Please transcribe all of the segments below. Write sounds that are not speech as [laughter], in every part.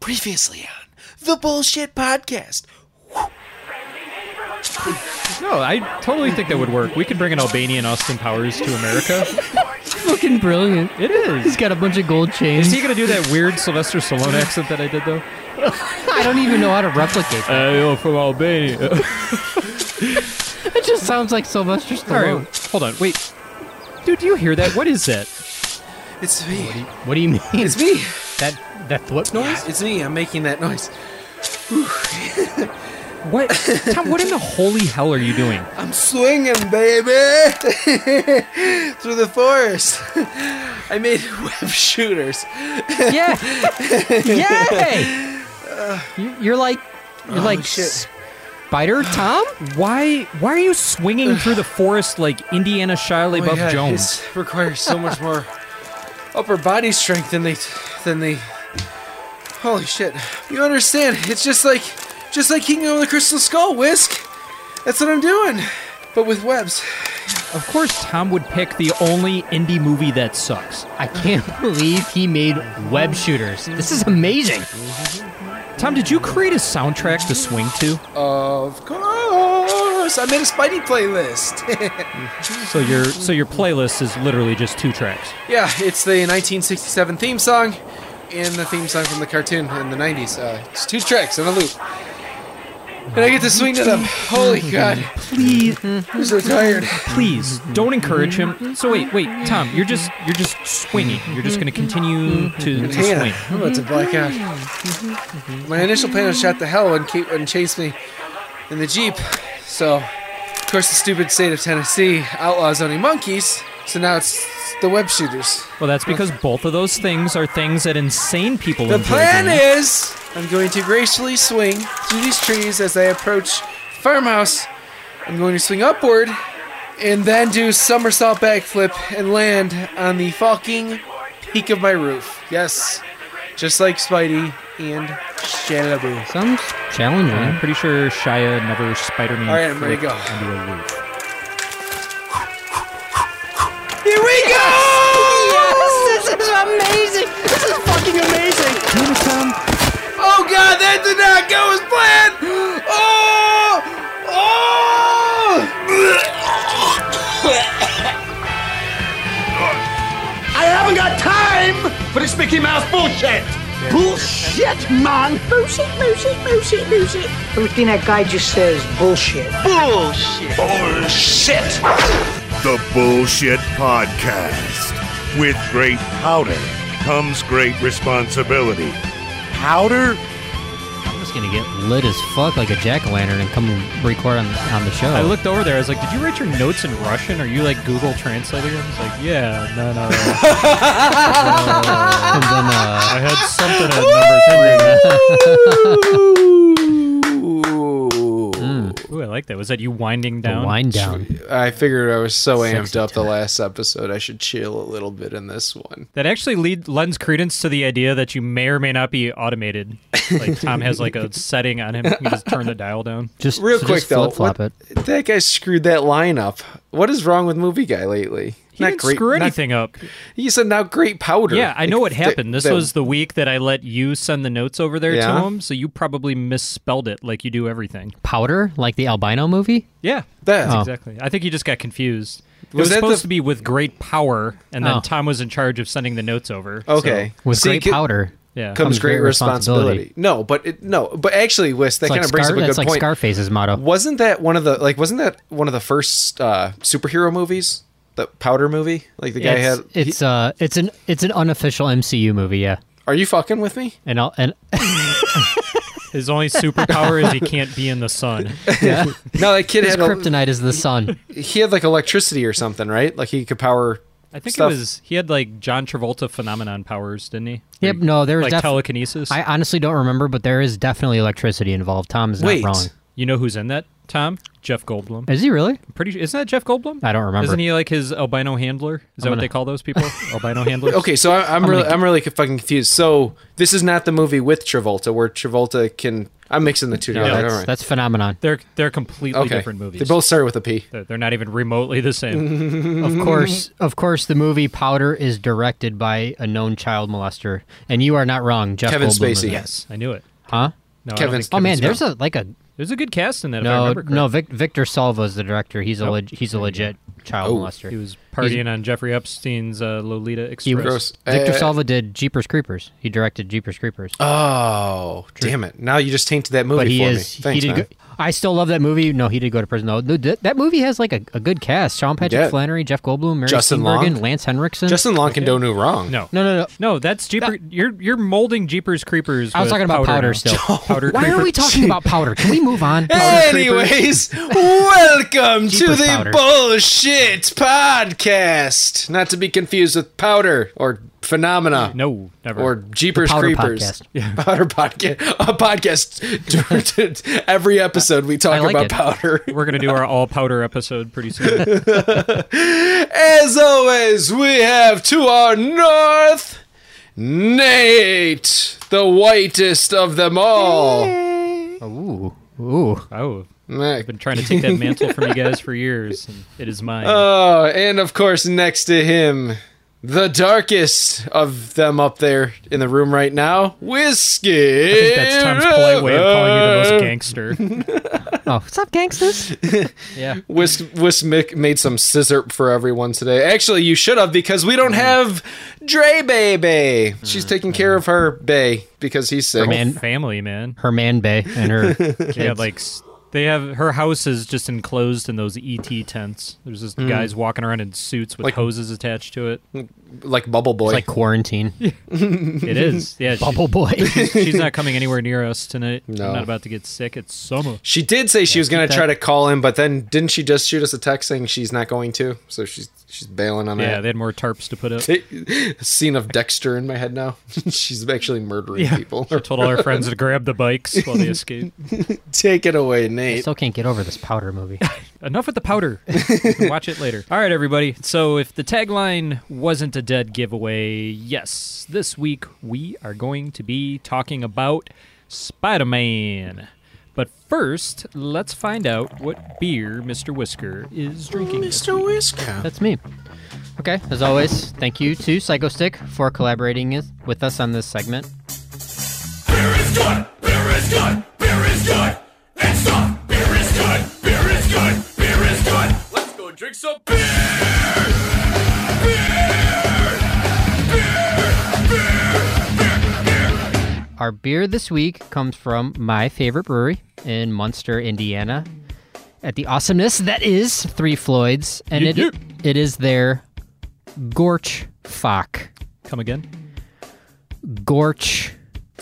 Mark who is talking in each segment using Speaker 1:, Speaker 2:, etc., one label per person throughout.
Speaker 1: Previously on the Bullshit Podcast.
Speaker 2: No, I totally think that would work. We could bring an Albanian Austin Powers to America.
Speaker 3: Fucking brilliant.
Speaker 2: It is.
Speaker 3: He's got a bunch of gold
Speaker 2: Is
Speaker 3: chains.
Speaker 2: he gonna do that weird Sylvester Stallone accent that I did though?
Speaker 3: [laughs] I don't even know how to replicate that.
Speaker 2: Uh, yo, from Albania.
Speaker 3: [laughs] It just sounds like Sylvester
Speaker 2: All
Speaker 3: Stallone.
Speaker 2: right, hold on, wait, dude, do you hear that? What is that?
Speaker 1: It's me.
Speaker 3: What do you mean?
Speaker 1: It's me.
Speaker 3: that that thwip noise?
Speaker 1: It's me. I'm making that noise.
Speaker 2: What? Tom, what in the holy hell are you doing?
Speaker 1: I'm swinging, baby, [laughs] through the forest. [laughs] I made [laughs] web shooters.
Speaker 3: Yeah. Yay! You- You're like you're
Speaker 1: Oh,
Speaker 3: like
Speaker 1: shit.
Speaker 3: Spider Tom?
Speaker 2: Why? Why are you swinging through the forest like Indiana Shia
Speaker 1: Oh my
Speaker 2: LaBeouf
Speaker 1: God,
Speaker 2: Jones?
Speaker 1: This requires so much more upper body strength than they than they. Holy shit! You understand? It's just like just like Kingdom of the Crystal Skull, Whisk. That's what I'm doing, but with webs.
Speaker 2: Of course, Tom would pick the only indie movie that sucks.
Speaker 3: I can't
Speaker 2: [laughs]
Speaker 3: believe he made web shooters. This is amazing.
Speaker 2: Tom, did you create a soundtrack to swing to?
Speaker 1: Of course, I made a Spidey playlist. [laughs]
Speaker 2: So your so your playlist is literally just two tracks.
Speaker 1: yeah, it's the 1967 theme song and the theme song from the cartoon in the 90s. Uh, it's two tracks on a loop. And I get to swing to them. Holy god,
Speaker 2: Please,
Speaker 1: I'm so tired.
Speaker 2: please don't encourage him. So wait, wait, Tom, you're just you're just swinging. You're just gonna continue to, to
Speaker 1: Hang on,
Speaker 2: swing.
Speaker 1: I'm about to black out. My initial plan was shot the hell and Kate wouldn't chase me in the Jeep. So, of course, the stupid state of Tennessee outlaws only monkeys. So now it's the web shooters.
Speaker 2: Well, that's because both of those things are things that insane people
Speaker 1: The
Speaker 2: enjoy
Speaker 1: plan
Speaker 2: doing.
Speaker 1: is I'm going to gracefully swing through these trees as I approach the farmhouse. I'm going to swing upward and then do somersault backflip and land on the fucking peak of my roof. Yes, just like Spidey and Shalabu.
Speaker 3: Sounds
Speaker 2: I'm
Speaker 3: challenging.
Speaker 2: pretty sure Shia never Spider-Man.
Speaker 1: All right, I'm ready to
Speaker 2: flipped
Speaker 1: go.
Speaker 2: Under a roof.
Speaker 1: Here we go!
Speaker 3: This is amazing. This is fucking amazing.
Speaker 2: Damn it, Tom.
Speaker 1: Oh god, that did not go as planned! Oh! Oh!
Speaker 4: I haven't got time for this Mickey Mouse bullshit. Bullshit, man.
Speaker 5: Bullshit, bullshit, bullshit, bullshit. Everything that guy just says, bullshit.
Speaker 4: Bullshit. Bullshit.
Speaker 6: The Bullshit Podcast. With great powder comes great responsibility. Powder?
Speaker 3: I'm just gonna get lit as fuck like a jack o' lantern and come record on, on the show.
Speaker 2: I looked over there. I was like, "Did you write your notes in Russian? Are you like Google translating them?" He's like, "Yeah, no,
Speaker 1: [laughs]
Speaker 2: no." no."
Speaker 3: and then
Speaker 2: I
Speaker 3: uh,
Speaker 2: had something at number
Speaker 1: Oh!
Speaker 2: [laughs] three. Ooh, I like that. Was that you winding
Speaker 3: the
Speaker 2: down?
Speaker 3: wind down.
Speaker 1: I figured I was so amped
Speaker 3: Sexy
Speaker 1: up the last episode, I should chill a little bit in this one.
Speaker 2: That actually lead, lends credence to the idea that you may or may not be automated. Like Tom has like a setting on him. You can just turn the dial down.
Speaker 3: Just
Speaker 1: Real
Speaker 3: so
Speaker 1: quick
Speaker 3: just
Speaker 1: though,
Speaker 3: flip flop
Speaker 1: what-
Speaker 3: it.
Speaker 1: That guy screwed that line up. What is wrong with Movie Guy lately?
Speaker 2: He didn't screw
Speaker 1: not-
Speaker 2: anything up.
Speaker 1: he said now great powder.
Speaker 2: Yeah, I know what
Speaker 1: Like, th-
Speaker 2: happened. This
Speaker 1: that-
Speaker 2: was the week that I let you send the notes over there
Speaker 1: Yeah?
Speaker 2: to him, so you probably misspelled it like you do everything.
Speaker 3: Powder, like the albino movie.
Speaker 2: Yeah.
Speaker 1: that.
Speaker 3: Oh.
Speaker 2: Exactly. I think he just got confused. It
Speaker 1: Was
Speaker 2: was,
Speaker 1: that the-
Speaker 2: supposed to be with great power, and then
Speaker 3: Oh.
Speaker 2: Tom was in charge of sending the notes over. so-
Speaker 1: Okay.
Speaker 3: With
Speaker 1: See,
Speaker 3: great
Speaker 1: c-
Speaker 3: powder.
Speaker 2: yeah.
Speaker 1: comes
Speaker 3: comes
Speaker 1: great
Speaker 3: great
Speaker 1: responsibility.
Speaker 3: responsibility.
Speaker 1: No, but it, no, but actually, Wes, that
Speaker 3: It's
Speaker 1: kind
Speaker 3: like,
Speaker 1: of brings
Speaker 3: Scar-
Speaker 1: up a good
Speaker 3: it's like
Speaker 1: point.
Speaker 3: Scarface's motto.
Speaker 1: Wasn't that one of the like? Wasn't that one of the first uh, superhero movies? The Powder movie, like the guy
Speaker 3: it's,
Speaker 1: had.
Speaker 3: it's uh it's an it's an unofficial MCU movie, yeah.
Speaker 1: Are you fucking with me?
Speaker 3: And I'll, and
Speaker 2: His only superpower is he can't be in the sun.
Speaker 1: [laughs] No, that
Speaker 3: [laughs]
Speaker 1: kid
Speaker 3: his
Speaker 1: had a,
Speaker 3: kryptonite is
Speaker 1: [laughs]
Speaker 3: the sun.
Speaker 1: he had like electricity or something, right? Like he could power.
Speaker 2: I think
Speaker 1: stuff.
Speaker 2: it was he had like John Travolta phenomenon powers, didn't he?
Speaker 3: Yep,
Speaker 2: Like-
Speaker 3: no, there was
Speaker 2: like
Speaker 3: def-
Speaker 2: telekinesis.
Speaker 3: I honestly don't remember, but there is definitely electricity involved. Tom's not
Speaker 1: Wait.
Speaker 3: wrong.
Speaker 2: you know who's in that, Tom? Jeff Goldblum.
Speaker 3: Is he really?
Speaker 2: Pretty sure, isn't that Jeff Goldblum?
Speaker 3: I don't remember.
Speaker 2: Isn't he like his albino handler? Is that
Speaker 3: I'm
Speaker 2: what
Speaker 3: gonna-
Speaker 2: they call those
Speaker 3: [laughs]
Speaker 2: people? albino handlers.
Speaker 1: Okay, so I, I'm really, I'm really fucking confused. So this is not the movie with Travolta where Travolta can. I'm mixing the two
Speaker 3: No,
Speaker 1: together.
Speaker 3: that's,
Speaker 1: all right.
Speaker 3: that's phenomenon.
Speaker 2: They're they're completely
Speaker 1: okay.
Speaker 2: different movies.
Speaker 1: They both started with a P.
Speaker 2: They're- they're not even remotely
Speaker 1: [laughs]
Speaker 2: the same.
Speaker 3: Of
Speaker 1: Mm-hmm.
Speaker 3: course, of course, the movie Powder is directed by a known child molester, and you are not wrong, Jeff
Speaker 1: Kevin
Speaker 3: Goldblum is
Speaker 1: Spacey.
Speaker 3: in it.
Speaker 2: yes, I knew it. No,
Speaker 3: Huh?
Speaker 2: I don't
Speaker 1: Kevin's-
Speaker 2: think-
Speaker 3: Oh man,
Speaker 1: Spacey.
Speaker 3: there's a like a
Speaker 2: there's a good cast in that. if I
Speaker 3: no
Speaker 2: remember correctly.
Speaker 3: no. Vic, Victor Salva is the director. He's
Speaker 1: Oh.
Speaker 3: a leg, he's a legit child molester.
Speaker 2: he was partying on Jeffrey Epstein's uh, Lolita Express.
Speaker 1: Gross.
Speaker 3: Victor
Speaker 1: Uh,
Speaker 3: Salva did Jeepers Creepers. He directed Jeepers Creepers.
Speaker 1: Oh, damn it! Now you just tainted that movie
Speaker 3: but he
Speaker 1: for
Speaker 3: is.
Speaker 1: me. Thanks,
Speaker 3: he did.
Speaker 1: man.
Speaker 3: Go, I still love that movie. No, he did go to prison though. Th- th- That movie has like a, a good cast: Sean Patrick
Speaker 1: Yeah.
Speaker 3: Flannery, Jeff Goldblum, Mary
Speaker 1: Justin
Speaker 3: Steenburgen,
Speaker 1: Long.
Speaker 3: Lance Henriksen.
Speaker 1: Justin Long can do no wrong.
Speaker 2: No,
Speaker 3: no, no, no.
Speaker 2: no. That's Jeepers. You're you're molding Jeepers Creepers.
Speaker 3: I was
Speaker 2: with
Speaker 3: talking about powder,
Speaker 2: now.
Speaker 3: still. [laughs]
Speaker 2: powder.
Speaker 3: Why are
Speaker 2: Creeper-
Speaker 3: we talking about [laughs] powder? Can we move on?
Speaker 1: Anyways, [laughs] welcome to
Speaker 3: Jeepers
Speaker 1: the
Speaker 3: powder.
Speaker 1: bullshit podcast. Not to be confused with powder or phenomena.
Speaker 2: [laughs] No, never.
Speaker 1: Or Jeepers
Speaker 3: Powder
Speaker 1: Creepers. [laughs]
Speaker 3: Podcast.
Speaker 1: Powder podcast. [laughs] A podcast. Every episode we talk
Speaker 3: I like
Speaker 1: about
Speaker 3: it.
Speaker 1: powder.
Speaker 2: We're gonna do our all powder episode
Speaker 1: [laughs]
Speaker 2: pretty soon.
Speaker 1: As always, we have to our north Nate, the whitest of them all.
Speaker 3: Ooh, ooh.
Speaker 2: oh,
Speaker 1: Meh.
Speaker 2: been trying to take that mantle from you guys for years, and it is mine.
Speaker 1: Oh, and of course, next to him, the darkest of them up there in the room right now, whiskey.
Speaker 2: I think that's Tom's polite way of calling you the
Speaker 1: Uh,
Speaker 2: most gangster.
Speaker 1: [laughs]
Speaker 3: Oh, what's up, gangsters?
Speaker 2: yeah.
Speaker 1: Whisk, Whisk Mick made some scissor for everyone today. Actually, you should have because we don't have Dre Baby. She's taking care of her bay because he's sick.
Speaker 3: man- And-
Speaker 2: family, Mm, man.
Speaker 3: Her man bay and her. [laughs]
Speaker 2: They have like s- they have her house is just enclosed in those ET tents. There's just guys walking around in suits with
Speaker 1: Hmm. Like-
Speaker 2: hoses attached to
Speaker 1: [laughs]
Speaker 2: it.
Speaker 1: Like Bubble Boy.
Speaker 3: like quarantine.
Speaker 2: It is. Yeah. she-
Speaker 3: Bubble
Speaker 2: [laughs]
Speaker 3: boy. [laughs]
Speaker 2: she's not coming anywhere near us tonight.
Speaker 1: No.
Speaker 2: I'm not about to get sick. It's summer.
Speaker 1: she did say she was going to
Speaker 3: keep
Speaker 1: try
Speaker 3: that-
Speaker 1: to call him, but then didn't she just shoot us a text saying she's not going to? So she's she's bailing on
Speaker 2: Yeah,
Speaker 1: that.
Speaker 2: they had more tarps to put up.
Speaker 1: scene of Dexter in my head now. [laughs] She's actually murdering people. [laughs]
Speaker 2: She told all her friends to grab the bikes while they escape.
Speaker 1: Take it away, Nate.
Speaker 3: Still can't get over this powder movie.
Speaker 2: Enough with the powder. [laughs] You can watch it later. All right, everybody. So, if the tagline wasn't a dead giveaway, yes, this week we are going to be talking about Spider Man. But first, let's find out what beer Mr. Whisker is drinking. this week.
Speaker 3: That's me. Okay, as always, thank you to Psycho Stick for collaborating is- with us on this segment.
Speaker 7: Beer is good. Beer is good. Beer is good. It's soft. Beer is good. Beer is good. Beer is good. Let's go drink some beer.
Speaker 3: Our beer this week comes from my favorite brewery in Munster, Indiana, at the awesomeness that is Three Floyds, and
Speaker 2: Yep,
Speaker 3: it
Speaker 2: yep.
Speaker 3: it is their Gorch Fock.
Speaker 2: Come again?
Speaker 3: Gorch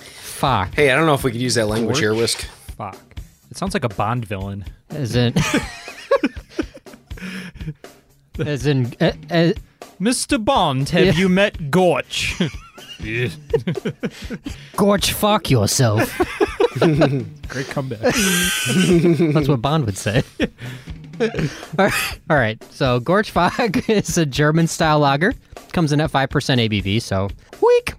Speaker 3: Fock.
Speaker 1: Hey, I don't know if we could use that language here, Whisk.
Speaker 2: Fuck. It sounds like a Bond villain.
Speaker 3: As in. as in. Uh, uh,
Speaker 2: Mr. Bond, have
Speaker 3: Yeah.
Speaker 2: you met Gorch?
Speaker 3: Gorch Fock yourself.
Speaker 2: Great comeback.
Speaker 3: That's what Bond would say. [laughs] All right- all right. So Gorge Fog [laughs] is a German style lager. Comes in at 5% ABV, so weak.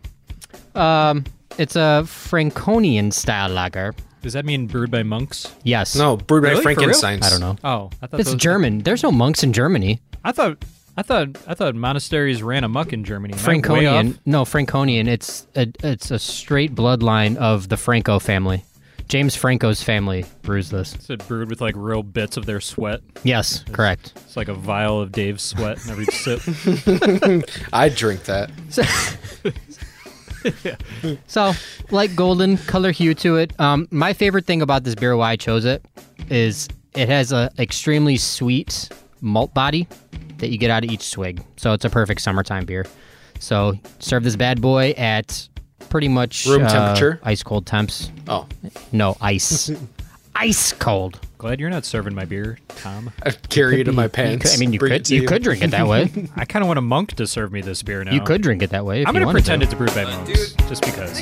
Speaker 3: Um, it's a Franconian style lager.
Speaker 2: Does that mean brewed by monks?
Speaker 3: Yes.
Speaker 1: No, brewed by
Speaker 2: Really? For real?
Speaker 1: Frankenstein.
Speaker 3: I don't know.
Speaker 2: Oh, I thought
Speaker 3: It's
Speaker 2: those-
Speaker 3: German. There's no monks in Germany.
Speaker 2: I thought I thought I thought monasteries ran amok in Germany. Am I way off?
Speaker 3: Franconian. No, Franconian. It's a, it's a straight bloodline of the Franco family. James Franco's family brews this.
Speaker 2: Is it brewed with like real bits of their sweat?
Speaker 3: Yes, correct.
Speaker 2: It's like a vial of Dave's sweat in every
Speaker 3: [laughs]
Speaker 2: sip.
Speaker 1: I'd drink that.
Speaker 3: So, light golden color hue to it. Um, my favorite thing about this beer, why I chose it, is it has a extremely sweet malt body that you get out of each swig. So it's a perfect summertime beer. So serve this bad boy at pretty much
Speaker 1: Room
Speaker 3: uh,
Speaker 1: temperature?
Speaker 3: ice cold temps.
Speaker 1: Oh,
Speaker 3: No
Speaker 1: [laughs]
Speaker 3: ice, ice cold.
Speaker 2: Glad you're not serving my beer, Tom.
Speaker 1: I'd carry it in my
Speaker 3: You could-
Speaker 1: pants.
Speaker 3: I mean, you
Speaker 1: bring it
Speaker 3: could
Speaker 1: to
Speaker 3: you, could drink it that
Speaker 8: [laughs]
Speaker 3: way.
Speaker 2: I kind of want a monk to serve me this beer now.
Speaker 3: You could drink it that way. If
Speaker 2: I'm
Speaker 3: you
Speaker 2: gonna
Speaker 3: wanted
Speaker 2: pretend
Speaker 3: to.
Speaker 2: it's brewed by monks, just because.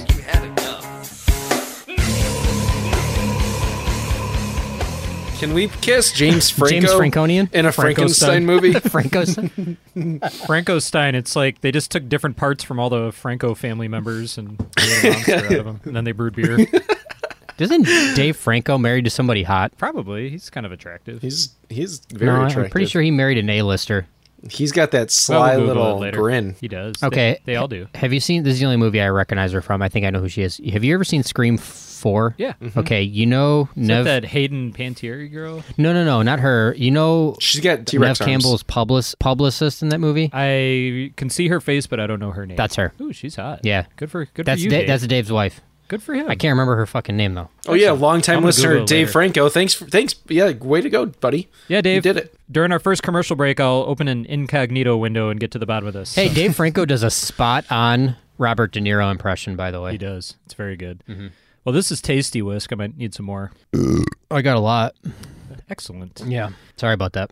Speaker 1: Can we kiss James Franco?
Speaker 3: [laughs] James Franconian?
Speaker 1: in a Frankenstein
Speaker 2: Frankenstein.
Speaker 3: [laughs]
Speaker 1: movie?
Speaker 3: Franco's.
Speaker 2: Franco Stein. It's like they just took different parts from all the Franco family members and made a monster out
Speaker 3: [laughs]
Speaker 2: of 'em. and then they brewed beer.
Speaker 3: Isn't Dave Franco married to somebody hot?
Speaker 2: Probably he's kind of attractive.
Speaker 8: He's he's very
Speaker 3: No,
Speaker 8: attractive.
Speaker 3: I'm pretty sure he married an A-lister.
Speaker 8: he's got that
Speaker 2: Well, we'll
Speaker 8: sly
Speaker 2: Google it
Speaker 8: little
Speaker 2: later.
Speaker 8: grin.
Speaker 2: He does. They-
Speaker 3: Okay.
Speaker 2: they, all do.
Speaker 3: Have you seen? This is the only movie I recognize her from. I think I know who she is. Have you ever seen Scream Four?
Speaker 2: Yeah.
Speaker 3: Okay. You
Speaker 2: Is
Speaker 3: know
Speaker 2: that
Speaker 3: Nev?
Speaker 2: that Hayden Pantieri girl?
Speaker 3: No, no, no, not her. You know
Speaker 8: She's got T
Speaker 3: Nev
Speaker 8: Rex arms.
Speaker 3: Campbell's public, publicist in that movie.
Speaker 2: I can see her face, but I don't know her name.
Speaker 3: That's her.
Speaker 2: Ooh, she's hot.
Speaker 3: Yeah.
Speaker 2: Good for good
Speaker 3: That's
Speaker 2: for you.
Speaker 3: Da-
Speaker 2: Dave.
Speaker 3: that's Dave's wife.
Speaker 2: good for him.
Speaker 3: I can't remember her fucking name
Speaker 2: [laughs]
Speaker 3: though.
Speaker 8: Oh yeah, longtime
Speaker 2: gonna
Speaker 8: listener
Speaker 2: Google it
Speaker 8: Dave
Speaker 2: later.
Speaker 8: Franco. Thanks, for, thanks. Yeah, way to go, buddy.
Speaker 2: Yeah, Dave
Speaker 8: did it.
Speaker 2: During our first commercial break, I'll open an incognito window and get to the bottom of this.
Speaker 3: Hey, Dave Franco does a spot on Robert De Niro impression, by the way.
Speaker 2: he does. It's very good.
Speaker 3: Mm-hmm.
Speaker 2: Well, this is tasty whisk. I might need some more.
Speaker 3: I got a lot.
Speaker 2: Excellent.
Speaker 3: Yeah. Sorry about that.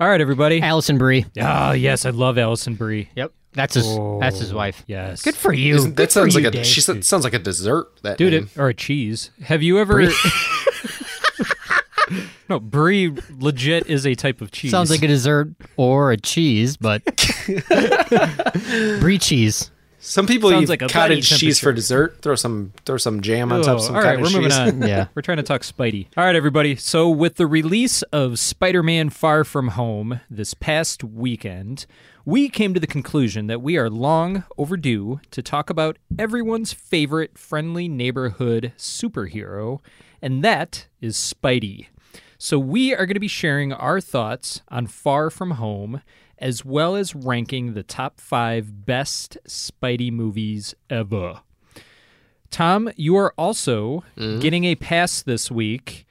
Speaker 2: All right, everybody.
Speaker 3: [laughs] Allison Brie.
Speaker 2: Ah, yes, I love Allison Brie.
Speaker 3: Yep. That's his.
Speaker 2: Oh.
Speaker 3: That's his wife.
Speaker 2: Yes.
Speaker 3: Good for you.
Speaker 8: Isn't- that
Speaker 3: Good for
Speaker 8: sounds
Speaker 3: you,
Speaker 8: like a
Speaker 3: Dave.
Speaker 8: she said, sounds like a dessert. That
Speaker 2: dude,
Speaker 8: name.
Speaker 2: it, or a cheese. Have you ever? [laughs] no, brie legit is a type of cheese.
Speaker 3: Sounds like a dessert or a cheese, but brie cheese.
Speaker 8: Some people
Speaker 2: Sounds
Speaker 8: eat
Speaker 2: like a bloody
Speaker 8: cottage cheese for dessert. Throw some throw some jam on top.
Speaker 2: Oh,
Speaker 8: of Some
Speaker 2: all right, we're
Speaker 8: cottage
Speaker 2: moving
Speaker 8: cheese.
Speaker 2: on.
Speaker 3: Yeah.
Speaker 2: we're trying to talk Spidey. All right, everybody. So, with the release of Spider-Man: Far From Home this past weekend, we came to the conclusion that we are long overdue to talk about everyone's favorite friendly neighborhood superhero, and that is Spidey. So, we are going to be sharing our thoughts on Far From Home, as well as ranking the top five best Spidey movies ever. Tom, you are also getting a pass this week.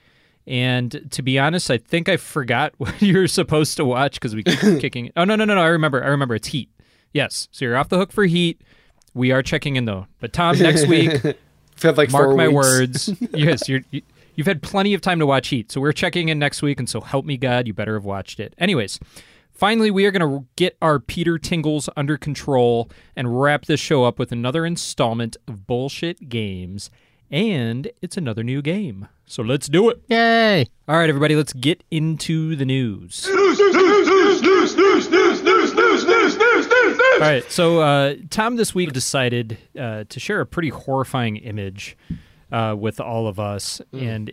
Speaker 2: And to be honest, I think I forgot [laughs] what you were supposed to watch because we keep kicking. Oh, no, no, no, no. I remember. I remember. It's Heat. Yes. So you're off the hook for Heat. We are checking in, though. But Tom, next week,
Speaker 8: [laughs] We've had like
Speaker 2: mark
Speaker 8: four
Speaker 2: my
Speaker 8: weeks.
Speaker 2: words.
Speaker 8: [laughs]
Speaker 2: [laughs] yes, you're, you, you've had plenty of time to watch Heat, so we're checking in next week, and so help me God, you better have watched it. Anyways, finally, we are going to get our Peter Tingles under control and wrap this show up with another installment of Bullshit Games, and it's another new game. So let's do it.
Speaker 3: Yay!
Speaker 2: All right, everybody, let's get into the news. All right, so uh, Tom this week decided uh, to share a pretty horrifying image uh, with all of us,
Speaker 1: Mm.
Speaker 2: and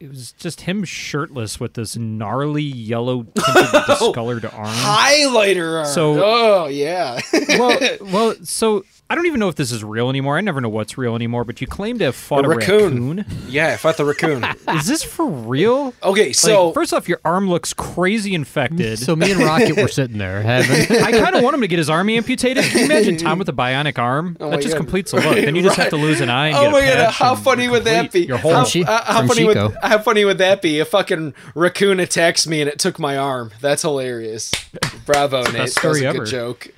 Speaker 2: it was just him shirtless with this gnarly
Speaker 1: [laughs]
Speaker 2: yellow tinted
Speaker 1: Oh,
Speaker 2: discolored arm.
Speaker 1: Highlighter. Arm.
Speaker 2: So-
Speaker 8: [laughs]
Speaker 1: oh yeah.
Speaker 2: Well, well, so I don't even know if this is real anymore. I never know what's real anymore. But you claim to have fought
Speaker 1: A
Speaker 2: a,
Speaker 1: raccoon.
Speaker 2: raccoon.
Speaker 1: yeah, I fought the raccoon.
Speaker 2: Is this for real?
Speaker 1: [laughs] Okay,
Speaker 2: Like,
Speaker 1: so
Speaker 2: first off, your arm looks crazy infected.
Speaker 3: [laughs] So me and Rocket were sitting there
Speaker 2: [laughs]
Speaker 3: having.
Speaker 1: [laughs]
Speaker 2: I kind of want him to get his arm amputated. Can you imagine Tom with a bionic arm?
Speaker 1: Oh my
Speaker 2: that just
Speaker 1: God.
Speaker 2: completes the look. Then you just have to lose an eye. And
Speaker 1: Oh
Speaker 2: get a
Speaker 1: my god!
Speaker 2: patch
Speaker 1: How
Speaker 2: and
Speaker 1: funny would that
Speaker 2: complete
Speaker 1: be?
Speaker 2: Your whole
Speaker 1: how,
Speaker 3: Chi-
Speaker 1: uh, how
Speaker 3: from
Speaker 1: funny would
Speaker 3: Chico.
Speaker 1: how funny would that be? A fucking raccoon attacks me and it took my arm. That's hilarious. Bravo, Nate. That
Speaker 2: story
Speaker 1: was a
Speaker 2: ever.
Speaker 1: good joke.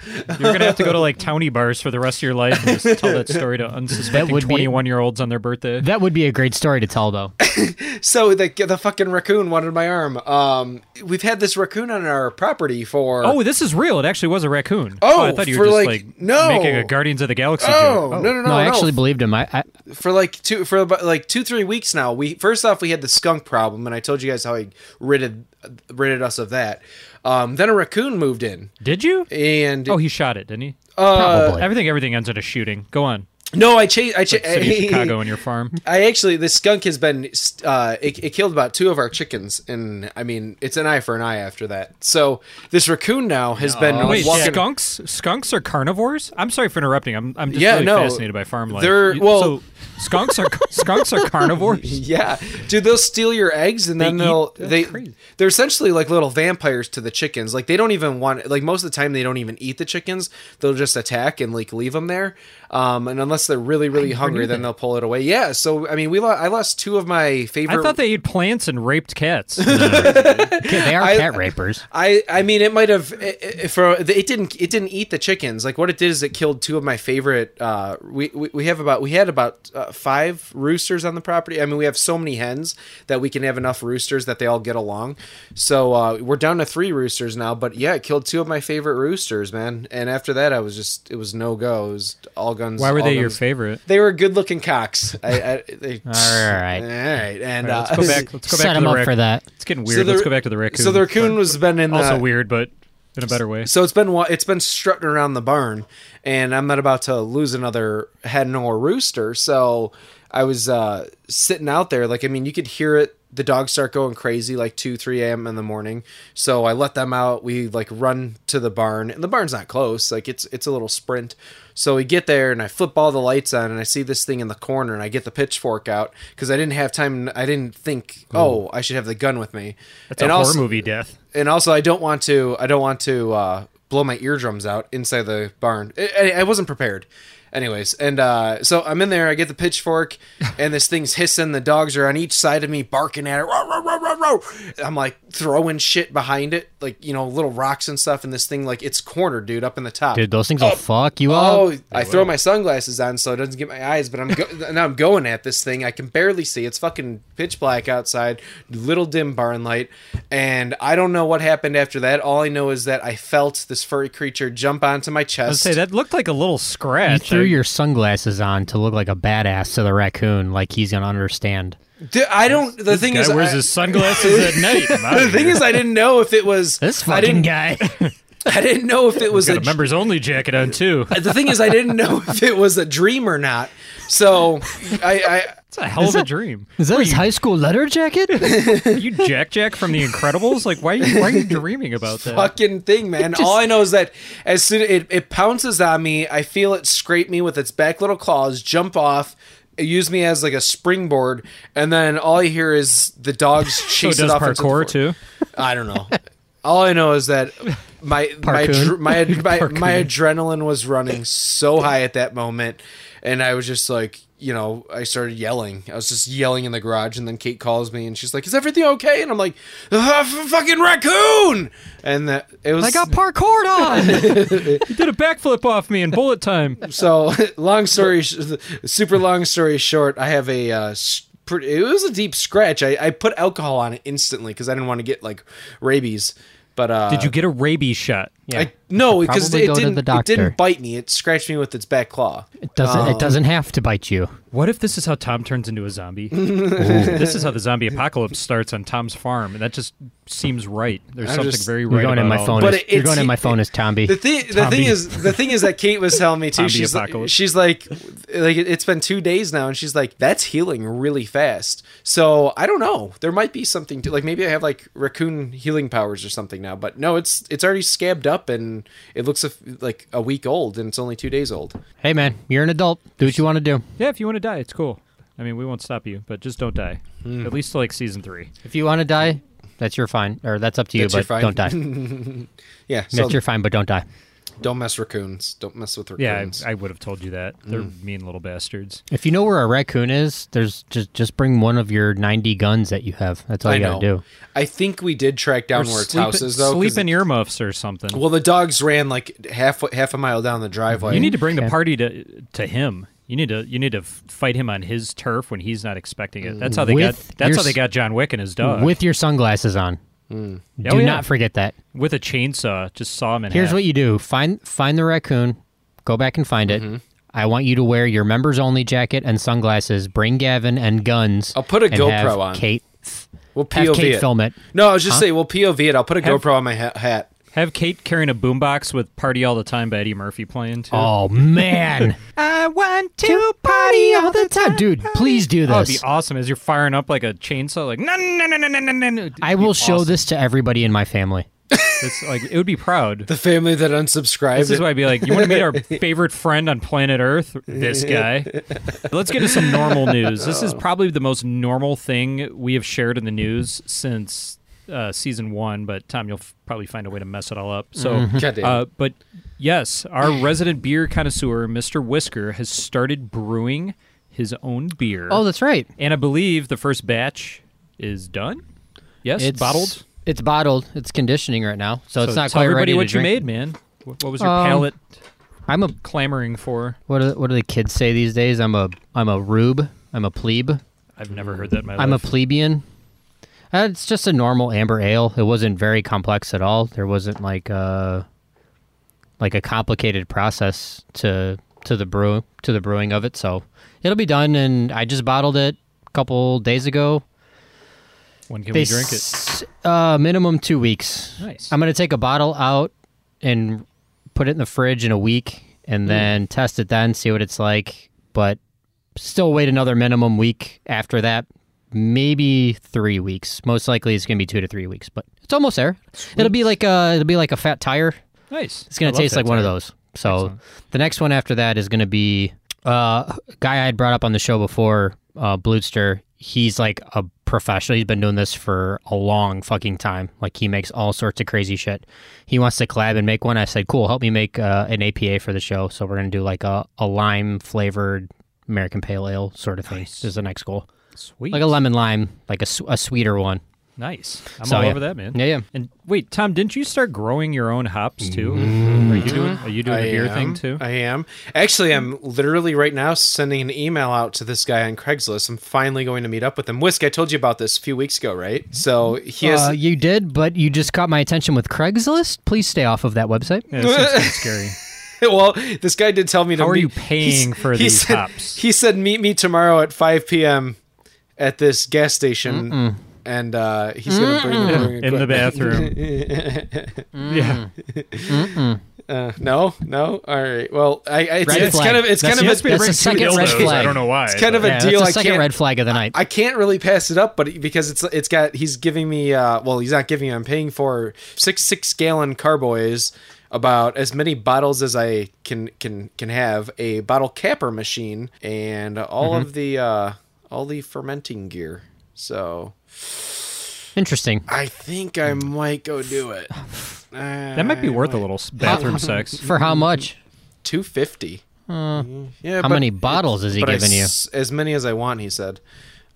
Speaker 2: You're gonna have to go to like townie bars for the rest of your life and just tell that
Speaker 1: [laughs]
Speaker 2: story to
Speaker 3: That
Speaker 2: unsuspecting
Speaker 3: would be-
Speaker 2: 21 year olds on their birthday.
Speaker 3: that would be a great story to tell, though.
Speaker 1: So the the fucking raccoon wanted my arm. Um, we've had this raccoon on our property for
Speaker 2: Oh, this is real. It actually was a raccoon.
Speaker 1: Oh,
Speaker 2: I thought you were
Speaker 1: for,
Speaker 2: just
Speaker 1: like,
Speaker 2: like,
Speaker 1: no.
Speaker 2: making a Guardians of the Galaxy
Speaker 1: Oh,
Speaker 2: joke.
Speaker 1: no, no, no,
Speaker 3: No, I actually believed him. I, I
Speaker 1: for like two for about like two three weeks now. We first off we had the skunk problem, and I told you guys how I ridded ridded us of that. Um, then a raccoon moved in,
Speaker 2: Did you?
Speaker 1: and
Speaker 2: Oh, he shot it, didn't he?
Speaker 3: probably.
Speaker 2: everything, everything ends in a shooting. Go on.
Speaker 1: no, I chased. I cha-
Speaker 2: City of Chicago and your farm.
Speaker 1: I actually, the skunk has been, uh, it, it killed about two of our chickens, and I mean, it's an eye for an eye after that. So this raccoon now has been
Speaker 2: Wait,
Speaker 1: walking.
Speaker 2: skunks? Skunks are carnivores? I'm sorry for interrupting. I'm, I'm just
Speaker 1: Yeah,
Speaker 2: really
Speaker 1: no.
Speaker 2: fascinated by farm life.
Speaker 1: They're-
Speaker 2: You-
Speaker 1: well-
Speaker 2: so skunks are skunks are
Speaker 1: [laughs]
Speaker 2: carnivores.
Speaker 1: Yeah, dude, they'll steal your eggs, and then
Speaker 2: They
Speaker 1: they will
Speaker 2: eat- that's
Speaker 1: they
Speaker 2: crazy.
Speaker 1: they're essentially like little vampires to the chickens. Like they don't even want like most of the time they don't even eat the chickens. They'll just attack and like leave them there. Um, and unless they're really really hungry, then they'll pull it away. Yeah. So I mean, we lo- I lost two of my favorite.
Speaker 2: I thought they ate plants and
Speaker 1: [laughs]
Speaker 2: raped cats.
Speaker 3: Yeah, they are
Speaker 1: I-
Speaker 3: cat rapers.
Speaker 1: I, I mean it might have it, it, for it didn't it didn't eat the chickens like what it did is it killed two of my favorite uh we we, we have about we had about uh, five roosters on the property I mean we have so many hens that we can have enough roosters that they all get along so uh, we're down to three roosters now but yeah it killed two of my favorite roosters man and after that I was just it was no go it was all guns
Speaker 2: Why were
Speaker 1: all
Speaker 2: they
Speaker 1: guns
Speaker 2: your
Speaker 1: ones.
Speaker 2: favorite?
Speaker 1: They were good looking cocks. I, I,
Speaker 2: [laughs]
Speaker 1: they, all
Speaker 3: right.
Speaker 1: All right. And
Speaker 2: All right,
Speaker 1: uh,
Speaker 2: let's go
Speaker 1: [laughs]
Speaker 2: back. Let's go back
Speaker 3: Set
Speaker 2: to
Speaker 3: him
Speaker 2: the
Speaker 3: up
Speaker 2: rac-
Speaker 3: for that.
Speaker 2: It's getting weird. let's
Speaker 1: the-
Speaker 2: go back to the raccoon.
Speaker 1: So the raccoon was been in
Speaker 2: also
Speaker 1: uh,
Speaker 2: weird, but in a better way.
Speaker 1: So it's been wa- it's been strutting around the barn, and I'm not about to lose another hen or rooster. So I was uh, sitting out there, like I mean, you could hear it. The dogs start going crazy like two, three a.m. in the morning. So I let them out. We like run to the barn, and the barn's not close. Like it's it's a little sprint. So we get there, and I flip all the lights on, and I see this thing in the corner, and I get the pitchfork out because I didn't have time. I didn't think, oh, I should have the gun with me.
Speaker 2: That's a horror movie death.
Speaker 1: and also I don't want to I don't want to uh, blow my eardrums out inside the barn. I, I- I wasn't prepared. Anyways, and uh, so I'm in there. I get the pitchfork, and this thing's hissing. The dogs are on each side of me, barking at it. Row, row, row, row, row. I'm like throwing shit behind it, like you know, little rocks and stuff. And this thing, like, it's cornered, dude, up in the top.
Speaker 3: Dude, those things will fuck you
Speaker 1: Oh,
Speaker 3: up.
Speaker 1: I throw my sunglasses on so it doesn't get my eyes, but I'm go- [laughs] now I'm going at this thing. I can barely see. It's fucking pitch black outside, little dim barn light, and I don't know what happened after that. All I know is that I felt this furry creature jump onto my chest.
Speaker 2: I'd say that looked like a little
Speaker 3: You
Speaker 2: scratch.
Speaker 3: threw
Speaker 2: I-
Speaker 3: your sunglasses on to look like a badass to the raccoon, like he's gonna understand.
Speaker 1: Dude, I don't. The thing
Speaker 2: guy
Speaker 1: is,
Speaker 2: wears
Speaker 1: I-
Speaker 2: his
Speaker 1: [laughs]
Speaker 2: sunglasses at night. I'm outta
Speaker 1: the thing
Speaker 2: here.
Speaker 1: is, I didn't know if it
Speaker 2: [laughs]
Speaker 1: was.
Speaker 3: This
Speaker 1: I didn't.
Speaker 3: fucking guy.
Speaker 1: I didn't know if it was
Speaker 2: got
Speaker 1: a.
Speaker 2: a members only jacket on
Speaker 1: [laughs]
Speaker 2: too.
Speaker 1: the thing is, I didn't know if it was a dream or not. So, I, I
Speaker 2: It's a hell of a dream.
Speaker 3: [laughs] Is that his high school letter jacket?
Speaker 2: Are you Jack Jack from The Incredibles? Like, why are you, why are you dreaming about that?
Speaker 1: fucking
Speaker 2: [laughs]
Speaker 1: thing, man. All I know is that as soon it, it pounces on me, I feel it scrape me with its back little claws, jump off, use me as like a springboard, and then all I hear is the dogs
Speaker 2: [laughs] so
Speaker 1: chase
Speaker 2: Oh, does
Speaker 1: it off into the floor.
Speaker 2: parkour too.
Speaker 1: I don't know. All I know is that my my
Speaker 3: Parkoon.
Speaker 1: dr- my my, my
Speaker 3: Parkoon.
Speaker 1: adrenaline was running so high at that moment, and I was just like, you know, I started yelling. I was just yelling in the garage, and then Kate calls me, and she's like, "Is everything okay?" And I'm like, "Ah, f- "Fucking raccoon!" And that it was
Speaker 3: I got parkour on.
Speaker 2: You did a backflip off me in bullet [laughs] time.
Speaker 1: so [laughs] long story sh- super long story short i have a uh, s- pretty, it was a deep scratch i, I put alcohol on it instantly because i didn't want to get like rabies but uh
Speaker 2: Did you get a rabies shot? [laughs] Yeah.
Speaker 1: I, no because
Speaker 3: Probably
Speaker 1: it
Speaker 3: go to
Speaker 1: didn't
Speaker 3: the
Speaker 1: it
Speaker 3: doctor.
Speaker 1: didn't bite me it scratched me with its back claw
Speaker 3: Doesn't it doesn't have to bite you.
Speaker 2: What if this is how Tom turns into
Speaker 1: [laughs]
Speaker 2: a zombie? this is how the zombie apocalypse starts on Tom's farm, and that just seems right. There's something
Speaker 1: just-
Speaker 2: very
Speaker 3: You're
Speaker 2: right
Speaker 3: going in
Speaker 2: about
Speaker 3: my
Speaker 2: all
Speaker 3: phone.
Speaker 1: But
Speaker 3: As,
Speaker 1: it-
Speaker 3: you're
Speaker 1: it's-
Speaker 3: going in my phone as Tomby.
Speaker 1: the thing, the thing
Speaker 2: Tommy.
Speaker 1: is, the thing is that Kate was telling me too.
Speaker 2: Tommy
Speaker 1: She's like,
Speaker 2: apocalypse.
Speaker 1: she's like, like it's been two days now, and she's like, that's healing really fast. So I don't know. There might be something to like. Maybe I have like raccoon healing powers or something now. But no, it's it's already scabbed up, and it looks a f- like a week old, and it's only two days old.
Speaker 3: hey man, you're an adult. Do what you want to do.
Speaker 2: Yeah, if you want to die, it's cool. I mean, we won't stop you, but just don't die.
Speaker 1: Hmm.
Speaker 2: At least till, like season three.
Speaker 3: If you want to die, that's your fine, or that's up to you.
Speaker 1: That's your
Speaker 3: But don't die.
Speaker 1: fine. Yeah, [laughs] so
Speaker 3: That's your fine, but don't die.
Speaker 1: don't mess raccoons. Don't mess with
Speaker 2: Yeah,
Speaker 1: raccoons.
Speaker 2: I, I would have told you that. They're
Speaker 1: Hmm.
Speaker 2: mean little bastards.
Speaker 3: If you know where a raccoon is, there's just just bring one of your 90 guns that you have. That's all you got to do.
Speaker 1: I think we did track down where its
Speaker 2: sleep,
Speaker 1: house is though. 'cause-
Speaker 2: sleep in earmuffs or something.
Speaker 1: well, the dogs ran like half half a mile down the driveway.
Speaker 2: you need to bring the party to to him. You need to you need to f- fight him on his turf when he's not expecting it. That's how they
Speaker 3: With
Speaker 2: got. That's
Speaker 3: your
Speaker 2: how they
Speaker 3: s-
Speaker 2: got John Wick and his dog
Speaker 3: With your sunglasses on.
Speaker 1: Hmm.
Speaker 2: Oh,
Speaker 3: do
Speaker 2: yeah.
Speaker 3: not forget that.
Speaker 2: with a chainsaw. Just saw him in
Speaker 3: Here's
Speaker 2: half.
Speaker 3: what you do: find find the raccoon, go back and find
Speaker 2: Mm-hmm.
Speaker 3: it. I want you to wear your members only jacket and sunglasses. Bring Gavin and guns.
Speaker 1: I'll put a
Speaker 3: and have
Speaker 1: GoPro on.
Speaker 3: Kate,
Speaker 1: We'll
Speaker 3: have
Speaker 1: POV
Speaker 3: Kate
Speaker 1: it.
Speaker 3: film it.
Speaker 1: No, I was just saying we'll POV it. I'll put a
Speaker 2: Have-
Speaker 1: GoPro on my ha- hat.
Speaker 2: Have Kate carrying a boombox with "Party All the Time" by Eddie Murphy playing too.
Speaker 3: Oh man,
Speaker 2: [laughs] I want to party all the time,
Speaker 3: dude, please do
Speaker 2: That would be
Speaker 3: this.
Speaker 2: awesome as you're firing up like a chainsaw, like no, no, no, no, no, no, no, no.
Speaker 3: I will show this to everybody in my family.
Speaker 2: It's like it would be proud.
Speaker 1: The family that unsubscribed.
Speaker 2: This is why I'd be like, you want to meet our favorite friend on planet Earth? This guy. Let's get to some normal news. This is probably the most normal thing we have shared in the news since uh, season one, but Tom, you'll f- probably find a way to mess it all up. So,
Speaker 1: Oh, Goddamn.
Speaker 2: uh, but yes, our resident beer connoisseur, Mr. Whisker, has started brewing his own beer.
Speaker 3: Oh, that's right.
Speaker 2: and I believe the first batch is done. Yes, bottled.
Speaker 3: It's bottled. It's conditioning right now, so, it's
Speaker 2: So
Speaker 3: not
Speaker 2: tell
Speaker 3: quite
Speaker 2: everybody
Speaker 3: ready
Speaker 2: what
Speaker 3: to
Speaker 2: you made,
Speaker 3: drink.
Speaker 2: man. What, what was your
Speaker 3: Um,
Speaker 2: palate
Speaker 3: I'm a
Speaker 2: clamoring for?
Speaker 3: what? Do, what do the kids say these days? I'm a I'm a rube. I'm a plebe.
Speaker 2: I've never heard that in my
Speaker 3: I'm a
Speaker 2: life.
Speaker 3: plebeian. Uh, it's just a normal amber ale. It wasn't very complex at uh, all. There wasn't like a like a complicated process to to the brew to the brewing of it. So it'll be done, and I just bottled it a couple days ago.
Speaker 2: When can
Speaker 3: They
Speaker 2: we drink it?
Speaker 3: s- Uh, minimum two weeks.
Speaker 2: Nice.
Speaker 3: I'm gonna take a bottle out and put it in the fridge in a week, and then test it then, see what it's like. But still wait another minimum week after that. Maybe three weeks. Most likely, it's gonna be two to three weeks, but it's almost there. It'll be like a it'll be like a fat tire.
Speaker 2: Nice.
Speaker 3: It's gonna taste like one of those. So the next one after that is gonna be uh, a guy I had brought up on the show before, uh, Bloodster. He's like a professional. He's been doing this for a long fucking time. Like he makes all sorts of crazy shit. He wants to collab and make one. I said, "Cool, help me make uh, an APA for the show." So we're gonna do like a, a lime flavored American Pale Ale sort of thing. Is the next goal
Speaker 2: Sweet.
Speaker 3: like a lemon lime, like a, su- a sweeter one?
Speaker 2: Nice. I'm
Speaker 3: So,
Speaker 2: all
Speaker 3: yeah.
Speaker 2: over that, man.
Speaker 3: Yeah, yeah.
Speaker 2: And wait, Tom, didn't you start growing your own hops too? Are
Speaker 3: Mm-hmm.
Speaker 2: you doing? Are you doing a beer thing too?
Speaker 1: I am. Actually, I'm literally right now sending an email out to this guy on Craigslist. I'm finally going to meet up with him. Whisk, I told you about this a few weeks ago, right? So he has.
Speaker 3: Uh, you did, but you just caught my attention with Craigslist. Please stay off of that website.
Speaker 2: Yeah, it
Speaker 1: [laughs]
Speaker 2: seems kinda scary.
Speaker 1: [laughs] well, this guy did tell me to.
Speaker 2: How are
Speaker 1: meet-
Speaker 2: you paying
Speaker 1: s-
Speaker 2: for
Speaker 1: he
Speaker 2: these
Speaker 1: said,
Speaker 2: hops?
Speaker 1: He said, "Meet me tomorrow at 5 p.m. at this gas station." And uh, he's going to bring the brewing
Speaker 2: In the
Speaker 1: equipment. [laughs]
Speaker 2: bathroom. Yeah.
Speaker 1: Uh, no, no. All right. Well, I, I it's,
Speaker 3: Red
Speaker 1: it's
Speaker 3: flag.
Speaker 1: kind of it's kind
Speaker 3: That's-
Speaker 1: of
Speaker 3: that's-
Speaker 1: a,
Speaker 3: that's the second red
Speaker 9: dildos. I
Speaker 3: flag.
Speaker 9: don't know why.
Speaker 1: it's kind of a
Speaker 3: Yeah,
Speaker 1: deal. I
Speaker 3: that's the second
Speaker 1: can't
Speaker 3: red flag of the night.
Speaker 1: I can't really pass it up, but it- because it's it's got he's giving me uh well he's not giving me I'm paying for six six gallon carboys about as many bottles as I can can can have a bottle capper machine and all
Speaker 3: Mm-hmm.
Speaker 1: of the uh all the fermenting gear. So
Speaker 3: Interesting.
Speaker 1: I think I might go do
Speaker 3: [sighs]
Speaker 1: it. Uh,
Speaker 2: That might be worth a little s- bathroom sex.
Speaker 3: For how much?
Speaker 1: Two fifty. yeah.
Speaker 3: How
Speaker 1: but-
Speaker 3: many bottles is he
Speaker 1: but I
Speaker 3: giving you?
Speaker 1: s- as many as I want. He said.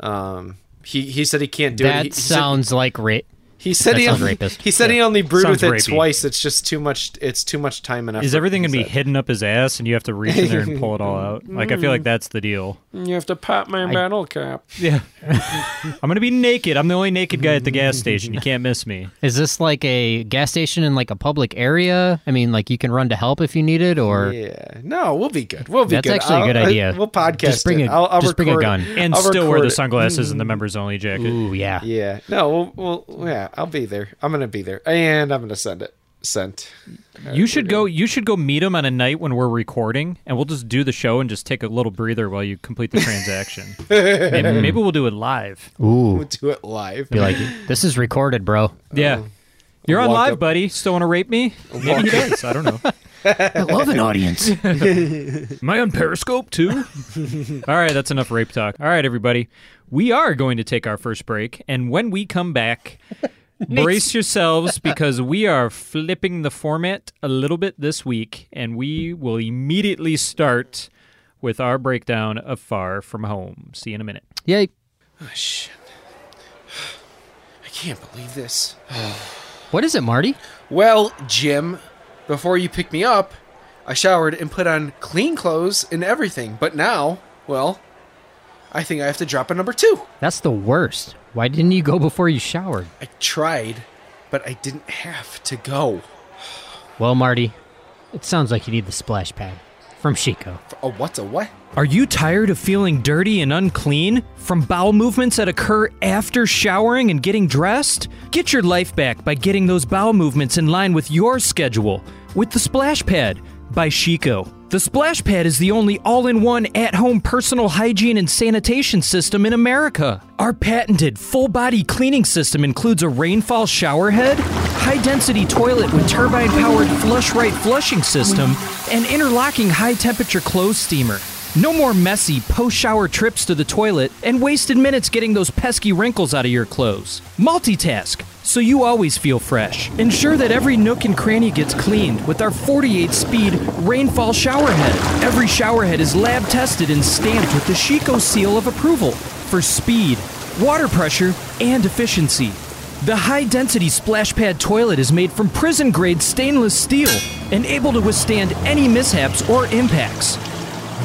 Speaker 1: Um, he he said he can't do it.
Speaker 3: That
Speaker 1: He- he said-
Speaker 3: sounds like rape.
Speaker 1: He said
Speaker 3: That
Speaker 1: he
Speaker 3: sounds
Speaker 1: only,
Speaker 3: rapist.
Speaker 1: he said he only brewed
Speaker 2: Sounds
Speaker 1: with it
Speaker 2: rapey.
Speaker 1: twice. It's just too much. It's too much time and effort.
Speaker 2: Is everything gonna be
Speaker 1: he said.
Speaker 2: hidden up his ass, and you have to reach in there and pull it all out? Like I feel
Speaker 1: Mm.
Speaker 2: like that's the deal.
Speaker 1: You have to pop my battle cap.
Speaker 2: Yeah. I'm gonna be naked. I'm the only naked guy at the gas station. You can't
Speaker 1: [laughs]
Speaker 2: miss me.
Speaker 3: Is this like a gas station in like a public area? I mean, like you can run to help if you need it, or
Speaker 1: Yeah. No, we'll be good. We'll be
Speaker 3: That's
Speaker 1: good.
Speaker 3: actually a
Speaker 1: I'll- [laughs]
Speaker 3: good idea.
Speaker 1: We'll podcast.
Speaker 3: Just bring
Speaker 1: it.
Speaker 3: a-
Speaker 1: I'll, I'll
Speaker 3: just bring a
Speaker 1: record it.
Speaker 3: gun.
Speaker 2: And
Speaker 1: I'll
Speaker 2: still wear
Speaker 1: record
Speaker 2: the
Speaker 1: it. Mm.
Speaker 2: sunglasses and the members only jacket.
Speaker 3: ooh yeah.
Speaker 1: Yeah. No. We'll, we'll. Yeah. I'll be there. I'm gonna be there, and I'm gonna send it. Sent. [laughs]
Speaker 2: You should go. You should go meet him on a night when we're recording, and we'll just do the show and just take a little breather while you complete the transaction. maybe, maybe we'll do it live.
Speaker 3: Ooh,
Speaker 1: We'll do it live.
Speaker 3: be like, this is recorded, bro.
Speaker 2: Yeah, you're on
Speaker 1: walk
Speaker 2: live,
Speaker 1: up-
Speaker 2: buddy. Still want to rape me? Maybe he does. I don't know.
Speaker 3: I love an audience.
Speaker 2: [laughs] Am I on Periscope too? [laughs] All right, that's enough rape talk. All right, everybody, we are going to take our first break, and when we come back,
Speaker 3: [laughs]
Speaker 2: brace yourselves because we are flipping the format a little bit this week, and we will immediately start with our breakdown of Far From Home. See you in a minute.
Speaker 3: Yay.
Speaker 1: I can't believe this.
Speaker 3: What is it, Marty?
Speaker 1: Well, Jim, before you picked me up, I showered and put on clean clothes and everything. But now, well, I think I have to drop a number two.
Speaker 3: That's the worst. Why didn't you go before you showered?
Speaker 1: I tried, but I didn't have to go.
Speaker 3: Well, Marty, it sounds like you need the splash pad from Chico.
Speaker 1: [laughs] A what's a what?
Speaker 2: Are you tired of feeling dirty and unclean from bowel movements that occur after showering and getting dressed? Get your life back by getting those bowel movements in line with your schedule with the Splash Pad by Chico. The Splash Pad is the only all in one at home personal hygiene and sanitation system in America. Our patented full body cleaning system includes a rainfall shower head high density toilet with turbine powered flush right flushing system, and interlocking high temperature clothes steamer. No more messy post shower trips to the toilet and wasted minutes getting those pesky wrinkles out of your clothes. Multitask so you always feel fresh. Ensure that every nook and cranny gets cleaned with our 48 speed rainfall shower head. Every shower head is lab tested and stamped with the Chico seal of approval for speed, water pressure, and efficiency. The high density splash pad toilet is made from prison grade stainless steel and able to withstand any mishaps or impacts.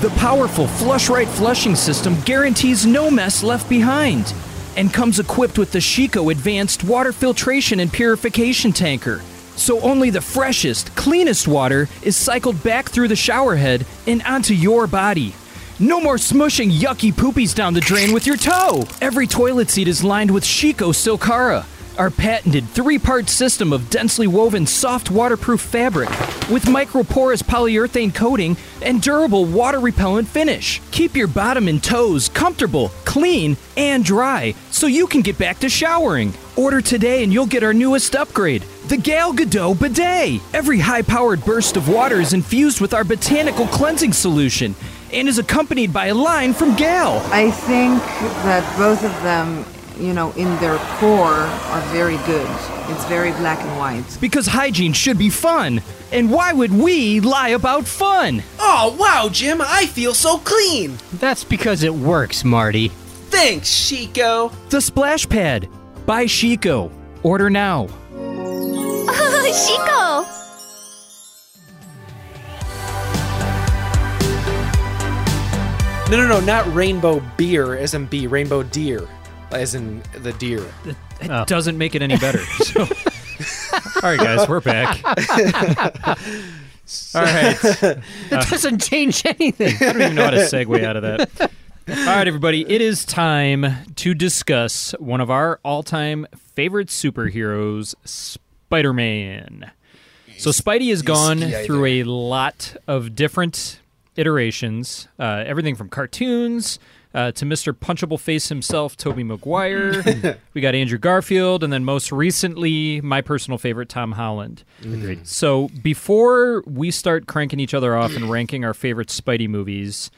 Speaker 2: The powerful flush right flushing system guarantees no mess left behind and comes equipped with the Chico Advanced Water Filtration and Purification Tanker.
Speaker 10: So only the freshest, cleanest water is cycled back through the shower head and onto your body. No more smushing yucky poopies down the drain with your toe. Every toilet seat is lined with Shiko Silkara, our patented three-part system of densely woven soft waterproof fabric with microporous polyurethane coating and durable water-repellent finish. Keep your bottom and toes comfortable, clean, and dry so you can get back to showering. Order today and you'll get our newest upgrade. The Gal Gadot Bidet. Every high powered burst of water is infused with our botanical cleansing solution and is accompanied by a line from Gal.
Speaker 5: I think that both of them, you know, in their core are very good. It's very black and white.
Speaker 10: Because hygiene should be fun. And why would we lie about fun?
Speaker 4: Oh, wow, Jim, I feel so clean.
Speaker 3: That's because it works, Marty.
Speaker 4: Thanks, Chico.
Speaker 10: The Splash Pad by Chico. Order now.
Speaker 11: Chico!
Speaker 1: No, no, no, not rainbow beer as in B, rainbow deer as in the deer.
Speaker 2: It
Speaker 3: Oh.
Speaker 2: doesn't make it any
Speaker 3: [laughs]
Speaker 2: better. So. All right, guys, we're back. All right.
Speaker 3: It doesn't change anything.
Speaker 2: I don't even know how to segue out of that. All right, everybody, it is time to discuss one of our all time favorite superheroes, Spider Man. So, Spidey has gone through a lot of different iterations uh, everything from cartoons. Uh, to Mr. Punchable Face himself, Toby Maguire. we got Andrew Garfield, and then most recently, my personal favorite, Tom Holland. So before we start cranking each other off and ranking our favorite Spidey movies,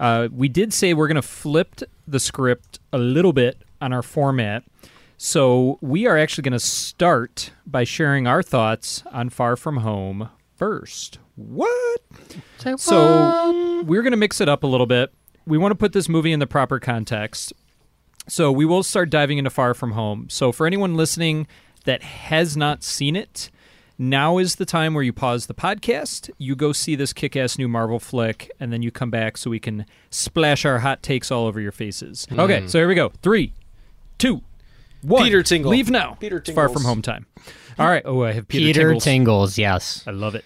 Speaker 2: uh, we did say we're going to flip the script a little bit on our format. So we are actually going to start by sharing our thoughts on Far From Home first. What? So we're going to mix it up a little bit. We want to put this movie in the proper context. So we will start diving into Far From Home. So for anyone listening that has not seen it, now is the time where you pause the podcast, you go see this kick ass new Marvel flick, and then you come back so we can splash our hot takes all over your faces.
Speaker 1: Mm-hmm.
Speaker 2: Okay, so here we go. Three, two, one.
Speaker 1: Peter Tingle.
Speaker 2: Leave now.
Speaker 1: Peter
Speaker 2: It's Far
Speaker 1: Tingles.
Speaker 2: From Home time. All right. Oh, I have Peter,
Speaker 3: Peter
Speaker 2: Tingles.
Speaker 3: tingles, yes.
Speaker 2: I love it.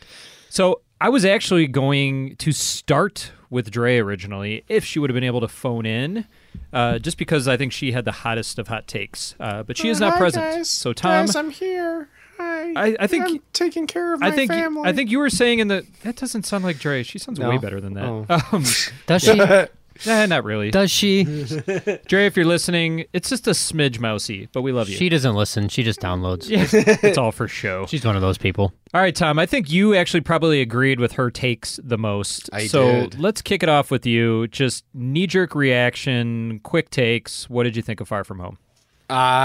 Speaker 2: So I was actually going to start with Dre originally if she would have been able to phone in, uh, just because I think she had the hottest of hot takes. Uh, but she is
Speaker 1: Oh,
Speaker 2: not present. So Tom,
Speaker 1: I'm here. Hi.
Speaker 2: I- I think- I'm
Speaker 1: taking care of
Speaker 2: I think I think you were saying in the that doesn't sound like Dre. She sounds way better than that. [laughs] Um,
Speaker 3: Does she?
Speaker 1: [laughs]
Speaker 2: nah, not really.
Speaker 3: Oh. Does she?
Speaker 2: Dre, if you're listening, it's just a smidge mousy, but we love you.
Speaker 3: She doesn't listen. She just downloads.
Speaker 2: it's all for
Speaker 3: [laughs]
Speaker 2: show.
Speaker 3: She's one of those people.
Speaker 2: All right, Tom. I think you actually probably agreed with her takes the most.
Speaker 1: I
Speaker 2: so
Speaker 1: did.
Speaker 2: let's kick it off with you. Just knee jerk reaction, quick takes. What did you think of Far From Home?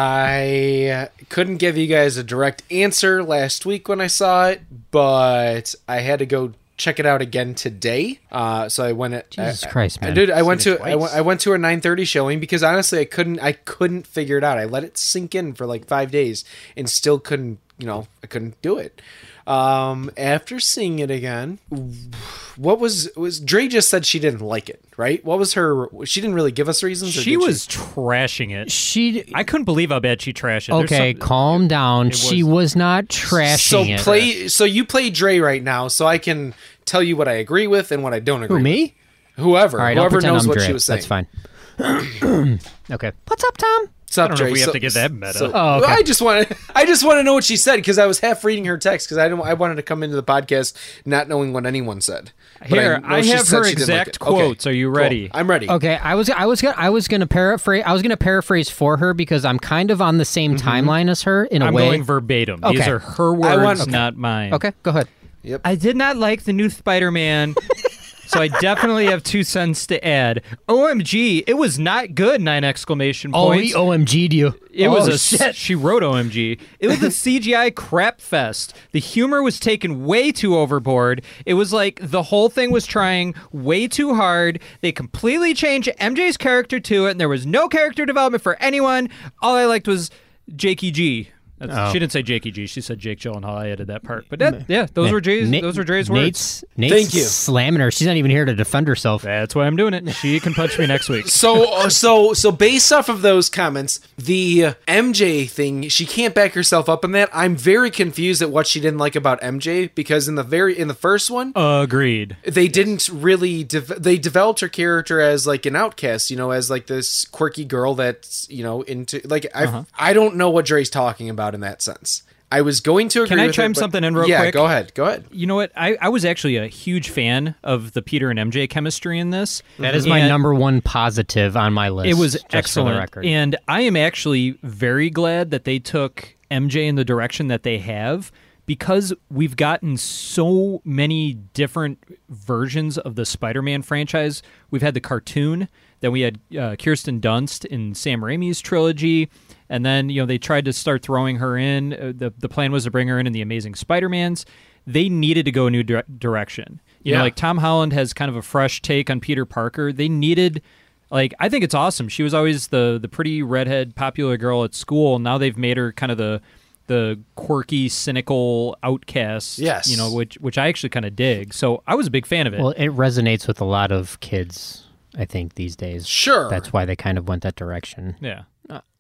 Speaker 1: I couldn't give you guys a direct answer last week when I saw it, but I had to go check it out again today. Uh, so I went. At,
Speaker 3: Jesus
Speaker 1: I-
Speaker 3: Christ,
Speaker 1: I-
Speaker 3: man.
Speaker 1: dude! I went
Speaker 4: Seen it
Speaker 1: to I went,
Speaker 4: twice.
Speaker 1: I went to a 9:30 showing because honestly, I couldn't I couldn't figure it out. I let it sink in for like five days and still couldn't. You know, I couldn't do it. Um, after seeing it again, what was was Dre just said she didn't like it, right? What was her? She didn't really give us reasons. or
Speaker 2: She
Speaker 1: did
Speaker 2: was trashing it.
Speaker 3: She.
Speaker 2: I couldn't believe how bad she trashed it. There's
Speaker 3: Okay,
Speaker 2: some-
Speaker 3: calm down. she was not trashing
Speaker 1: so
Speaker 3: it.
Speaker 1: play
Speaker 2: uh,
Speaker 1: so you play Dre right now so I can tell you what I agree with and what I don't agree
Speaker 3: Who, me?
Speaker 1: with. Whoever
Speaker 3: All right, I'll
Speaker 1: whoever
Speaker 3: pretend
Speaker 1: knows
Speaker 3: I'm
Speaker 1: what
Speaker 3: Dre.
Speaker 1: she was saying.
Speaker 3: That's fine. [clears throat] okay. What's up, Tom?
Speaker 1: What's up,
Speaker 2: I don't know if
Speaker 1: Dre?
Speaker 2: we have
Speaker 1: So-
Speaker 2: to get that meta.
Speaker 1: so-
Speaker 3: Oh, okay.
Speaker 1: I just want to [laughs] I just want to know what she said cuz I was half reading her text cuz I didn't I wanted to come into the podcast not knowing what anyone said. But
Speaker 2: Here,
Speaker 1: know
Speaker 2: I
Speaker 1: she
Speaker 2: have
Speaker 1: said
Speaker 2: her
Speaker 1: she didn't like
Speaker 2: exact
Speaker 1: it. Okay,
Speaker 2: quotes. Are you
Speaker 1: cool.
Speaker 2: ready?
Speaker 1: I'm ready.
Speaker 3: Okay, I was I was gonna I was gonna paraphrase I was gonna paraphrase for her because I'm kind of on the same timeline as her in a
Speaker 2: Mm-hmm. I'm
Speaker 3: way.
Speaker 2: going verbatim. These
Speaker 3: Okay.
Speaker 2: are her
Speaker 1: I
Speaker 2: words,
Speaker 1: want- okay.
Speaker 2: not mine.
Speaker 3: okay, go ahead.
Speaker 2: I did not like the new Spider Man. So I definitely have two cents to add. OMG, it was not good, nine exclamation
Speaker 3: Oh,
Speaker 2: points.
Speaker 3: OMG'd you.
Speaker 2: It was
Speaker 3: Oh,
Speaker 2: a
Speaker 3: shit.
Speaker 2: she wrote OMG. It was a
Speaker 3: [laughs]
Speaker 2: CGI crap fest. The humor was taken way too overboard. It was like the whole thing was trying way too hard. They completely changed MJ's character to it, and there was no character development for anyone. All I liked was Jakey G. That's,
Speaker 3: Oh.
Speaker 2: She didn't say Jakey G. She said Jake Gyllenhaal. I added that part. But that, yeah, those were Jay's.
Speaker 3: Na-
Speaker 2: those were Jay's
Speaker 3: Nate's,
Speaker 2: words.
Speaker 3: Nate's slamming her. She's not even here to defend herself.
Speaker 2: That's why I'm doing it. She can punch me next
Speaker 3: [laughs]
Speaker 2: week.
Speaker 1: So uh, so so based off of those comments, the uh, MJ thing, she can't back herself up on that. I'm very confused at what she didn't like about MJ because in the very in the first one,
Speaker 2: Agreed.
Speaker 1: they didn't really de- they developed her character as like an outcast you know as like this quirky girl that's you know into like i
Speaker 2: Uh-huh.
Speaker 1: i don't know what dre's talking about in that sense i was going to agree
Speaker 2: Can I
Speaker 1: with
Speaker 2: chime
Speaker 1: it, but-
Speaker 2: something in real
Speaker 1: yeah,
Speaker 2: quick?
Speaker 1: go ahead go ahead
Speaker 2: You know what? I, I was actually a huge fan of the Peter and MJ chemistry in this.
Speaker 3: That is my
Speaker 2: And
Speaker 3: number one positive on my list.
Speaker 2: It was
Speaker 3: just for the
Speaker 2: excellent.
Speaker 3: record.
Speaker 2: And I am actually very glad that they took MJ in the direction that they have because we've gotten so many different versions of the Spider-Man franchise. We've had the cartoon, then we had uh, Kirsten Dunst in Sam Raimi's trilogy, and then you know they tried to start throwing her in. Uh, the the plan was to bring her in in the Amazing Spider-Man's. They needed to go a new dire- direction. You know,
Speaker 10: Yeah.
Speaker 2: like Tom Holland has kind of a fresh take on Peter Parker. They needed like I think it's awesome. She was always the the pretty redhead popular girl at school. Now they've made her kind of the the quirky, cynical outcast.
Speaker 3: Yes.
Speaker 2: You know, which which I actually kind of dig. So I was a big fan of it.
Speaker 3: Well, it resonates with a lot of kids, I think, these days.
Speaker 2: Sure.
Speaker 3: That's why they kind of went that direction.
Speaker 2: yeah.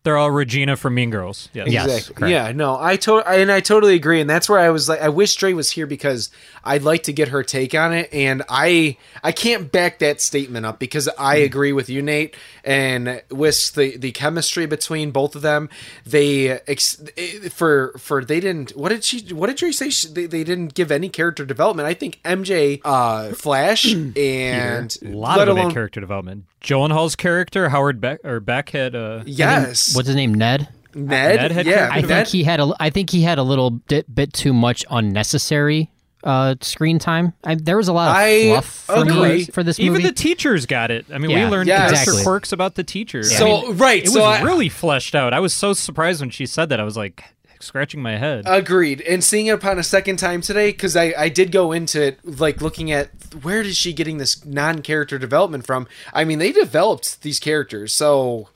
Speaker 2: They're all Regina from Mean Girls. Yes.
Speaker 1: exactly. Yeah, no, I to- I- and I totally agree, and that's where I was like, I wish Dre was here because I'd like to get her take on it, and I I can't back that statement up because I
Speaker 2: Hmm.
Speaker 1: agree with you, Nate, and with the the chemistry between both of them, they ex- eh, for for they didn't what did she what did Dre say she, they, they didn't give any character development. I think MJ, uh,
Speaker 2: [clears throat]
Speaker 1: Flash, and
Speaker 2: a lot
Speaker 1: let
Speaker 2: of them had
Speaker 1: alone-
Speaker 2: character development. Joan Hall's character, Howard Beck or Beck had uh
Speaker 3: And then- What's his name? Ned.
Speaker 1: Ned? Ned had Yeah, character
Speaker 3: I think
Speaker 1: Ned-
Speaker 3: he had a. I think he had a little bit, bit too much unnecessary uh, screen time. I, there was a lot of fluff for me for this movie.
Speaker 2: Even the teachers got it. I mean,
Speaker 3: Yeah.
Speaker 2: we learned
Speaker 3: Yes.
Speaker 2: character
Speaker 3: Exactly.
Speaker 2: quirks about the teachers.
Speaker 1: So,
Speaker 2: I mean,
Speaker 1: right,
Speaker 2: it was
Speaker 1: so I-
Speaker 2: really fleshed out. I was so surprised when she said that. I was like scratching my head.
Speaker 1: Agreed. And seeing it upon a second time today, because I, I did go into it like looking at where is she getting this non character development from? I mean, they developed these characters. So,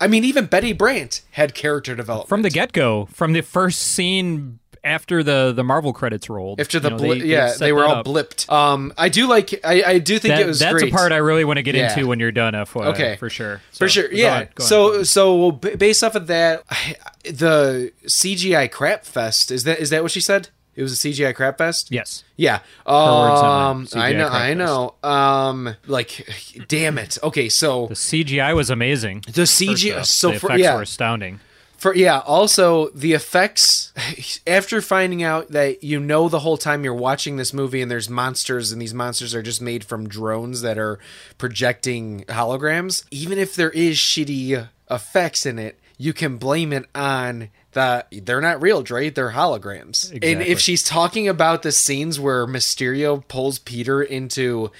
Speaker 1: I mean, even Betty Brant had character development.
Speaker 2: from the get go, from the first scene after the the Marvel credits rolled.
Speaker 1: After the
Speaker 2: you know,
Speaker 1: bli- yeah,
Speaker 2: set
Speaker 1: they were
Speaker 2: that
Speaker 1: all
Speaker 2: up.
Speaker 1: blipped. Um, I do like. I, I do think
Speaker 2: That-
Speaker 1: it was.
Speaker 2: that's
Speaker 1: great.
Speaker 2: a part I really want to get
Speaker 1: Yeah.
Speaker 2: into when you're done, FY.
Speaker 1: Okay.
Speaker 2: for sure,
Speaker 1: for
Speaker 2: So,
Speaker 1: sure.
Speaker 2: go
Speaker 1: Yeah.
Speaker 2: on, go on.
Speaker 1: so so b- based off of that, [sighs] the CGI crap fest is that is that what she said? It was a CGI crap fest.
Speaker 2: Yes.
Speaker 1: Yeah.
Speaker 2: words on
Speaker 1: Um.
Speaker 2: it,
Speaker 1: I
Speaker 2: CGI
Speaker 1: know.
Speaker 2: crap
Speaker 1: I know. Um. Like, damn it. Okay. So the
Speaker 2: CGI was amazing.
Speaker 1: The CGI.
Speaker 2: First off,
Speaker 1: so
Speaker 2: the
Speaker 1: for,
Speaker 2: effects
Speaker 1: yeah.
Speaker 2: were astounding.
Speaker 1: For yeah, also the effects [laughs] after finding out that you know the whole time you're watching this movie and there's monsters and these monsters are just made from drones that are projecting holograms, even if there is shitty effects in it, you can blame it on the they're not real, Dre, they're holograms. And
Speaker 2: Exactly.
Speaker 1: if she's talking about the scenes where Mysterio pulls Peter into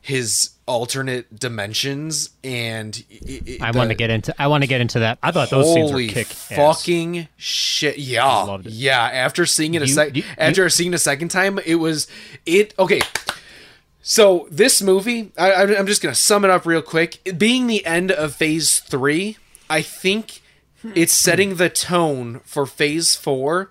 Speaker 1: his alternate dimensions and i- i-
Speaker 3: I want
Speaker 1: the-
Speaker 3: to get into. I want to get into that. I
Speaker 2: thought
Speaker 1: Holy fucking shit! Yeah, yeah. After seeing it a
Speaker 3: You-
Speaker 1: second,
Speaker 3: you-
Speaker 1: after seeing it a second time, it was it. Okay, so this movie, I, I- I'm just gonna sum it up real quick. It being the end of Phase Three, I think
Speaker 3: Hmm.
Speaker 1: it's setting the tone for Phase Four.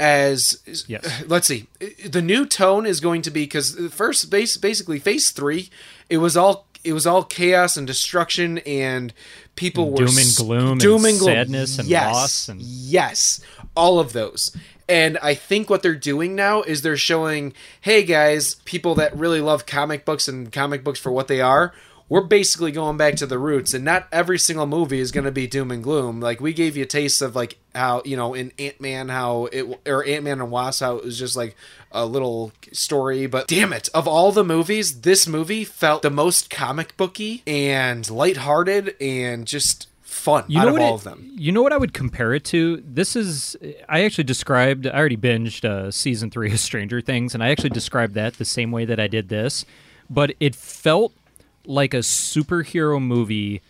Speaker 1: As
Speaker 2: yes.
Speaker 1: [sighs] let's see, the new tone is going to be because first base basically Phase Three, it was all it was all chaos and destruction and people were
Speaker 2: Doom and
Speaker 1: s-
Speaker 2: gloom
Speaker 1: doom
Speaker 2: and
Speaker 1: and gloom.
Speaker 2: sadness and
Speaker 1: yes,
Speaker 2: loss and-
Speaker 1: yes, all of those. And I think what they're doing now is they're showing, hey guys, people that really love comic books and comic books for what they are. We're basically going back to the roots, and not every single movie is going to be doom and gloom. Like we gave you a taste of like how you know in Ant Man how it or Ant Man and Wasp how it was just like a little story, but damn it, of all the movies, this movie felt the most comic booky and lighthearted and just fun out of
Speaker 2: what
Speaker 1: all
Speaker 2: it-
Speaker 1: of them.
Speaker 2: You know what I would compare it to? This is I actually described. I already binged uh, season three of Stranger Things, and I actually described that the same way that I did this, but it felt like a superhero movie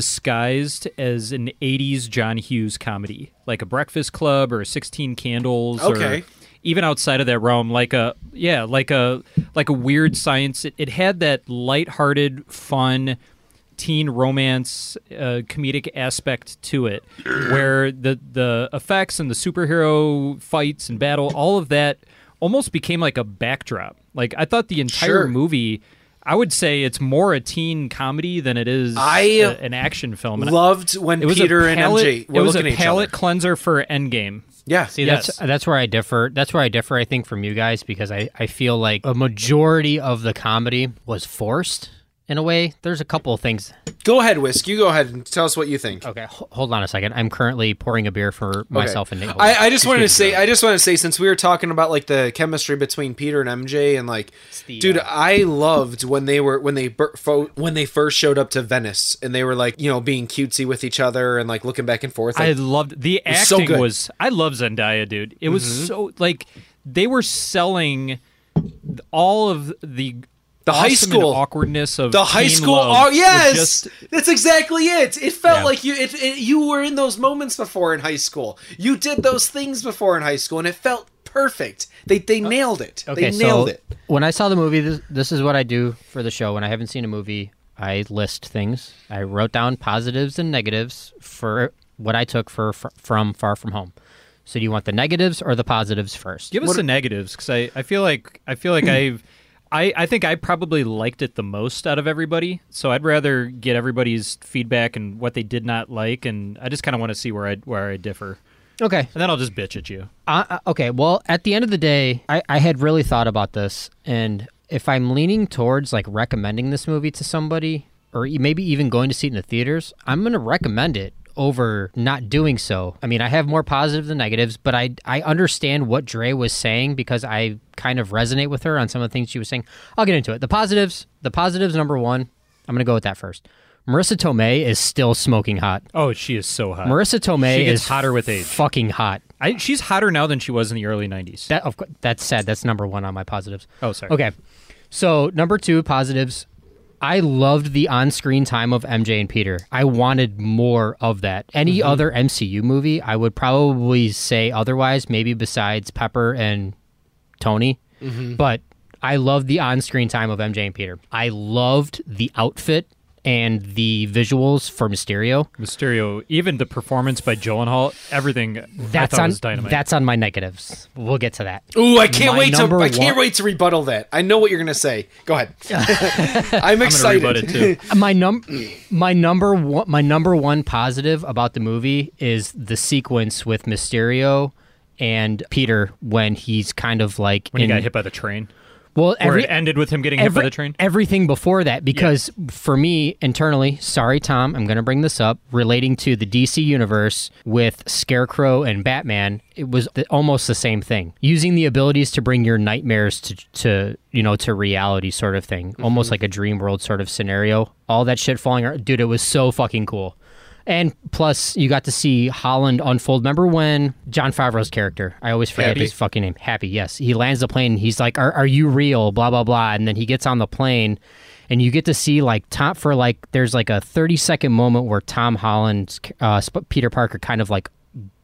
Speaker 2: disguised as an 80s John Hughes comedy, like a Breakfast Club or 16 Candles
Speaker 1: Okay.
Speaker 2: or even outside of that realm like a yeah, like a like a weird science it, it had that lighthearted fun teen romance uh, comedic aspect to it, where the the effects and the superhero fights and battle, all of that almost became like a backdrop. Like I thought the entire
Speaker 12: Sure.
Speaker 2: movie. I would say it's more a teen comedy than it is
Speaker 12: I
Speaker 2: a- an action film. And I-
Speaker 12: loved when
Speaker 2: it was a
Speaker 12: Peter and
Speaker 2: palette-
Speaker 12: MJ were
Speaker 2: it was
Speaker 12: looking at
Speaker 2: a
Speaker 12: each
Speaker 2: palate cleanser for Endgame.
Speaker 12: Yeah.
Speaker 3: See, that's that's where I differ. That's where I differ, I think, from you guys because I, I feel like a majority of the comedy was forced in a way. There's a couple of things.
Speaker 1: Go ahead, Whisk. You go ahead and tell us what you think.
Speaker 3: Okay, Hold on a second. I'm currently pouring a beer for myself and Nate.
Speaker 1: I, I just wanted to say, I just want to say, since we were talking about like the chemistry between Peter and MJ, and like, dude, I loved when they were when they bur- fo- when they first showed up to Venice, and they were like, you know, being cutesy with each other and like looking back and forth.
Speaker 2: I
Speaker 1: Like,
Speaker 2: loved the
Speaker 1: it was so
Speaker 2: acting
Speaker 1: good.
Speaker 2: was I love Zendaya, dude. It was
Speaker 1: Mhm.
Speaker 2: so like they were selling all of the
Speaker 1: The high
Speaker 2: awesome and
Speaker 1: school-
Speaker 2: awkwardness of
Speaker 1: the high
Speaker 2: teen
Speaker 1: school.
Speaker 2: love
Speaker 1: Oh
Speaker 2: with
Speaker 1: yes,
Speaker 2: just-
Speaker 1: that's exactly it. It felt
Speaker 2: Yeah.
Speaker 1: like you it, it, you were in those moments before in high school. You did those things before in high school, and it felt perfect. They they
Speaker 2: Uh,
Speaker 1: nailed it.
Speaker 3: Okay,
Speaker 1: they nailed
Speaker 3: so
Speaker 1: it.
Speaker 3: when I saw the movie, this, this is what I do for the show. When I haven't seen a movie, I list things. I wrote down positives and negatives for what I took for, fr from Far From Home. So do you want the negatives or the positives first?
Speaker 2: Give us the negatives because I, I feel like
Speaker 1: [clears throat]
Speaker 2: I feel like I've I, I think I probably liked it the most out of everybody. So I'd rather get everybody's feedback and what they did not like, and I just kind of want to see where I where I differ.
Speaker 3: Okay.
Speaker 2: and then I'll just bitch at you.
Speaker 3: Uh, uh, okay. Well, at the end of the day, I, I had really thought about this, and if I'm leaning towards like recommending this movie to somebody, or e- maybe even going to see it in the theaters, I'm gonna recommend it over not doing so. I mean, I have more positives than negatives, but I I understand what Dre was saying because I kind of resonate with her on some of the things she was saying. I'll get into it. The positives. The positives. Number one. I'm gonna go with that first. Marissa Tomei is still smoking hot.
Speaker 2: Oh, she is so hot.
Speaker 3: Marissa Tomei
Speaker 2: She gets
Speaker 3: is
Speaker 2: hotter with age.
Speaker 3: Fucking hot.
Speaker 2: I, she's hotter now than she was in the early '90s.
Speaker 3: That of course, that's sad. That's number one on my positives.
Speaker 2: Oh, sorry.
Speaker 3: Okay, so number two positives. I loved the on-screen time of MJ and Peter. I wanted more of that. Any
Speaker 2: Mm-hmm.
Speaker 11: Mhm.
Speaker 3: other MCU movie, I would probably say otherwise. Maybe besides Pepper and Tony,
Speaker 2: Mm-hmm.
Speaker 11: Mhm.
Speaker 3: but I loved the on-screen time of MJ and Peter. I loved the outfit and the visuals for Mysterio.
Speaker 2: Mysterio, even the performance by Hall, everything
Speaker 3: That's
Speaker 2: I thought
Speaker 3: on
Speaker 2: was dynamite.
Speaker 3: that's on my negatives. We'll get to that.
Speaker 1: Ooh, I can't
Speaker 3: My
Speaker 1: wait to
Speaker 3: number
Speaker 1: I can't
Speaker 3: one-
Speaker 1: wait to rebuttal that. I know what you're gonna say. Go
Speaker 2: [laughs]
Speaker 1: ahead. [laughs] I'm excited.
Speaker 3: [laughs] my num my number one my number one positive about the movie is the sequence with Mysterio and Peter when he's kind of like
Speaker 2: when he
Speaker 3: in-
Speaker 2: got hit by the train.
Speaker 3: Well,
Speaker 2: Or
Speaker 3: every,
Speaker 2: it ended with him getting hit by the train.
Speaker 3: Everything before that, because for me internally, sorry Tom, I'm going to bring this up relating to the DC universe with Scarecrow and Batman. It was the, almost the same thing, using the abilities to bring your nightmares to to you know to reality, sort of thing,
Speaker 2: Mm-hmm.
Speaker 3: almost like a dream world sort of scenario. All that shit falling, ar- dude, it was so fucking cool. And plus, you got to see Holland unfold. Remember when John Favreau's character, I always forget
Speaker 11: Happy.
Speaker 3: his fucking name, Happy, yes, he lands the plane and he's like, are, are you real? Blah, blah, blah. And then he gets on the plane and you get to see like Tom for like, there's like a 30 second moment where Tom Holland's uh, Sp- Peter Parker kind of like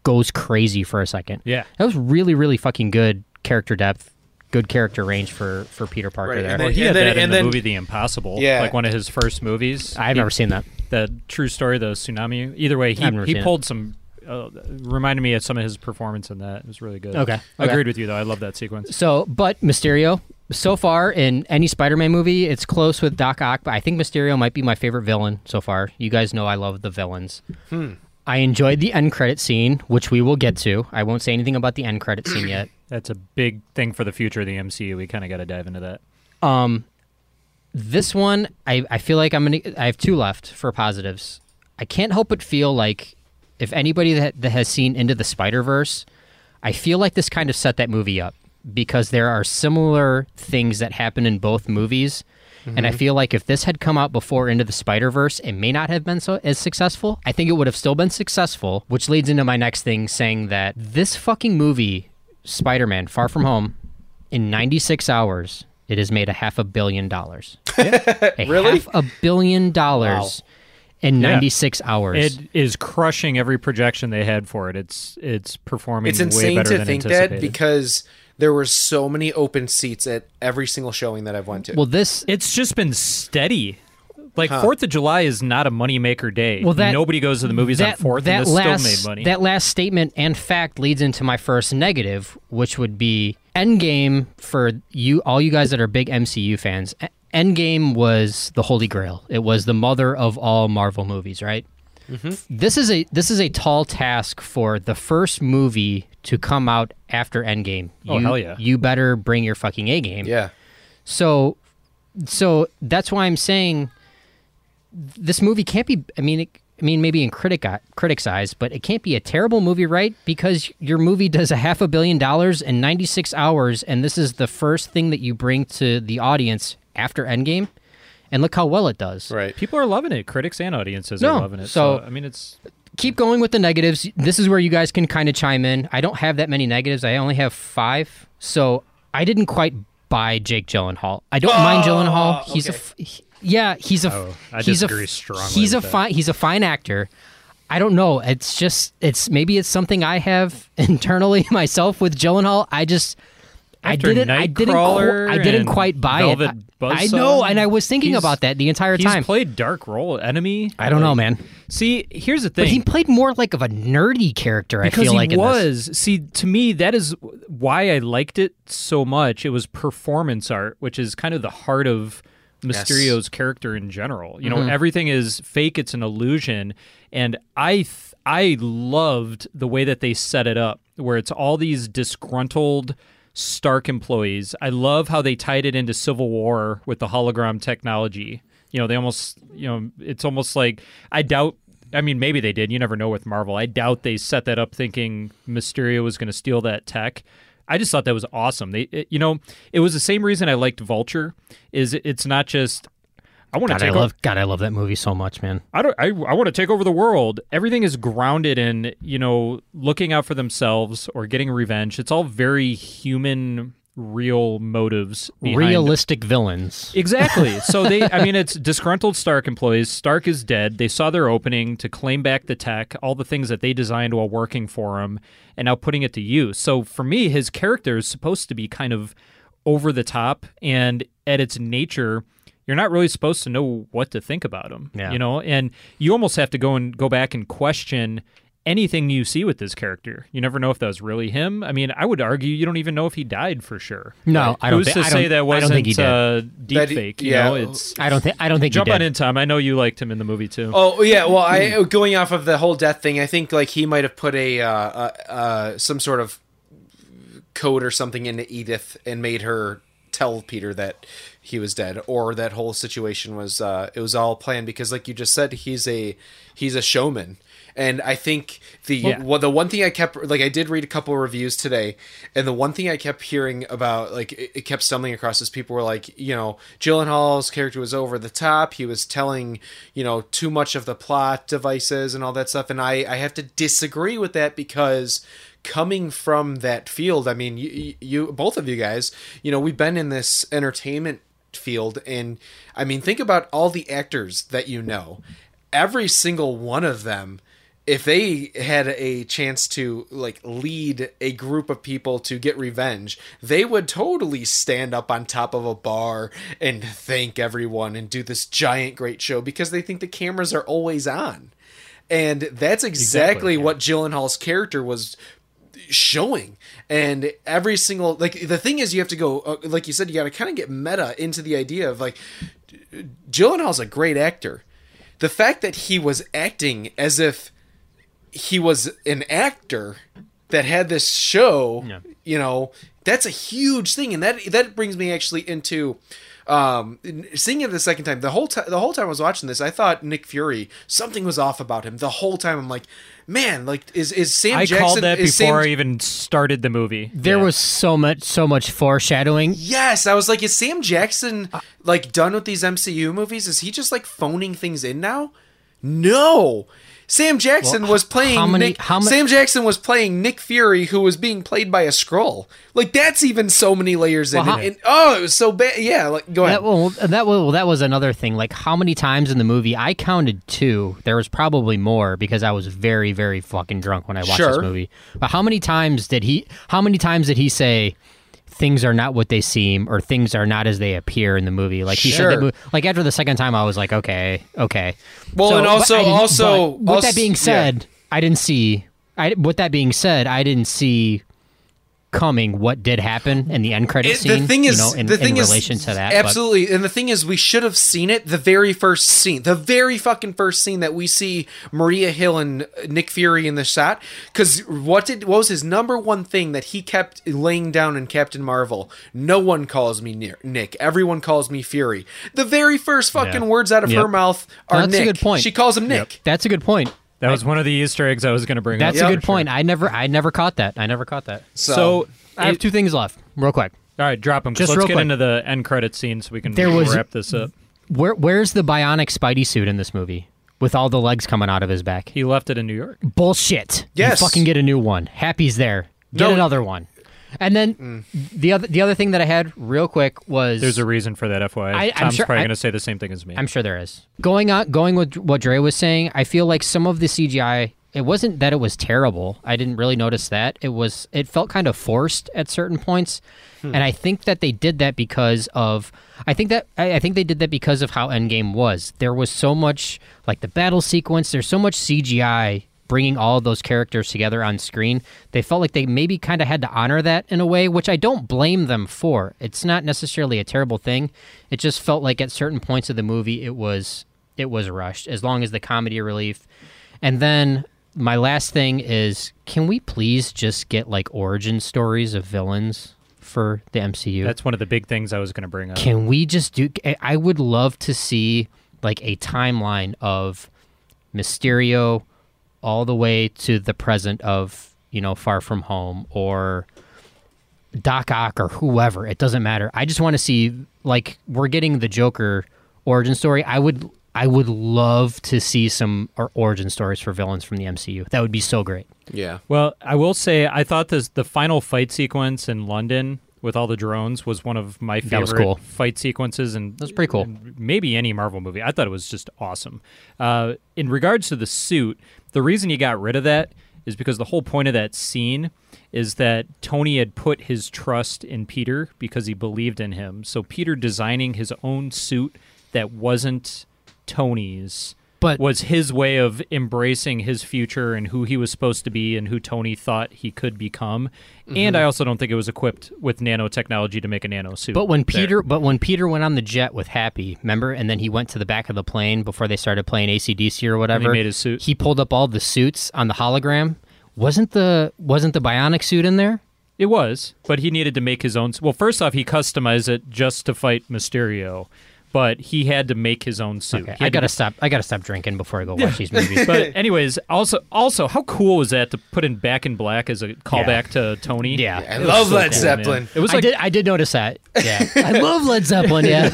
Speaker 3: goes crazy for a second.
Speaker 2: Yeah.
Speaker 3: That was really, really fucking good character depth, good character range for, for Peter Parker there.
Speaker 2: Well, he had that in the movie The Impossible,
Speaker 3: Yeah.
Speaker 2: like one of his first movies.
Speaker 3: I've
Speaker 2: He-
Speaker 3: never seen that.
Speaker 2: The true story, the tsunami. Either way, he,
Speaker 3: I've never
Speaker 2: he
Speaker 3: seen it.
Speaker 2: pulled some. Uh, reminded me of some of his performance in that. It was really good.
Speaker 3: Okay.
Speaker 2: I agreed
Speaker 3: Okay.
Speaker 2: with you though. I love that sequence.
Speaker 3: So, but Mysterio, so far in any Spider-Man movie, it's close with Doc Ock, but I think Mysterio might be my favorite villain so far. You guys know I love the villains.
Speaker 2: Hmm.
Speaker 3: I enjoyed the end credit scene, which we will get to. I won't say anything about the end credit scene yet.
Speaker 2: That's a big thing for the future of the MCU. We kind of got to dive into that.
Speaker 3: Um, this one, I, I feel like I'm gonna. I have two left for positives. I can't help but feel like if anybody that, that has seen Into the Spider Verse, I feel like this kind of set that movie up because there are similar things that happen in both movies. And I
Speaker 11: Mhm.
Speaker 3: feel like if this had come out before Into the Spider Verse, it may not have been so as successful. I think it would have still been successful, which leads into my next thing saying that this fucking movie, Spider Man Far From Home, in 96 hours, it has made a half a billion dollars. a
Speaker 2: Really?
Speaker 3: Half a billion dollars in
Speaker 2: Yeah.
Speaker 3: 96 hours.
Speaker 2: It is crushing every projection they had for it. It's it's performing
Speaker 1: it's insane
Speaker 2: way better
Speaker 1: to
Speaker 2: than
Speaker 1: think
Speaker 2: anticipated.
Speaker 1: that because there were so many open seats at every single showing that I've went to.
Speaker 3: Well, this
Speaker 2: it's just been steady. Like
Speaker 3: Huh.
Speaker 2: Fourth of July is not a moneymaker day.
Speaker 3: Well, that
Speaker 2: nobody goes to the movies
Speaker 3: that,
Speaker 2: on Fourth,
Speaker 3: That
Speaker 2: and this
Speaker 3: last
Speaker 2: still made money.
Speaker 3: that last statement and fact leads into my first negative, which would be Endgame for you all you guys that are big MCU fans. E- Endgame was the holy grail. It was the mother of all Marvel movies, right?
Speaker 2: Mm-hmm.
Speaker 3: This is a this is a tall task for the first movie to come out after Endgame.
Speaker 2: Oh,
Speaker 3: You-
Speaker 2: hell yeah.
Speaker 3: You better bring your fucking A game.
Speaker 1: Yeah.
Speaker 3: So so that's why I'm saying this movie can't be I mean it, I mean maybe in critic critics eyes, but it can't be a terrible movie, right? Because your movie does a half a billion dollars in 96 hours and this is the first thing that you bring to the audience after Endgame. And look how well it does.
Speaker 1: Right.
Speaker 2: People are loving it. Critics and audiences
Speaker 3: No,
Speaker 2: are loving it.
Speaker 3: so-
Speaker 2: I mean, it's
Speaker 3: keep going with the negatives. This is where you guys can kind of chime in. I don't have that many negatives. I only have five. So I didn't quite buy Jake Gyllenhaal. I don't mind Gyllenhaal. He's a f- he- yeah, he's a f-
Speaker 2: Oh, I
Speaker 3: he's a f-
Speaker 2: disagree strongly
Speaker 3: He's a
Speaker 2: with that.
Speaker 3: fine he's a fine actor. I don't know. It's just it's maybe it's something I have [laughs] internally myself with Gyllenhaal. I just
Speaker 2: After
Speaker 3: I didn't. I didn't.
Speaker 2: Nightcrawler
Speaker 3: I didn't
Speaker 2: and
Speaker 3: quite buy
Speaker 2: Velvet
Speaker 3: it. I I
Speaker 2: Buzzsaw,
Speaker 3: know, and I was thinking
Speaker 2: he's-
Speaker 3: about that the entire
Speaker 2: he's
Speaker 3: time.
Speaker 2: played dark role enemy.
Speaker 3: I don't know, man.
Speaker 2: See, here's the thing.
Speaker 3: But he played more like of a nerdy character.
Speaker 2: because
Speaker 3: I feel
Speaker 2: he
Speaker 3: like in this.
Speaker 2: was. See, to me, that is why I liked it so much. It was performance art, which is kind of the heart of Mysterio's character in general. You know,
Speaker 10: Mhm.
Speaker 2: everything is fake; it's an illusion, and I th- I loved the way that they set it up, where it's all these disgruntled. Stark employees. I love how they tied it into Civil War with the hologram technology. You know, they almost, you know, it's almost like I doubt I mean, maybe they did. You never know with Marvel. I doubt they set that up thinking Mysterio was going to steal that tech. I just thought that was awesome. They, it, you know, it was the same reason I liked Vulture. Is it's not just I want to
Speaker 3: God, I
Speaker 2: take
Speaker 3: love
Speaker 2: o-
Speaker 3: God, I love that movie so much, man.
Speaker 2: I don't. I, I want to take over the world. Everything is grounded in you know looking out for themselves or getting revenge. It's all very human, real motives. Behind
Speaker 3: Realistic villains.
Speaker 2: Exactly. So they, I mean, it's disgruntled Stark employees. Stark is dead. They saw their opening to claim back the tech, all the things that they designed while working for him, and now putting it to use. So for me, his character is supposed to be kind of over the top, and at its nature, you're not really supposed to know what to think about him.
Speaker 10: Yeah.
Speaker 2: You know, and you almost have to go and go back and question anything you see with this character. You never know if that was really him. I mean, I would argue you don't even know if he died for sure.
Speaker 3: No, I don't
Speaker 2: Who's to
Speaker 3: thi- I
Speaker 2: say
Speaker 3: don't-
Speaker 2: that
Speaker 3: I
Speaker 2: wasn't
Speaker 3: don't think he did.
Speaker 2: Uh, deep
Speaker 3: That he-
Speaker 2: fake?
Speaker 3: yeah,
Speaker 2: you know, it's
Speaker 3: I don't think- I don't think he
Speaker 2: Jump on
Speaker 3: did.
Speaker 2: in, Tom. I know you liked him in the movie too.
Speaker 1: [laughs] Oh yeah, well, I going off of the whole death thing. I think like he might have put a uh, uh, uh, some sort of code or something into Edith and made her tell Peter that he was dead, or that whole situation was uh, it was all planned because, like you just said, he's a he's a showman, and I think the
Speaker 2: Yeah.
Speaker 1: well, the one thing I kept like I did read a couple of reviews today, and the one thing I kept hearing about like it, it kept stumbling across is people were like, you know, Gyllenhaal's character was over the top. He was telling you know too much of the plot devices and all that stuff, and I I have to disagree with that because coming from that field, I mean, you, you both of you guys, you know, we've been in this entertainment field, and I mean, think about all the actors that you know. Every single one of them if they had a chance to like lead a group of people to get revenge, they would totally stand up on top of a bar and thank everyone and do this giant great show because they think the cameras are always on. And that's exactly, what Gyllenhaal's character was showing and every single like the thing is you have to go uh, like you said you got to kind of get meta into the idea of like Gyllenhaal's a great actor. The fact that he was acting as if he was an actor that had this show, you know, that's a huge thing, and that that brings me actually into um, seeing it the second time. The whole time, the whole time I was watching this, I thought Nick Fury something was off about him. The whole time, I'm like, man, like is is Sam
Speaker 2: I
Speaker 1: Jackson?
Speaker 2: called that before
Speaker 1: is Sam-
Speaker 2: I even started the movie.
Speaker 3: There was so much so much foreshadowing.
Speaker 1: Yes, I was like, is Sam Jackson like done with these MCU movies? Is he just like phoning things in now? No. Sam Jackson
Speaker 3: Well,
Speaker 1: was playing
Speaker 3: how many-
Speaker 1: Nick,
Speaker 3: how ma-
Speaker 1: Sam Jackson was playing Nick Fury who was being played by a scroll. Like that's even so many layers in
Speaker 3: Well, how-
Speaker 1: it. And- oh, it was so bad. Yeah, like go ahead.
Speaker 3: That well, that well, that was another thing. Like how many times in the movie I counted two. There was probably more because I was very very fucking drunk when I watched
Speaker 1: Sure.
Speaker 3: this movie. But how many times did he? How many times did he say? things are not what they seem or things are not as they appear in the movie. Like he showed
Speaker 1: Sure.
Speaker 3: the movie, like after the second time, I was like, okay, okay.
Speaker 1: Well, and
Speaker 3: but
Speaker 1: also-
Speaker 3: I didn't-
Speaker 1: also-
Speaker 3: but with
Speaker 1: als-
Speaker 3: that being said, I didn't see. I with that being said, I didn't see coming what did happen in the end credit
Speaker 1: It-
Speaker 3: scene.
Speaker 1: the thing
Speaker 3: you
Speaker 1: is,
Speaker 3: know, in,
Speaker 1: the thing
Speaker 3: in
Speaker 1: is,
Speaker 3: relation to that, but-
Speaker 1: absolutely. And the thing is, we should have seen it the very first scene, the very fucking first scene that we see Maria Hill and Nick Fury in the shot. Because what did what was his number one thing that he kept laying down in Captain Marvel? No one calls me Ni- Nick. Everyone calls me Fury. The very first fucking
Speaker 2: Yeah.
Speaker 1: words out of her
Speaker 2: Yep.
Speaker 1: mouth
Speaker 3: No,
Speaker 1: are
Speaker 3: that's
Speaker 1: Nick.
Speaker 3: a good point.
Speaker 1: She calls him Nick.
Speaker 3: That's a good point.
Speaker 2: That was one of the Easter eggs I was going to bring
Speaker 3: That's
Speaker 2: up.
Speaker 3: a good point. I never, I never caught that. I never caught that.
Speaker 2: So,
Speaker 3: I have
Speaker 2: it-
Speaker 3: two things left, real quick.
Speaker 2: All right, drop them.
Speaker 3: Just
Speaker 2: let's
Speaker 3: real
Speaker 2: get
Speaker 3: quick.
Speaker 2: into the end credit scene so we can
Speaker 3: There was-
Speaker 2: wrap this up.
Speaker 3: Where, where's the bionic Spidey suit in this movie? With all the legs coming out of his back.
Speaker 2: He left it in New York.
Speaker 3: Bullshit.
Speaker 2: Yes.
Speaker 3: You fucking get a new one. Happy's there. Get
Speaker 2: No.
Speaker 3: another one. And then
Speaker 1: Mm.
Speaker 3: the other the other thing that I had real quick was
Speaker 2: There's a reason for that, FYI.
Speaker 3: I- I'm
Speaker 2: Tom's
Speaker 3: sure-
Speaker 2: probably
Speaker 3: I-
Speaker 2: going to say the same thing as me.
Speaker 3: I'm sure there is. Going on, going with what Dre was saying, I feel like some of the CGI. It wasn't that it was terrible. I didn't really notice that. It was. It felt kind of forced at certain points,
Speaker 13: Hmm.
Speaker 3: and I think that they did that because of. I think that I, I think they did that because of how Endgame was. There was so much like the battle sequence. There's so much CGI bringing all of those characters together on screen. They felt like they maybe kind of had to honor that in a way, which I don't blame them for. It's not necessarily a terrible thing. It just felt like at certain points of the movie it was it was rushed as long as the comedy relief. And then my last thing is can we please just get like origin stories of villains for the MCU?
Speaker 2: That's one of the big things I was going to bring up.
Speaker 3: Can we just do? I- I would love to see like a timeline of Mysterio all the way to the present of you know Far From Home or Doc Ock or whoever. It doesn't matter. I just want to see like we're getting the Joker origin story. I would I would love to see some or origin stories for villains from the MCU. That would be so great.
Speaker 14: Yeah.
Speaker 2: Well, I will say I thought this the final fight sequence in London with all the drones was one of my
Speaker 3: That
Speaker 2: favorite
Speaker 3: was cool.
Speaker 2: fight sequences and that's
Speaker 3: pretty cool.
Speaker 2: Maybe any Marvel movie. I thought it was just awesome. Uh, in regards to the suit, the reason you got rid of that is because the whole point of that scene is that Tony had put his trust in Peter because he believed in him. So Peter designing his own suit that wasn't Tony's
Speaker 3: but
Speaker 2: was his way of embracing his future and who he was supposed to be and who Tony thought he could become. And
Speaker 3: Mhm.
Speaker 2: I also don't think it was equipped with nanotechnology to make a nano suit.
Speaker 3: But when
Speaker 2: there.
Speaker 3: Peter, but when Peter went on the jet with Happy, remember, and then he went to the back of the plane before they started playing ACDC or whatever.
Speaker 2: made his suit.
Speaker 3: He pulled up all the suits on the hologram. Wasn't the wasn't the bionic suit in there?
Speaker 2: It was, but he needed to make his own. Well, first off, he customized it just to fight Mysterio, but he had to make his own suit.
Speaker 3: Okay,
Speaker 2: He
Speaker 3: I
Speaker 2: had to
Speaker 3: gotta
Speaker 2: be-
Speaker 3: stop. I gotta stop drinking before I go
Speaker 2: Yeah.
Speaker 3: watch these
Speaker 2: [laughs]
Speaker 3: movies. [laughs]
Speaker 2: but anyways, also also how cool was that to put in Back in Black as a callback to Tony?
Speaker 3: Yeah,
Speaker 2: It
Speaker 3: I
Speaker 2: was
Speaker 3: love
Speaker 2: so
Speaker 3: Led
Speaker 2: cool,
Speaker 3: Zeppelin.
Speaker 2: man. It was
Speaker 3: I
Speaker 2: like
Speaker 3: did- I did notice that.
Speaker 2: [laughs]
Speaker 3: Yeah. I love Led Zeppelin, yeah.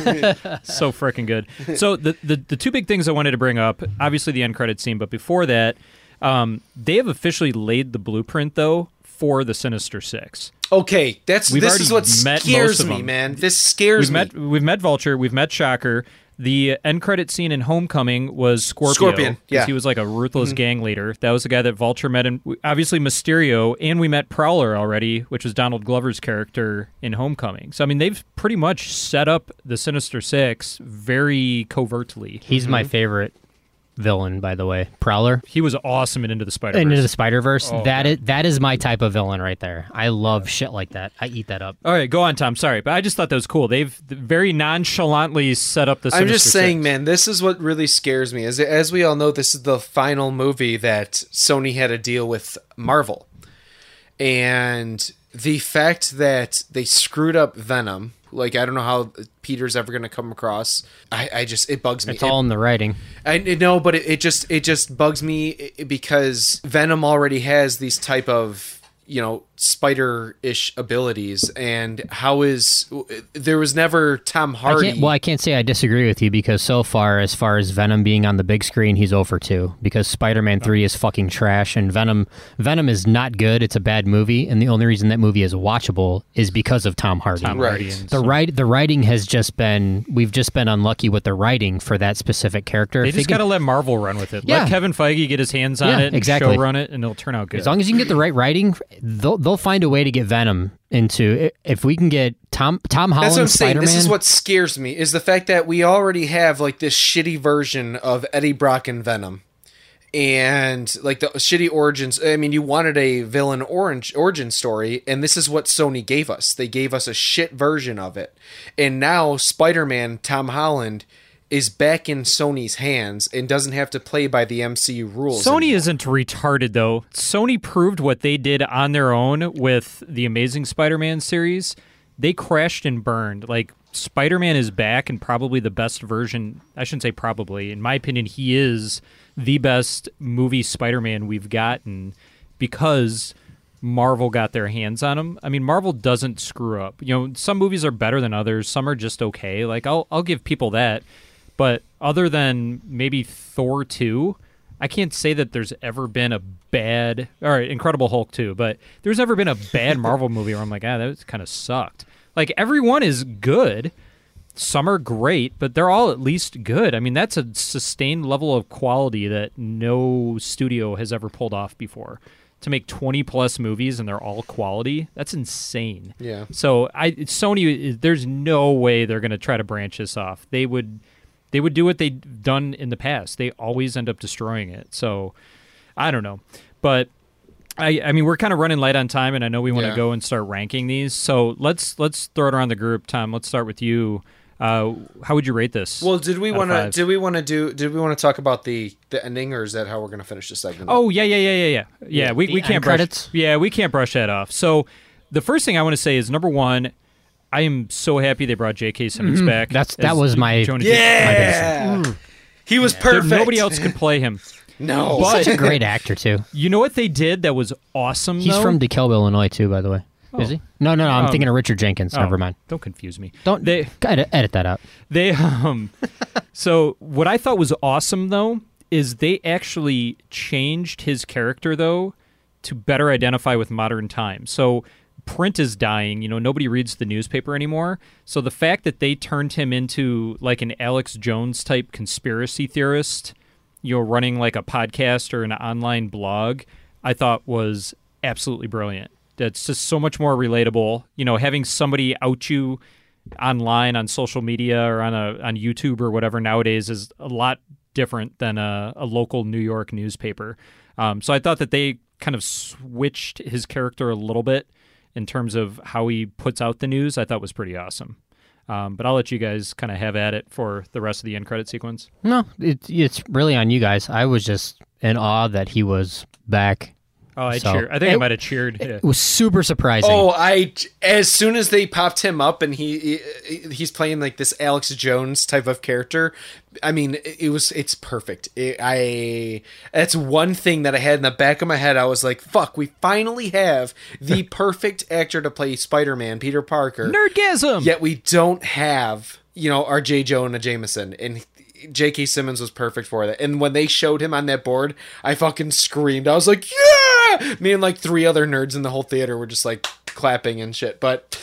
Speaker 2: so freaking good. So the, the the two big things I wanted to bring up, obviously the end credit scene, but before that, um, they have officially laid the blueprint though for the Sinister Six.
Speaker 1: Okay, that's
Speaker 2: We've
Speaker 1: this
Speaker 2: already
Speaker 1: is what
Speaker 2: met most
Speaker 1: scares
Speaker 2: of
Speaker 1: me,
Speaker 2: them.
Speaker 1: man. This scares
Speaker 2: we've
Speaker 1: me.
Speaker 2: met we've met Vulture, we've met Shocker. The end credit scene in Homecoming was Scorpio.
Speaker 1: Scorpion,
Speaker 2: 'cause
Speaker 1: yeah.
Speaker 2: he was like a ruthless
Speaker 1: Mhm.
Speaker 2: gang leader. That was the guy that Vulture met, and obviously Mysterio, and we met Prowler already, which was Donald Glover's character in Homecoming. So I mean, they've pretty much set up the Sinister Six very covertly.
Speaker 3: He's my
Speaker 2: Mhm.
Speaker 3: favorite villain, by the way. Prowler.
Speaker 2: He was awesome in Into the Spider
Speaker 3: Into the Spider Verse.
Speaker 2: Oh,
Speaker 3: that is that is my type of villain right there. I love shit like that. I eat that up.
Speaker 2: All right, go on, Tom. Sorry, but I just thought that was cool. They've very nonchalantly set up the.
Speaker 1: I'm just
Speaker 2: Sinister
Speaker 1: saying, man, this is what really scares me. As as we all know, this is the final movie that Sony had to deal with Marvel, and the fact that they screwed up Venom, like I don't know how Peter's ever going to come across. I, I just it bugs me.
Speaker 3: It's all
Speaker 1: It-
Speaker 3: in the writing.
Speaker 1: I I know, but it, it just it just bugs me i- because Venom already has these type of you know spider ish abilities, and how is there was never Tom
Speaker 3: I
Speaker 1: Hardy.
Speaker 3: can't, well, I can't say I disagree with you because so far, as far as Venom being on the big screen, he's over two because Spider-Man three is fucking trash, and Venom Venom is not good. It's a bad movie, and the only reason that movie is watchable is because of Tom Hardy.
Speaker 2: Tom Hardy Right. and
Speaker 3: The write the writing has just been we've just been unlucky with the writing for that specific character.
Speaker 2: They
Speaker 3: If they
Speaker 2: just
Speaker 3: can-
Speaker 2: got to let Marvel run with it.
Speaker 3: Yeah.
Speaker 2: Let Kevin Feige get his hands on
Speaker 3: Yeah,
Speaker 2: it, and
Speaker 3: exactly.
Speaker 2: show run it, and it'll turn out good.
Speaker 3: As long as you can get the right writing they'll they'll find a way to get Venom into if we can get Tom Tom Holland
Speaker 1: That's what I'm saying.
Speaker 3: Spider-Man.
Speaker 1: This is what scares me is the fact that we already have like this shitty version of Eddie Brock and Venom, and like the shitty origins. I mean, you wanted a villain orange origin story, and this is what Sony gave us. They gave us a shit version of it, and now Spider-Man Tom Holland is back in Sony's hands and doesn't have to play by the MCU rules.
Speaker 2: Sony isn't retarded though. Sony proved what they did on their own with the Amazing Spider-Man series. They crashed and burned. Like Spider-Man is back and probably the best version. I shouldn't say probably. In my opinion, he is the best movie Spider-Man we've gotten because Marvel got their hands on him. I mean, Marvel doesn't screw up. You know, some movies are better than others. Some are just okay. Like I'll I'll give people that. But other than maybe Thor 2, I can't say that there's ever been a bad, all right, Incredible Hulk 2, but there's never been a bad Marvel movie where I'm like, ah, that kind of sucked. Like, everyone is good. Some are great, but they're all at least good. I mean, that's a sustained level of quality that no studio has ever pulled off before. To make 20 plus movies and they're all quality, that's insane.
Speaker 1: Yeah.
Speaker 2: So I Sony, there's no way they're going to try to branch this off. They would, they would do what they'd done in the past. They always end up destroying it. So I don't know, but I, I mean we're kind of running light on time, and I know we want to
Speaker 11: Yeah.
Speaker 2: go and start ranking these. So let's let's throw it around the group. Tom, let's start with you. Uh, how would you rate this?
Speaker 1: Well, did we
Speaker 2: out of
Speaker 1: want to?
Speaker 2: five?
Speaker 1: Did we want to do? Did we want to talk about the the ending, or is that how we're going to finish this segment?
Speaker 2: Oh yeah, yeah, yeah, yeah, yeah. Yeah,
Speaker 1: Yeah.
Speaker 2: we,
Speaker 1: The
Speaker 2: we
Speaker 1: end
Speaker 2: can't brush.
Speaker 1: credits?
Speaker 2: Yeah, we can't brush that off. So the first thing I want to say is number one, I am so happy they brought J.K. Simmons
Speaker 3: Mhm.
Speaker 2: back.
Speaker 3: That's- that
Speaker 2: as
Speaker 3: was my-
Speaker 2: Jonah
Speaker 3: Yeah!
Speaker 2: Jameson.
Speaker 3: My basic. Mm.
Speaker 1: He was
Speaker 2: There-
Speaker 1: perfect.
Speaker 2: Nobody else could play him.
Speaker 1: No.
Speaker 2: but
Speaker 3: He's such a great actor too.
Speaker 2: You know what they did that was awesome?
Speaker 3: He's
Speaker 2: though?
Speaker 3: from DeKalb, Illinois too, by the way. Is
Speaker 2: Oh.
Speaker 3: he? No, no, no. I'm
Speaker 2: Um,
Speaker 3: thinking of Richard Jenkins.
Speaker 2: oh,
Speaker 3: Never mind.
Speaker 2: Don't confuse me.
Speaker 3: Don't
Speaker 2: they
Speaker 3: edit, edit that out.
Speaker 2: They um so what I thought was awesome though is they actually changed his character though to better identify with modern times. So print is dying, you know, nobody reads the newspaper anymore. So the fact that they turned him into like an Alex Jones type conspiracy theorist, you know, running like a podcast or an online blog, I thought was absolutely brilliant. That's just so much more relatable. You know, having somebody out you online on social media or on a on YouTube or whatever nowadays is a lot different than a, a local New York newspaper. Um, so I thought that they kind of switched his character a little bit in terms of how he puts out the news. I thought was pretty awesome. Um, but I'll let you guys kind of have at it for the rest of the end credit sequence.
Speaker 3: No, it, it's really on you guys. I was just in awe that he was back.
Speaker 2: Oh, I
Speaker 3: So-
Speaker 2: cheer. I think I
Speaker 3: It-
Speaker 2: might have cheered. Yeah.
Speaker 3: It was super surprising.
Speaker 1: Oh, I as soon as they popped him up and he, he he's playing like this Alex Jones type of character. I mean, it, it was it's perfect. It, I that's one thing that I had in the back of my head. I was like, "Fuck, we finally have
Speaker 2: [laughs]
Speaker 1: the perfect actor to play Spider-Man, Peter Parker."
Speaker 2: Nerdgasm.
Speaker 1: Yet we don't have you know our J. Jonah Jameson and. J.K. Simmons was perfect for that. And when they showed him on that board, I fucking screamed. I was like, yeah! Me and like three other nerds in the whole theater were just like clapping and shit. But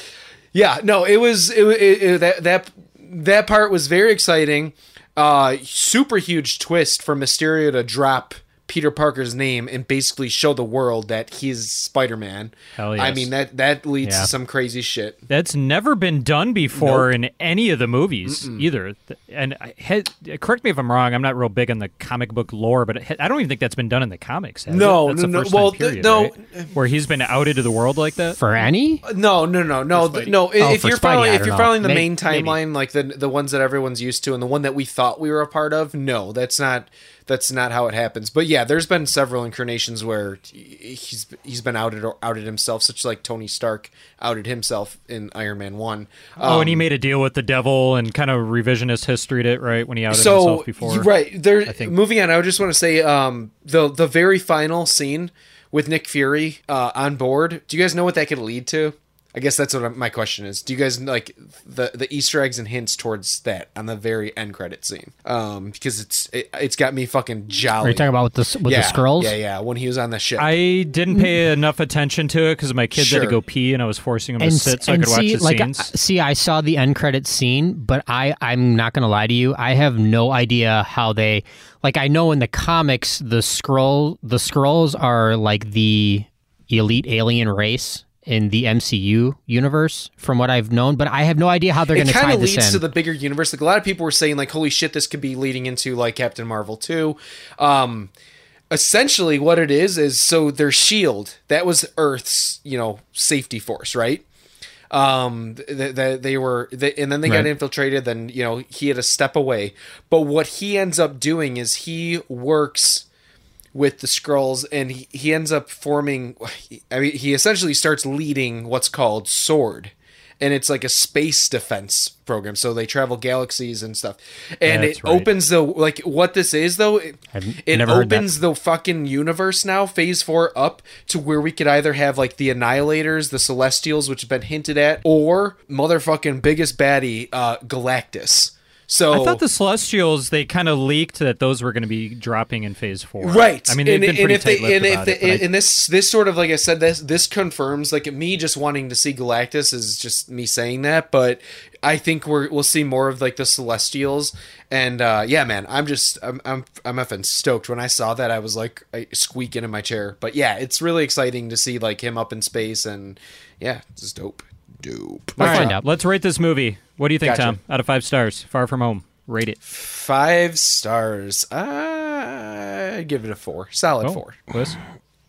Speaker 1: yeah, no, it was it, it, it- that that that part was very exciting. Uh, super huge twist for Mysterio to drop Peter Parker's name and basically show the world that he's Spider Man.
Speaker 2: Hell
Speaker 1: I
Speaker 2: yes.
Speaker 1: mean that that leads
Speaker 2: Yeah.
Speaker 1: to some crazy shit.
Speaker 2: That's never been done before in any of the movies either. Th- And I- he- correct me if I'm wrong. I'm not real big on the comic book lore, but it, I don't even think that's been done in the comics. has
Speaker 1: No,
Speaker 2: it?
Speaker 1: no,
Speaker 2: that's the
Speaker 1: no.
Speaker 2: first time
Speaker 1: Well, th-
Speaker 2: period,
Speaker 1: no.
Speaker 2: right? where he's been outed to the world like that
Speaker 3: for any.
Speaker 1: No, no, no, no, th- no. i-
Speaker 2: Oh,
Speaker 1: if
Speaker 2: for
Speaker 1: you're
Speaker 2: Spidey,
Speaker 1: following,
Speaker 2: I
Speaker 1: if
Speaker 2: don't
Speaker 1: you're
Speaker 2: know.
Speaker 1: following the
Speaker 2: May-
Speaker 1: main timeline, like the the ones that everyone's used to, and the one that we thought we were a part of, no, that's not that's not how it happens. But yeah, there's been several incarnations where he- he's he's been outed or outed himself, such like Tony Stark outed himself in Iron Man One.
Speaker 2: oh, and he
Speaker 1: Um,
Speaker 2: made a deal with the devil and kind of revisionist historied it right when he outed
Speaker 1: so
Speaker 2: himself before.
Speaker 1: you- right there. Moving on, I would just want to say um, the the very final scene with Nick Fury uh, on board. Do you guys know what that could lead to? I guess that's what I'm, my question is. Do you guys like the the Easter eggs and hints towards that on the very end credit scene? Um, because it's it, it's got me fucking jolly.
Speaker 3: Are you talking about with the s- with
Speaker 1: yeah,
Speaker 3: the scrolls?
Speaker 1: Yeah, yeah. When he was on the ship.
Speaker 2: I didn't pay enough attention to it because my kids had
Speaker 1: Sure.
Speaker 2: to go pee and I was forcing them to
Speaker 3: And,
Speaker 2: sit so I
Speaker 3: and
Speaker 2: could watch
Speaker 3: see,
Speaker 2: the
Speaker 3: like,
Speaker 2: scenes.
Speaker 3: uh, see, I saw the end credit scene, but I, I'm not gonna lie to you. I have no idea how they, like, I know in the comics the scroll, the scrolls are like the elite alien race in the MCU universe, from what I've known. But I have no idea how they're going
Speaker 1: it
Speaker 3: to
Speaker 1: kind
Speaker 3: tie
Speaker 1: of
Speaker 3: this
Speaker 1: leads
Speaker 3: in.
Speaker 1: to the bigger universe. Like a lot of people were saying, like, "Holy shit, this could be leading into like Captain Marvel 2." Um, essentially, what it is is so their shield that was Earth's, you know, safety force, right? Um, th- th- they were, th- and then they
Speaker 11: Right.
Speaker 1: got infiltrated. Then you know he had a step away, but what he ends up doing is he works with the scrolls and he, he ends up forming i mean he essentially starts leading what's called sword and it's like a space defense program so they travel galaxies and stuff and
Speaker 12: That's
Speaker 1: it
Speaker 12: right.
Speaker 1: opens the like what this is though it,
Speaker 12: I've
Speaker 1: it
Speaker 12: never heard that.
Speaker 1: opens the fucking universe now phase 4 up to where we could either have like the annihilators the celestials which have been hinted at or motherfucking biggest baddie uh galactus so
Speaker 2: I thought the Celestials they kind of leaked that those were going to be dropping in Phase Four.
Speaker 1: Right.
Speaker 2: I mean, they've
Speaker 1: and,
Speaker 2: been
Speaker 1: and
Speaker 2: pretty
Speaker 1: if they,
Speaker 2: tight lipped
Speaker 1: and if
Speaker 2: about
Speaker 1: they,
Speaker 2: it. but I-
Speaker 1: and this this sort of like I said this this confirms like me just wanting to see Galactus is just me saying that, but I think we're we'll see more of like the Celestials and uh yeah, man, I'm just I'm I'm I'm effing stoked. When I saw that, I was like I- squeaking in my chair. But yeah, it's really exciting to see like him up in space and yeah, it's just dope. Dope.
Speaker 2: All right, Let's rate this movie. What do you think,
Speaker 1: Gotcha.
Speaker 2: Tom? Out of five stars, Far From Home. Rate it.
Speaker 1: Five stars. I give it a four.
Speaker 2: Oh.
Speaker 1: Solid four.
Speaker 2: Bliss?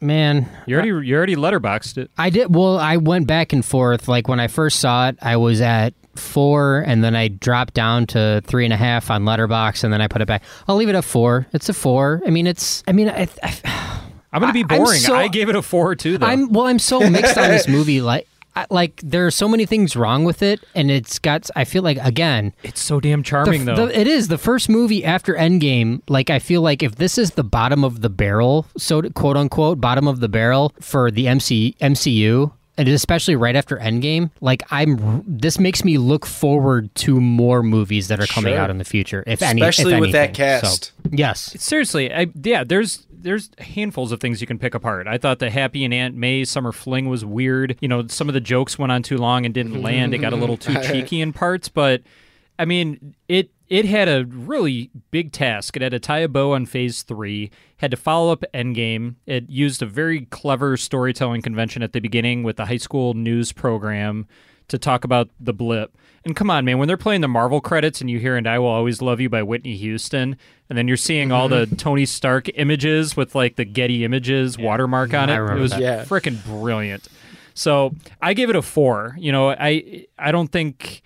Speaker 3: Man,
Speaker 2: you already you already letterboxed it.
Speaker 3: I did. Well, I went back and forth. Like when I first saw it, I was at four, and then I dropped down to three and a half on Letterbox, and then I put it back. I'll leave it at four. It's a four. I mean, it's. I mean, I. I
Speaker 2: I'm gonna be
Speaker 3: I- I'm
Speaker 2: boring.
Speaker 3: so-
Speaker 2: I gave it a four too. Though
Speaker 3: I'm well. I'm so mixed on this movie. Like, I, like there are so many things wrong with it, and it's got. I feel like again,
Speaker 2: it's so damn charming
Speaker 3: the f-
Speaker 2: though.
Speaker 3: the- it is the first movie after Endgame. Like I feel like if this is the bottom of the barrel, so to, quote unquote bottom of the barrel for the MC MCU, and especially right after Endgame, like I'm r- this makes me look forward to more movies that are coming
Speaker 2: Sure.
Speaker 3: out in the future, if any, if
Speaker 2: Especially with that
Speaker 3: anything. So,
Speaker 2: cast.
Speaker 3: yes.
Speaker 2: Seriously, I, yeah. There's there's handfuls of things you can pick apart. I thought the Happy and Aunt May summer fling was weird. You know, some of the jokes went on too long and didn't land. It got a little too cheeky in parts, but I mean, it it had a really big task. It had to tie a bow on Phase Three. Had to follow up Endgame. It used a very clever storytelling convention at the beginning with the high school news program to talk about the blip. And come on, man, when they're playing the Marvel credits and you hear "And I Will Always Love You" by Whitney Houston, and then you're seeing all the [laughs]
Speaker 3: Mm-hmm.
Speaker 2: Tony Stark images with like the Getty Images watermark on it.
Speaker 3: I remember
Speaker 2: it was
Speaker 3: that.
Speaker 2: yeah.
Speaker 3: Yeah.
Speaker 2: freaking brilliant. So I gave it a four. You know, I I don't think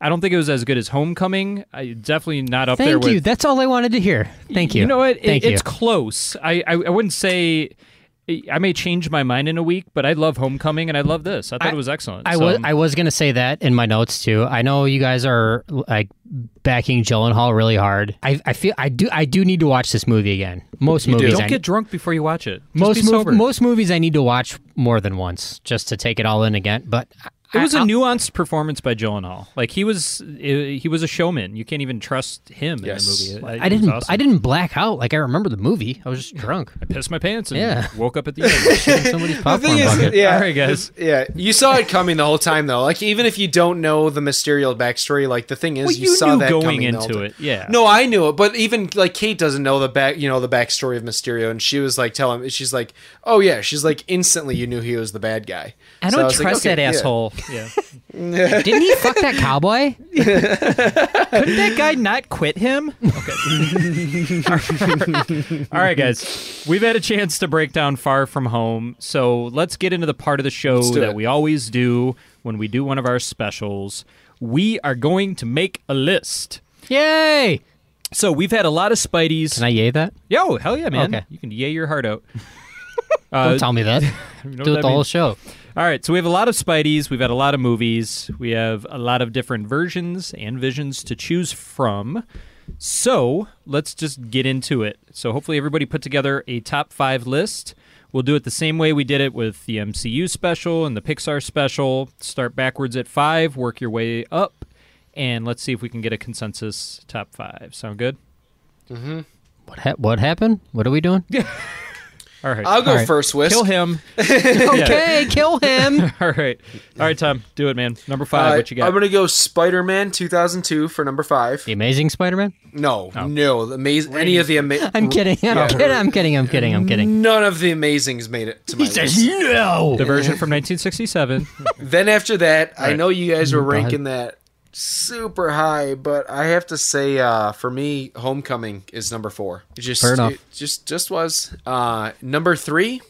Speaker 2: I don't think it was as good as Homecoming. I definitely not up there
Speaker 3: Thank
Speaker 2: with
Speaker 3: you. That's all I wanted to hear. Thank you.
Speaker 2: you know what? It-
Speaker 3: Thank
Speaker 2: it's
Speaker 3: you.
Speaker 2: close. I, I I wouldn't say. I may change my mind in a week, but I love Homecoming and I love this. I thought it was excellent.
Speaker 3: I
Speaker 2: so.
Speaker 3: was I was gonna say that in my notes too. I know you guys are like backing Gyllenhaal really hard. I, I feel I do I do need to watch this movie again. Most movies
Speaker 2: Don't
Speaker 3: I-
Speaker 2: get drunk before you watch it. Just
Speaker 3: most
Speaker 2: be
Speaker 3: mov-
Speaker 2: sober.
Speaker 3: most movies I need to watch more than once just to take it all in again. But
Speaker 2: It was
Speaker 3: a
Speaker 2: a nuanced performance by Gyllenhaal. Like he was, he was a showman. You can't even trust him in the movie.
Speaker 3: I didn't I didn't black out. Like I remember the movie. I was just drunk.
Speaker 2: I pissed my pants and
Speaker 3: Yeah.
Speaker 2: woke up at the [laughs] end.
Speaker 3: Somebody's
Speaker 1: The
Speaker 3: popcorn
Speaker 1: thing is,
Speaker 3: bucket.
Speaker 1: yeah,
Speaker 2: All right, guys.
Speaker 1: Yeah, you saw it coming the whole time, though. Like, even if you don't know the Mysterio backstory, like the thing is,
Speaker 2: Well,
Speaker 1: you,
Speaker 2: you
Speaker 1: saw
Speaker 2: knew
Speaker 1: that
Speaker 2: going
Speaker 1: coming the
Speaker 2: into
Speaker 1: whole time.
Speaker 2: it, yeah.
Speaker 1: No, I knew it, but even like Kate doesn't know the back, you know, the backstory of Mysterio, and she was like, "Tell him." She's like, "Oh yeah," she's like, instantly you knew he was the bad guy.
Speaker 3: I
Speaker 1: So
Speaker 3: don't
Speaker 1: was like,
Speaker 3: trust
Speaker 1: okay,
Speaker 3: that
Speaker 1: yeah.
Speaker 3: asshole.
Speaker 2: Yeah.
Speaker 3: Didn't he fuck
Speaker 2: [laughs]
Speaker 3: that cowboy?
Speaker 2: Couldn't that guy not quit him? Okay. [laughs] All right, guys. We've had a chance to break down Far From Home, so let's get into the part of the show
Speaker 11: Let's do
Speaker 2: that
Speaker 11: it.
Speaker 2: we always do when we do one of our specials. We are going to make a list.
Speaker 3: Yay!
Speaker 2: So we've had a lot of Spideys. Can
Speaker 3: I yay that?
Speaker 2: Yo, hell yeah, man.
Speaker 3: Okay.
Speaker 2: You can yay your heart out.
Speaker 3: Don't tell me that.
Speaker 2: Uh, [laughs] You know
Speaker 3: Do
Speaker 2: what
Speaker 3: it
Speaker 2: that
Speaker 3: the whole
Speaker 2: means?
Speaker 3: show.
Speaker 2: All right, so we have a lot of Spideys. We've had a lot of movies. We have a lot of different versions and visions to choose from. So let's just get into it. So hopefully everybody put together a top five list. We'll do it the same way we did it with the MCU special and the Pixar special. Start backwards at five, work your way up, and let's see if we can get a consensus top five. Sound good? [laughs]
Speaker 3: What ha- what happened? What are we doing?
Speaker 2: All right.
Speaker 1: I'll go
Speaker 2: All right.
Speaker 1: first, Wisk.
Speaker 2: Kill him.
Speaker 3: okay, kill
Speaker 2: [laughs]
Speaker 3: him.
Speaker 2: All right. All right, Tom. Do it, man. Number five.
Speaker 1: Uh,
Speaker 2: what you got?
Speaker 1: I'm gonna go Spider Man 2002 for number five.
Speaker 3: The Amazing Spider-Man.
Speaker 1: No,
Speaker 2: Oh.
Speaker 1: no, the amazing. Any of the
Speaker 2: [laughs]
Speaker 1: amazing.
Speaker 3: I'm kidding. [laughs] I'm kidding. I'm kidding. I'm kidding. I'm kidding.
Speaker 1: None of the amazings made it to my list.
Speaker 3: no.
Speaker 2: the version from
Speaker 3: [laughs]
Speaker 2: 1967.
Speaker 1: Then after that, I
Speaker 2: Alright.
Speaker 1: know you guys were
Speaker 3: Mm-hmm. go ahead.
Speaker 1: ranking that super high, but I have to say, uh, for me, Homecoming is number four. It just,
Speaker 3: Fair enough.
Speaker 1: it just, just was uh, number three,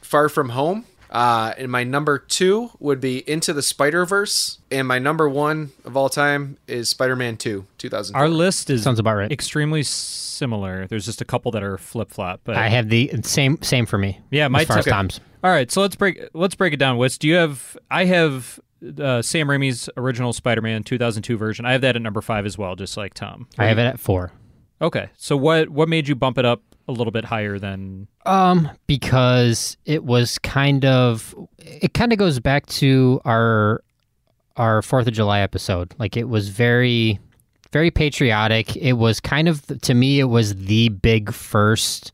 Speaker 1: Far From Home. Uh, and my number two would be Into the Spider Verse, and my number one of all time is Spider Man Two, two thousand.
Speaker 2: Our list is
Speaker 3: Sounds about right.
Speaker 2: extremely similar. There's just a couple that are flip flop. But
Speaker 3: I have the same same for me.
Speaker 2: Yeah, my
Speaker 3: as far as
Speaker 2: two-
Speaker 3: Tom's.
Speaker 2: All right, so let's break let's break it down. Wes, do you have? I have uh, Sam Raimi's original Spider-Man 2002 version. I have that at number five as well, just like Tom.
Speaker 3: I have it at four.
Speaker 2: Okay, so what what made you bump it up a little bit higher than?
Speaker 3: Um, because it was kind of it kind of goes back to our our Fourth of July episode. Like it was very very patriotic. It was kind of to me it was the big first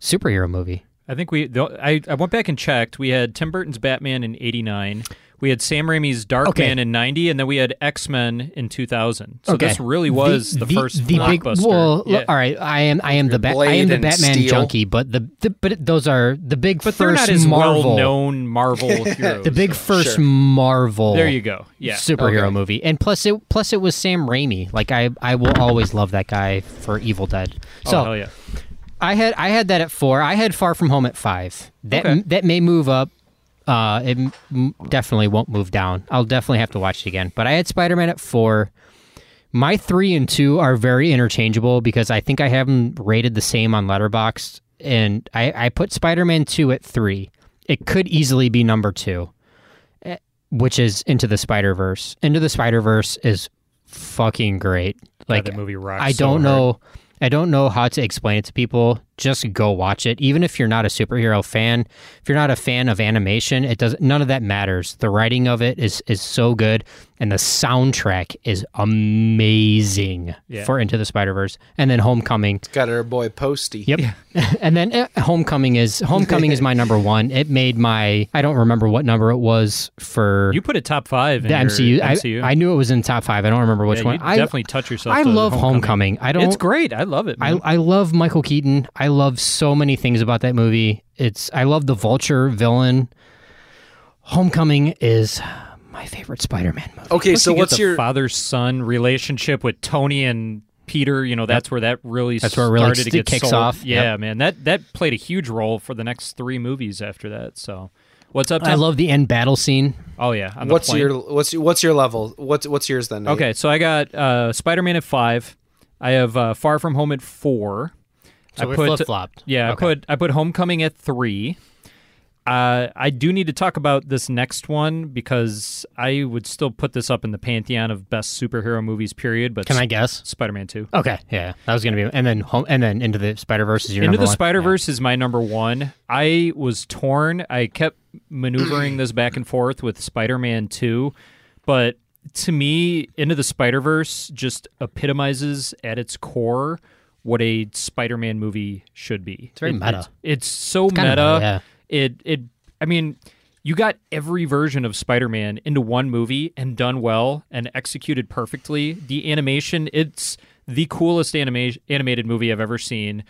Speaker 3: superhero movie.
Speaker 2: I think we. The, I I went back and checked. We had Tim Burton's Batman in '89. We had Sam Raimi's Dark
Speaker 3: Okay.
Speaker 2: Man in '90, and then we had X Men in 2000. So
Speaker 3: Okay.
Speaker 2: this really was the, first blockbuster.
Speaker 3: well,
Speaker 2: Yeah.
Speaker 3: all right. I am I am the ba- I am
Speaker 1: Blade
Speaker 3: the
Speaker 1: and
Speaker 3: Batman
Speaker 1: Steel.
Speaker 3: junkie, but the, the but it- those are the big
Speaker 2: but
Speaker 3: first
Speaker 2: they're not as
Speaker 3: Marvel
Speaker 2: well-known
Speaker 3: [laughs]
Speaker 2: Marvel heroes.
Speaker 3: the big first
Speaker 1: Sure.
Speaker 3: Marvel.
Speaker 2: There you go. Yeah.
Speaker 3: superhero
Speaker 1: Okay.
Speaker 3: movie, and plus it plus it was Sam Raimi. Like I I will always love that guy for Evil Dead. So
Speaker 2: oh hell yeah.
Speaker 3: I had I had that at four. I had Far From Home at five. That
Speaker 2: Okay.
Speaker 3: that may move up. Uh, it m- m- definitely won't move down. I'll definitely have to watch it again. But I had Spider Man at four. My three and two are very interchangeable because I think I have them rated the same on Letterboxd, and I, I put Spider Man two at three. It could easily be number two, eh, which is Into the Spider Verse. Into the Spider Verse is fucking great. Like
Speaker 2: that movie rocks
Speaker 3: I
Speaker 2: so
Speaker 3: don't
Speaker 2: hard.
Speaker 3: know. I don't know how to explain it to people. Just go watch it. Even if you're not a superhero fan, if you're not a fan of animation, it doesn't. None of that matters. The writing of it is is so good, and the soundtrack is amazing
Speaker 2: Yeah.
Speaker 3: for Into the Spider Verse, and then Homecoming.
Speaker 1: got our boy Posty.
Speaker 3: Yep. [laughs] and then eh, Homecoming is Homecoming is my number one. It made my. I don't remember what number it was for.
Speaker 2: You put a top five in
Speaker 3: the
Speaker 2: your
Speaker 3: MCU.
Speaker 2: MCU.
Speaker 3: I, I knew it was in top five. I don't remember which
Speaker 2: Yeah,
Speaker 3: one.
Speaker 2: you
Speaker 3: I
Speaker 2: definitely touch yourself.
Speaker 3: I
Speaker 2: to
Speaker 3: love Homecoming. I don't.
Speaker 2: It's great. I love it.
Speaker 3: I,
Speaker 2: man.
Speaker 3: I love Michael Keaton. I love so many things about that movie. It's I love the Vulture villain. Homecoming is my favorite Spider-Man movie.
Speaker 1: Okay,
Speaker 2: Plus
Speaker 1: so
Speaker 2: you get
Speaker 1: what's
Speaker 2: the
Speaker 1: your
Speaker 2: father son relationship with Tony and Peter? You know that's where that really
Speaker 3: That's where it really
Speaker 2: started to get
Speaker 3: st- kicks
Speaker 2: sold.
Speaker 3: off.
Speaker 2: Yeah,
Speaker 3: Yep.
Speaker 2: man that that played a huge role for the next three movies after that. So what's up? Tom?
Speaker 3: I love the end battle scene.
Speaker 2: Oh yeah. on the
Speaker 1: what's
Speaker 2: plane.
Speaker 1: your what's what's your level? What's what's yours then? Nate?
Speaker 2: Okay, so I got uh, Spider Man at five. I have uh, Far From Home at four.
Speaker 3: So
Speaker 2: I
Speaker 3: we
Speaker 2: put-
Speaker 3: flip-flopped.
Speaker 2: Yeah,
Speaker 3: Okay.
Speaker 2: I put I put Homecoming at three. Uh, I do need to talk about this next one because I would still put this up in the pantheon of best superhero movies. Period. But
Speaker 3: Can I guess?
Speaker 2: Spider Man Two.
Speaker 3: Okay, yeah, that was gonna be, and then home, and then into the Spider Verse is your
Speaker 2: Into
Speaker 3: number
Speaker 2: the
Speaker 3: one?
Speaker 2: Spider Verse is my number one. I was torn. I kept maneuvering this back and forth with Spider Man Two, but to me, Into the Spider Verse just epitomizes at its core what a Spider Man movie should be. It's
Speaker 3: very meta.
Speaker 2: It's, it's so meta.
Speaker 3: kinda meta, yeah.
Speaker 2: It it. I mean. You got every version of Spider-Man into one movie and done well and executed perfectly. The animation, it's the coolest anima- animated movie I've ever seen.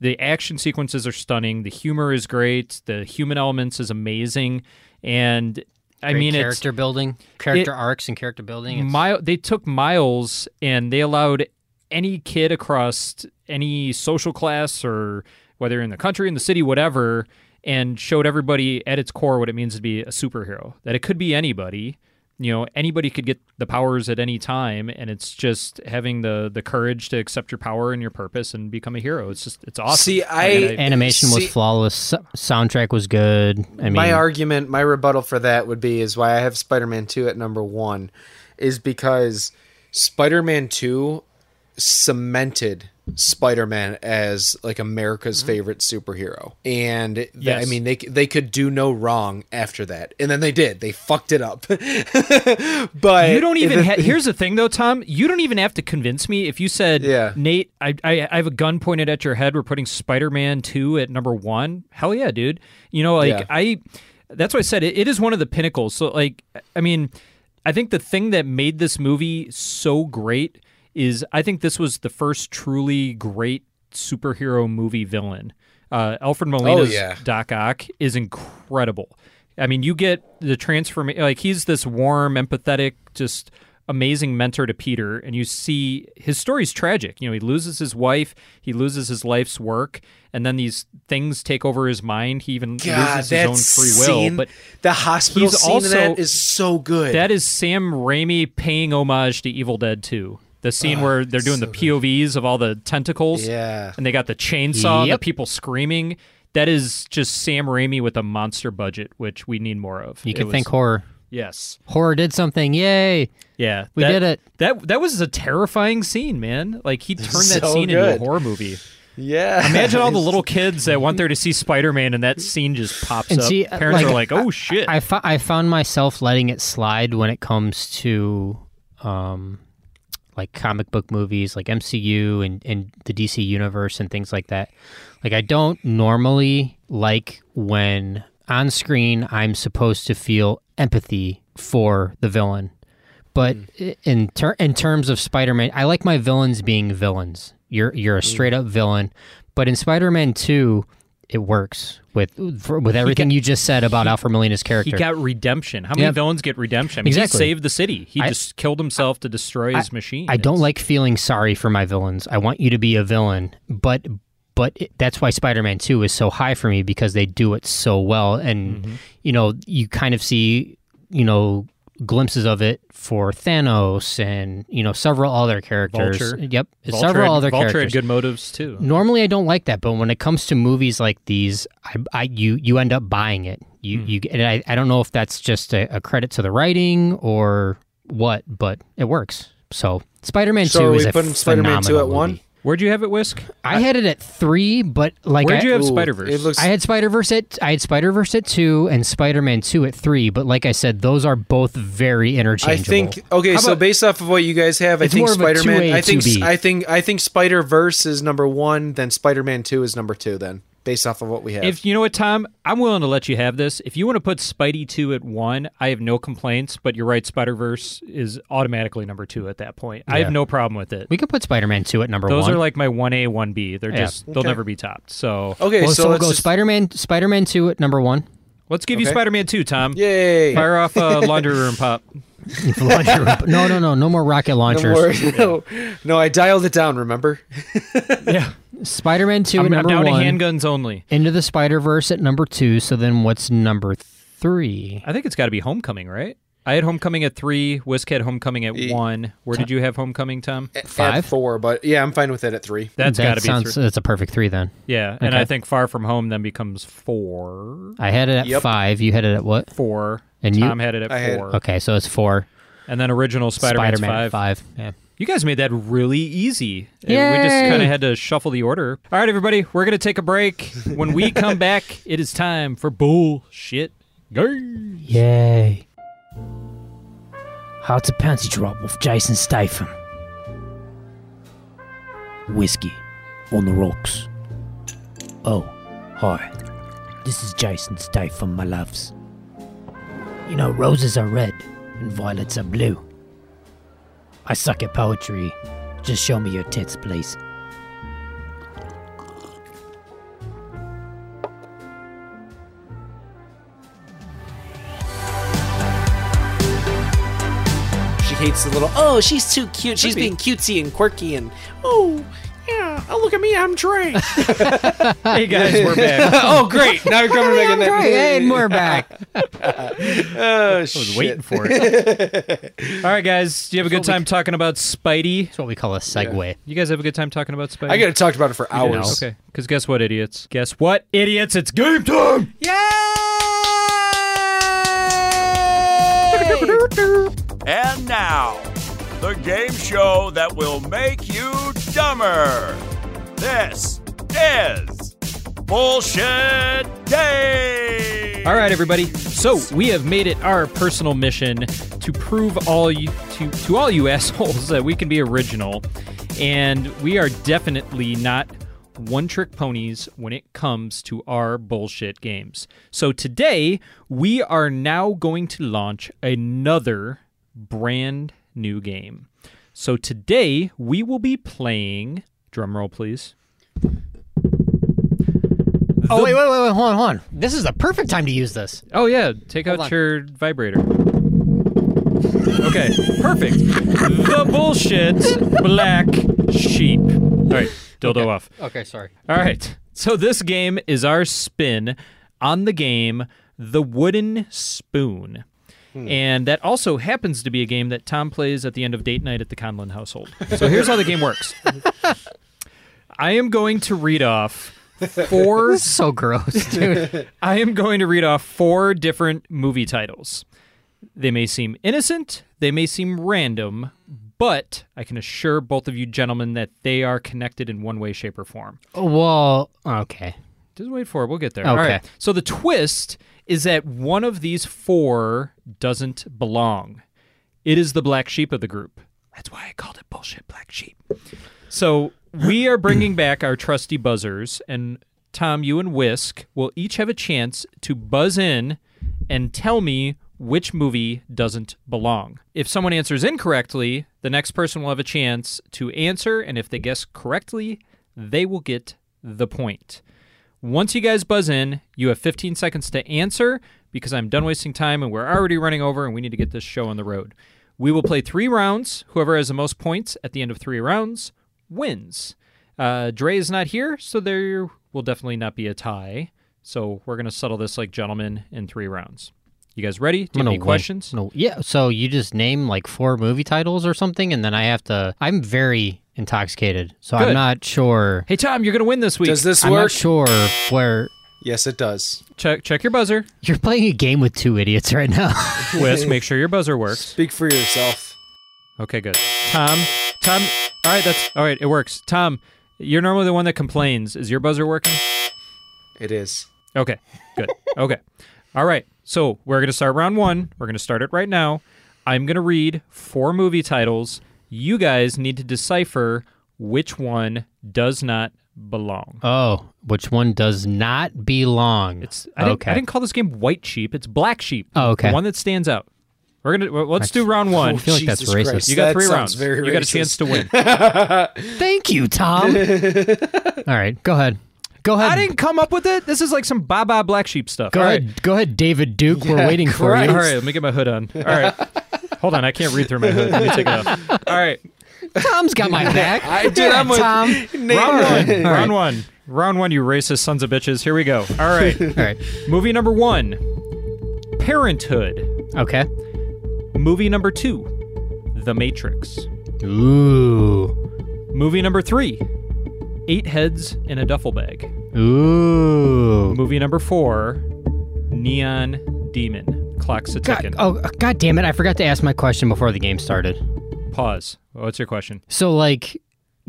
Speaker 2: The action sequences are stunning. The humor is great. The human elements is amazing. And I
Speaker 3: Great
Speaker 2: mean, it's
Speaker 3: character building, character arcs, and character building. It's-
Speaker 2: Mile, they took Miles and they allowed any kid across any social class or whether in the country, in the city, whatever, and showed everybody at its core what it means to be a superhero. That it could be anybody. You know, anybody could get the powers at any time, and it's just having the the courage to accept your power and your purpose and become a hero. It's just it's awesome.
Speaker 1: See,
Speaker 2: mean,
Speaker 1: I-
Speaker 3: Animation
Speaker 1: See-
Speaker 3: was flawless. so- soundtrack was good. I mean,
Speaker 1: my argument, my rebuttal for that would be is why I have Spider Man 2 at number one, is because Spider Man 2 cemented Spider-Man as like America's favorite superhero. And th- I
Speaker 12: Yes.
Speaker 1: mean they c- they could do no wrong after that. And then they did. They fucked it up. [laughs] but
Speaker 2: you don't even.
Speaker 1: if-
Speaker 2: Ha- here's the thing, though, Tom. You don't even have to convince me. If you said,
Speaker 1: Yeah.
Speaker 2: Nate, I, I, I have a gun pointed at your head. We're putting Spider-Man Two at number one. Hell yeah, dude. You know, like
Speaker 10: Yeah.
Speaker 2: I. That's why I said it, it is one of the pinnacles. So, like, I mean, I think the thing that made this movie so great is I think this was the first truly great superhero movie villain. Uh, Alfred Molina's
Speaker 1: Oh, yeah.
Speaker 2: Doc Ock is incredible. I mean, you get the transformation. Like he's this warm, empathetic, just amazing mentor to Peter, and you see his story's tragic. You know, he loses his wife, he loses his life's work, and then these things take over his mind. He even
Speaker 1: God,
Speaker 2: e-, loses his
Speaker 1: that
Speaker 2: own free will.
Speaker 1: scene,
Speaker 2: but
Speaker 1: the hospital
Speaker 2: he's
Speaker 1: scene in
Speaker 2: also
Speaker 1: that is so good.
Speaker 2: That is Sam Raimi paying homage to Evil Dead 2. The scene where they're doing the POVs of all the tentacles.
Speaker 1: Yeah.
Speaker 2: And they got the chainsaw,
Speaker 1: Yep.
Speaker 2: the people screaming. That is just Sam Raimi with a monster budget, which we need more of.
Speaker 3: You
Speaker 2: It
Speaker 3: could
Speaker 2: was-
Speaker 3: thank horror.
Speaker 2: Yes.
Speaker 3: Horror did something. Yay.
Speaker 2: Yeah.
Speaker 3: We
Speaker 2: that-
Speaker 3: did it.
Speaker 2: That that was a terrifying scene, man. Like he turned that
Speaker 3: So
Speaker 2: scene into a
Speaker 3: good.
Speaker 2: horror movie.
Speaker 1: Yeah.
Speaker 2: Imagine all the little kids that went there to see Spider Man and that scene just pops up. Parents are like,
Speaker 3: I-
Speaker 2: oh shit.
Speaker 3: I, fo- I found myself letting it slide when it comes to um, like comic book movies, like MCU and, and the DC universe and things like that. Like, I don't normally like when on screen I'm supposed to feel empathy for the villain. But
Speaker 2: Mm.
Speaker 3: i- in ter- in terms of Spider-Man, I like my villains being villains. You're you're
Speaker 2: Mm.
Speaker 3: a straight up villain, but in Spider-Man 2, it works with for, with
Speaker 2: He
Speaker 3: everything
Speaker 2: got-
Speaker 3: you just said about
Speaker 2: he-
Speaker 3: Alfred Molina's character.
Speaker 2: He got redemption. How many
Speaker 3: Yep.
Speaker 2: villains get redemption? I mean,
Speaker 3: Exactly.
Speaker 2: he saved the city. He
Speaker 3: I-
Speaker 2: just killed himself to destroy his machine.
Speaker 3: I don't like feeling sorry for my villains. I want you to be a villain, but but it, that's why Spider-Man 2 is so high for me because they do it so well and
Speaker 2: Mm-hmm.
Speaker 3: you know, you kind of see, you know, glimpses of it for Thanos and, you know, several other characters.
Speaker 2: Vulture.
Speaker 3: Yep,
Speaker 2: Vulture
Speaker 3: several
Speaker 2: had-
Speaker 3: other
Speaker 2: Vulture had
Speaker 3: characters.
Speaker 2: good motives, too.
Speaker 3: Normally I don't like that, but when it comes to movies like these, I, I you you end up buying it. You you and I, I don't know if that's just a, a credit to the writing or what, but it works. So Spider-Man
Speaker 1: So are
Speaker 3: Two is
Speaker 1: we
Speaker 3: a
Speaker 1: putting Spider-Man 2 at
Speaker 3: phenomenal
Speaker 1: one?
Speaker 3: movie.
Speaker 2: Where'd you have it, Whisk?
Speaker 3: I had it at three, but like
Speaker 2: Where'd
Speaker 3: I,
Speaker 2: you have Ooh, Spider-Verse? it looks-
Speaker 3: I had Spider Verse at I had Spider Verse at two and Spider Man two at three, but like I said, those are both very
Speaker 1: I
Speaker 3: interchangeable.
Speaker 1: think okay.
Speaker 3: How
Speaker 1: so
Speaker 3: about-
Speaker 1: based off of what you guys have, I
Speaker 3: It's
Speaker 1: think
Speaker 3: more of a
Speaker 1: Spider Man.
Speaker 3: 2A,
Speaker 1: I think
Speaker 3: 2B.
Speaker 1: I think I think Spider Verse is number one. Then Spider Man Two is number two. Then based off of what we have.
Speaker 2: If you know what, Tom, I'm willing to let you have this. If you want to put Spidey 2 at 1, I have no complaints, but you're right, Spider Verse is automatically number 2 at that point. I
Speaker 3: Yeah.
Speaker 2: have no problem with it.
Speaker 3: we could put Spider Man two at number
Speaker 2: Those
Speaker 3: one.
Speaker 2: are like my 1A, 1B. They're
Speaker 3: Yeah.
Speaker 2: just, they'll
Speaker 3: Okay.
Speaker 2: never be topped. So,
Speaker 3: Well, so, we'll go Spider Man Spider Man two at number one.
Speaker 2: let's give you
Speaker 3: Okay.
Speaker 2: Spider Man 2, Tom.
Speaker 1: Yay.
Speaker 2: Fire off uh, Laundry Room Pop. [laughs]
Speaker 3: Launcher up- no, no, no, no more rocket
Speaker 1: no, more,
Speaker 3: launchers.
Speaker 1: no, no, I dialed it down. Remember?
Speaker 3: Spider-Man 2
Speaker 2: I'm,
Speaker 3: at
Speaker 2: I'm
Speaker 3: number
Speaker 2: down
Speaker 3: one.
Speaker 2: to handguns only.
Speaker 3: Into the Spider-Verse at number two. So then what's number three?
Speaker 2: I think it's got to be Homecoming, right? I had Homecoming at three. Whisk had Homecoming at one. Where did you have Homecoming, Tom?
Speaker 1: Eh, At four, but yeah, I'm fine with it at three.
Speaker 2: That's
Speaker 3: that
Speaker 2: got to be
Speaker 3: sounds,
Speaker 2: three.
Speaker 3: That's a perfect three then.
Speaker 2: Yeah, and I
Speaker 3: Okay.
Speaker 2: think Far From Home then becomes four.
Speaker 3: I had it at five. You had it at what?
Speaker 2: Four.
Speaker 3: And
Speaker 2: Tom
Speaker 3: you
Speaker 2: had it at I had- four.
Speaker 3: Okay, so it's four.
Speaker 2: and then original Spider-Man's
Speaker 3: Spider-Man at
Speaker 2: five.
Speaker 3: five. Yeah.
Speaker 2: You guys made that really easy. And We just
Speaker 3: Yay!
Speaker 2: kind of had to shuffle the order. All right, everybody, we're gonna take a break. When we
Speaker 3: [laughs]
Speaker 2: come back, it is time for bullshit game.
Speaker 11: Yay. How to Panty Drop with Jason Statham. Whiskey on the rocks. Oh, hi. This is Jason Statham, my loves. You know, roses are red and violets are blue. I suck at poetry. Just show me your tits, please.
Speaker 1: She hates the little. Oh, she's too cute. She's being cutesy and quirky and oh yeah. Oh look at me, I'm Trey.
Speaker 2: Hey
Speaker 1: [laughs]
Speaker 2: guys, we're back.
Speaker 1: oh great, now you're coming back in there.
Speaker 3: and
Speaker 1: [laughs]
Speaker 3: we're back.
Speaker 1: [laughs] oh, I was
Speaker 2: waiting for
Speaker 1: [laughs]
Speaker 2: it. All right, guys, do you have a good time talking about Spidey? That's
Speaker 3: what we call a segue.
Speaker 2: You guys have a good time talking about Spidey?
Speaker 1: I could have talked about it for
Speaker 2: You did?
Speaker 1: hours.
Speaker 2: Okay, because guess what, idiots? Guess what, idiots? It's game time!
Speaker 9: And now, the game show that will make you dumber.
Speaker 15: This is Bullshit Day!
Speaker 2: All right, everybody. So we have made it our personal mission to prove all you to, to all you [laughs] assholes that we can be original, and we are definitely not one-trick ponies when it comes to our bullshit games. So today we are now going to launch another brand new game. So today we will be playing. Drumroll, please.
Speaker 3: Oh wait, wait, wait, wait, hold on, hold on. This is the perfect time to use this.
Speaker 2: Oh yeah, take
Speaker 3: Hold
Speaker 2: out
Speaker 3: on.
Speaker 2: your vibrator. Okay, perfect. the bullshit black sheep. All right, dildo off.
Speaker 3: Okay, sorry.
Speaker 2: All right. So this game is our spin on the game The Wooden Spoon.
Speaker 10: Hmm.
Speaker 2: And that also happens to be a game that Tom plays at the end of date night at the Conlon household. So here's how the game works. I am going to read off
Speaker 3: [laughs]
Speaker 2: four.
Speaker 3: This is so gross, dude.
Speaker 2: [laughs] I am going to read off four different movie titles. They may seem innocent, they may seem random, but I can assure both of you gentlemen that they are connected in one way, shape, or form.
Speaker 3: Oh, Well, okay.
Speaker 2: Just wait for it. We'll get there.
Speaker 3: Okay.
Speaker 2: All right. So the twist is that one of these four doesn't belong. It is the black sheep of the group. That's why I called it bullshit black sheep. So we are bringing back our trusty buzzers, and Tom, you and Whisk will each have a chance to buzz in and tell me which movie doesn't belong. If someone answers incorrectly, the next person will have a chance to answer, and if they guess correctly, they will get the point. Once you guys buzz in, you have 15 seconds to answer because I'm done wasting time and we're already running over and we need to get this show on the road. We will play three rounds. Whoever has the most points at the end of three rounds wins. Uh, Dre is not here, so there will definitely not be a tie. So we're going to settle this like gentlemen in three rounds. You guys ready? Do you
Speaker 3: I'm
Speaker 2: have
Speaker 3: gonna
Speaker 2: any
Speaker 3: wait.
Speaker 2: questions?
Speaker 11: Oh,
Speaker 3: No. Yeah. So you just name like four movie titles or something, and then I have to. I'm very intoxicated, so
Speaker 2: Good.
Speaker 3: I'm not sure.
Speaker 2: Hey, Tom, you're going to win this week.
Speaker 3: Does this I'm not work? sure where.
Speaker 1: Yes, it does.
Speaker 2: Check, check your buzzer.
Speaker 3: You're playing a game with two idiots right now. [laughs]
Speaker 2: Wes, make sure your buzzer works.
Speaker 1: Speak for yourself.
Speaker 2: Okay, good. Tom, Tom. All right, that's all right. It works. Tom, you're normally the one that complains. Is your buzzer working?
Speaker 1: It is.
Speaker 2: Okay, good. okay, all right. So we're gonna start round one. We're gonna start it right now. I'm gonna read four movie titles. You guys need to decipher which one does not belong.
Speaker 3: Oh, which one does not belong?
Speaker 2: It's I didn't,
Speaker 3: okay.
Speaker 2: I didn't call this game white sheep. It's black sheep.
Speaker 3: Oh, okay.
Speaker 2: The one that stands out. We're gonna well, let's
Speaker 3: That's-
Speaker 2: do round one.
Speaker 3: I feel like that's Jesus racist. Christ,
Speaker 2: You got
Speaker 3: that
Speaker 2: three
Speaker 3: sounds
Speaker 2: rounds.
Speaker 3: very
Speaker 2: you got a
Speaker 3: racist.
Speaker 2: chance to win.
Speaker 3: Thank
Speaker 2: [laughs]
Speaker 3: you, Tom. All right, go ahead. Go ahead.
Speaker 2: I didn't come up with it. This is like some Baba Black Sheep stuff.
Speaker 3: Go
Speaker 2: All
Speaker 3: ahead.
Speaker 2: right.
Speaker 3: Go ahead, David Duke. We're
Speaker 2: Yeah,
Speaker 3: waiting
Speaker 2: Christ.
Speaker 3: for you.
Speaker 2: All right, let me get my hood on. All [laughs] right. Hold on, I can't read through my hood. Let me take it off. All right.
Speaker 3: Tom's got my
Speaker 2: [laughs]
Speaker 3: back.
Speaker 2: I did,
Speaker 3: Yeah,
Speaker 2: I'm with-
Speaker 3: Tom.
Speaker 2: Round one.
Speaker 3: All right.
Speaker 2: Round one. Round one, you racist sons of bitches. Here we go. All
Speaker 3: [laughs]
Speaker 2: right. All
Speaker 3: right.
Speaker 2: Movie number one Parenthood.
Speaker 3: Okay.
Speaker 2: Movie number two The Matrix.
Speaker 3: Ooh.
Speaker 2: Movie number three Eight Heads in a Duffel Bag.
Speaker 3: Ooh.
Speaker 2: Movie number four Neon Demon. Clocks a ticking.
Speaker 3: Oh, god damn it! I forgot to ask my question before the game started.
Speaker 2: Pause. What's your question?
Speaker 3: So, like,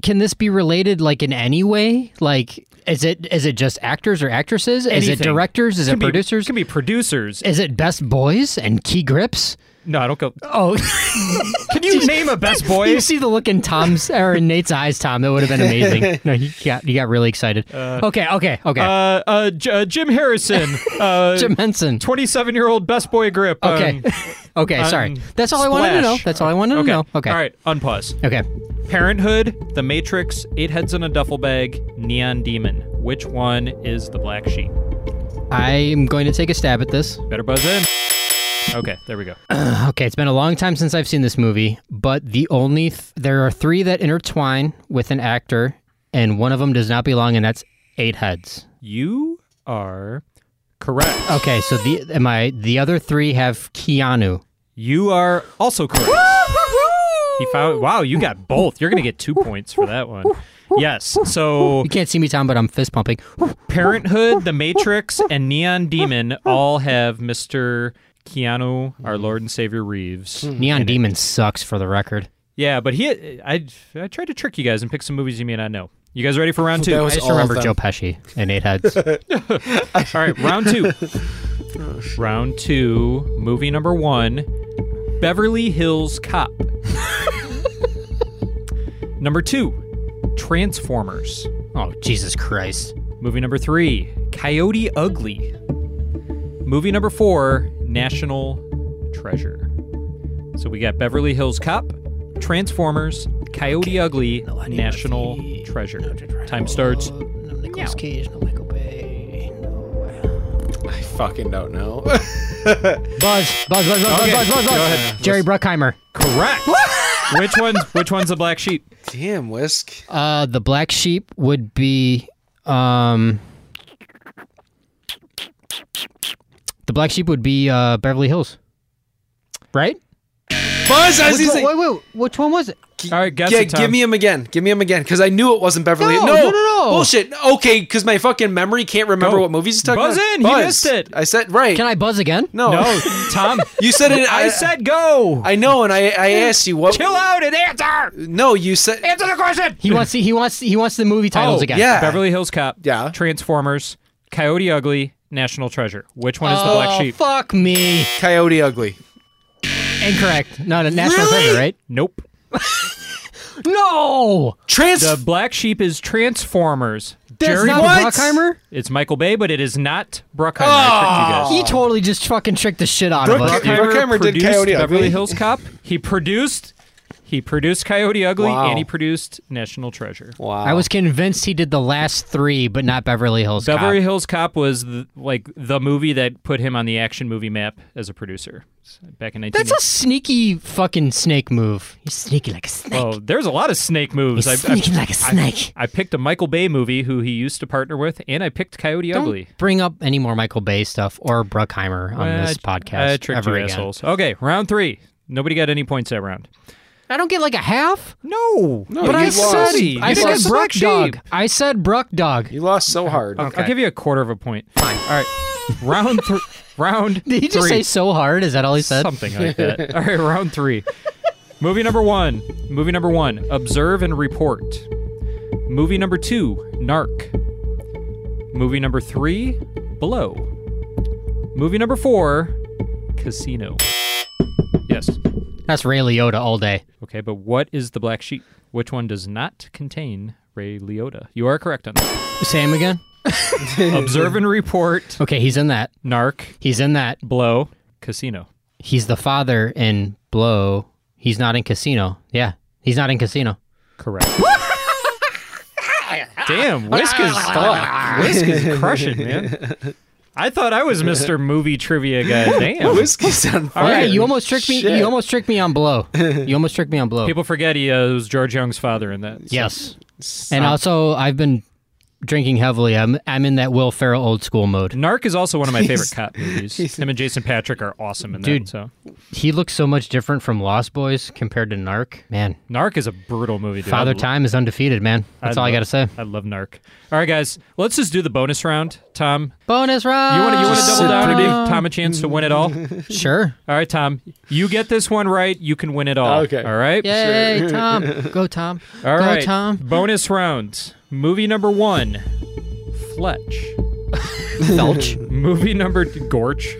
Speaker 3: can this be related, like, in any way? Like, is it is it just actors or actresses? Is it
Speaker 2: Anything.
Speaker 3: directors? Is
Speaker 2: Can
Speaker 3: it
Speaker 2: be-
Speaker 3: producers?
Speaker 2: Can be producers.
Speaker 3: Is it best boys and key grips?
Speaker 2: No, I don't go.
Speaker 3: Oh,
Speaker 2: can you name a best boy?
Speaker 3: [laughs] You see the look
Speaker 2: [laughs]
Speaker 3: in Tom's or in Nate's eyes, Tom. That would have been amazing. No, you got you got really excited. okay, okay, okay.
Speaker 2: Uh, uh, J- uh Jim Harrison. Uh,
Speaker 3: [laughs] Jim Henson.
Speaker 2: Twenty-seven-year-old best boy grip. um,
Speaker 3: Okay. [laughs] Okay, sorry. That's all I wanted to know. That's all I wanted to know. Okay.
Speaker 2: All right. Unpause.
Speaker 3: Okay.
Speaker 2: Parenthood, The Matrix, Eight Heads in a Duffel Bag, Neon Demon. Which one is the black sheep?
Speaker 3: I am going to take a stab at this.
Speaker 2: Better buzz in. Okay. There we go.
Speaker 3: okay, it's been a long time since I've seen this movie, but the only th- there are three that intertwine with an actor, and one of them does not belong, and that's Eight Heads.
Speaker 2: You are correct.
Speaker 3: Okay, so the am I the other three have Keanu.
Speaker 2: You are also correct. He found. Wow, you got both. You're gonna get two points for that one. Yes. So
Speaker 3: You can't see me, Tom, but I'm fist pumping.
Speaker 2: Parenthood, The Matrix, and Neon Demon all have Mr. Keanu, our Lord and Savior Reeves.
Speaker 3: Neon Demon sucks for the record.
Speaker 2: Yeah, but he, I, I tried to trick you guys and pick some movies you may not know. You guys ready for round two?
Speaker 3: I just remember Joe Pesci and
Speaker 2: [laughs]
Speaker 3: eight heads.
Speaker 2: all right, round two. round two, movie number one Beverly Hills Cop. number two, Transformers.
Speaker 3: Oh, Jesus Christ.
Speaker 2: Movie number three, Coyote Ugly. Movie number four, National Treasure. So we got Beverly Hills Cop, Transformers, Coyote Ugly, National Treasure. Time starts
Speaker 11: Nicholas Cage, no Michael Bay.
Speaker 1: I fucking don't know.
Speaker 3: Buzz, buzz, buzz, buzz,
Speaker 2: Okay,
Speaker 3: buzz, buzz, buzz.
Speaker 2: go ahead.
Speaker 3: Jerry Bruckheimer.
Speaker 2: Correct. which one's which one's the black sheep?
Speaker 1: Damn, Whisk.
Speaker 3: Uh, the black sheep would be, um, the black sheep would be uh, Beverly Hills, right?
Speaker 1: Buzz, I was
Speaker 3: Which
Speaker 1: gonna
Speaker 3: one- wait, wait, which one was it?
Speaker 2: All right, guess
Speaker 1: Yeah,
Speaker 2: it, Tom.
Speaker 1: give me him again. Give me him again, because I knew it wasn't Beverly.
Speaker 3: No,
Speaker 1: No,
Speaker 3: no, no, no.
Speaker 1: bullshit. Okay, because my fucking memory can't remember
Speaker 2: Go.
Speaker 1: what movies he's talking
Speaker 2: Buzz
Speaker 1: about.
Speaker 2: in, he missed it.
Speaker 1: I said right.
Speaker 3: Can I buzz again?
Speaker 1: No,
Speaker 2: No, Tom.
Speaker 1: you said it.
Speaker 2: [laughs] I said go.
Speaker 1: I know, and I I asked you what.
Speaker 2: Chill out and answer.
Speaker 1: No, you said
Speaker 2: Answer the question.
Speaker 3: He wants. He wants. He wants the movie titles again.
Speaker 1: yeah.
Speaker 2: Beverly Hills Cop.
Speaker 1: uh, Yeah.
Speaker 2: Transformers. Coyote Ugly. National Treasure. Which one is the black
Speaker 3: Oh,
Speaker 2: sheep?
Speaker 3: Fuck me.
Speaker 1: Coyote Ugly.
Speaker 3: Incorrect. Not a national treasure, right?
Speaker 2: Nope.
Speaker 3: No.
Speaker 1: Trans.
Speaker 2: The black sheep is Transformers.
Speaker 3: That's
Speaker 2: Jerry,
Speaker 3: not
Speaker 1: what?
Speaker 3: Bruckheimer.
Speaker 2: It's Michael Bay, but it is not Bruckheimer. I
Speaker 3: He
Speaker 2: tricked you guys.
Speaker 3: totally just fucking tricked the shit out of us.
Speaker 1: Oh. Bruckheimer-
Speaker 3: dude.
Speaker 1: Bruckheimer did
Speaker 2: produced
Speaker 1: Coyote Ugly.
Speaker 2: Beverly Hills Cop. He produced. He produced Coyote Ugly
Speaker 1: Wow.
Speaker 2: and he produced National Treasure.
Speaker 1: Wow.
Speaker 3: I was convinced he did the last three, but not Beverly Hills. Cop.
Speaker 2: Beverly Hills Cop was the, like the movie that put him on the action movie map as a producer back in 19.
Speaker 3: That's a sneaky fucking snake move. He's sneaky like a snake.
Speaker 2: Oh, there's a lot of snake moves.
Speaker 3: He's sneaking like a snake.
Speaker 2: I, picked a Michael Bay movie who he used to partner with, and I picked Coyote
Speaker 3: Don't
Speaker 2: Ugly.
Speaker 3: bring up any more Michael Bay stuff or Bruckheimer on
Speaker 2: Uh,
Speaker 3: this
Speaker 2: I
Speaker 3: podcast
Speaker 2: tricked
Speaker 3: ever
Speaker 2: you
Speaker 3: again.
Speaker 2: assholes. Okay, round three. Nobody got any points that round.
Speaker 3: I don't get like a half.
Speaker 1: you
Speaker 2: No,
Speaker 3: but I
Speaker 1: lost.
Speaker 3: said
Speaker 2: You
Speaker 3: I
Speaker 2: didn't
Speaker 3: said
Speaker 2: get black
Speaker 3: Bruck dog.
Speaker 2: sheep.
Speaker 3: I said Bruck dog.
Speaker 1: You lost so hard.
Speaker 2: I'll give you a quarter of a point. Fine. All right, round three. Round.
Speaker 3: Did he just
Speaker 2: three.
Speaker 3: say so hard? Is that all he said?
Speaker 2: Something like that. All right, round three. Movie number one. Movie number one. Observe and report. Movie number two. Narc. Movie number three. Blow. Movie number four. Casino. Yes.
Speaker 3: That's Ray Liotta all day.
Speaker 2: Okay, but what is the black sheep? Which one does not contain Ray Liotta? You are correct on that.
Speaker 3: Sam again?
Speaker 2: Observe and report.
Speaker 3: Okay, he's in that.
Speaker 2: Narc.
Speaker 3: He's in that.
Speaker 2: Blow. Casino.
Speaker 3: He's the father in Blow. He's not in Casino. Yeah, he's not in Casino.
Speaker 2: Correct. Damn, Whisk is fuck. Whisk is crushing, man. I thought I was Mr. Movie Trivia guy. Damn.
Speaker 1: Whiskey's on fire.
Speaker 3: yeah, you almost tricked me.
Speaker 1: Shit.
Speaker 3: You almost tricked me on Blow. You almost tricked me on Blow.
Speaker 2: People forget he uh, was George Young's father in that.
Speaker 3: yes. And also, I've been drinking heavily. I'm I'm in that Will Ferrell old school mode.
Speaker 2: Narc is also one of my favorite cop movies. Him and Jason Patrick are awesome in
Speaker 3: Dude.
Speaker 2: that. So
Speaker 3: He looks so much different from Lost Boys compared to Narc. Man,
Speaker 2: Narc is a brutal movie. Dude.
Speaker 3: Father
Speaker 2: I lo-
Speaker 3: Time is undefeated, man. That's all I
Speaker 2: love-
Speaker 3: gotta say.
Speaker 2: I love Narc. All right, guys, let's just do the bonus round. Tom,
Speaker 3: Bonus round.
Speaker 2: you want to you want to
Speaker 1: Just
Speaker 2: double
Speaker 1: sit
Speaker 2: down and
Speaker 1: pretty.
Speaker 2: give Tom a chance to win it all? all
Speaker 3: Sure.
Speaker 2: right, Tom, you get this one right, you can win it all.
Speaker 1: Okay.
Speaker 2: All right.
Speaker 3: Yay, Tom. Go, Tom.
Speaker 2: All
Speaker 3: Go,
Speaker 2: right,
Speaker 3: Tom.
Speaker 2: Bonus round. Movie number one, Fletch.
Speaker 3: Felch.
Speaker 2: Movie number
Speaker 3: [laughs]
Speaker 2: Gorch.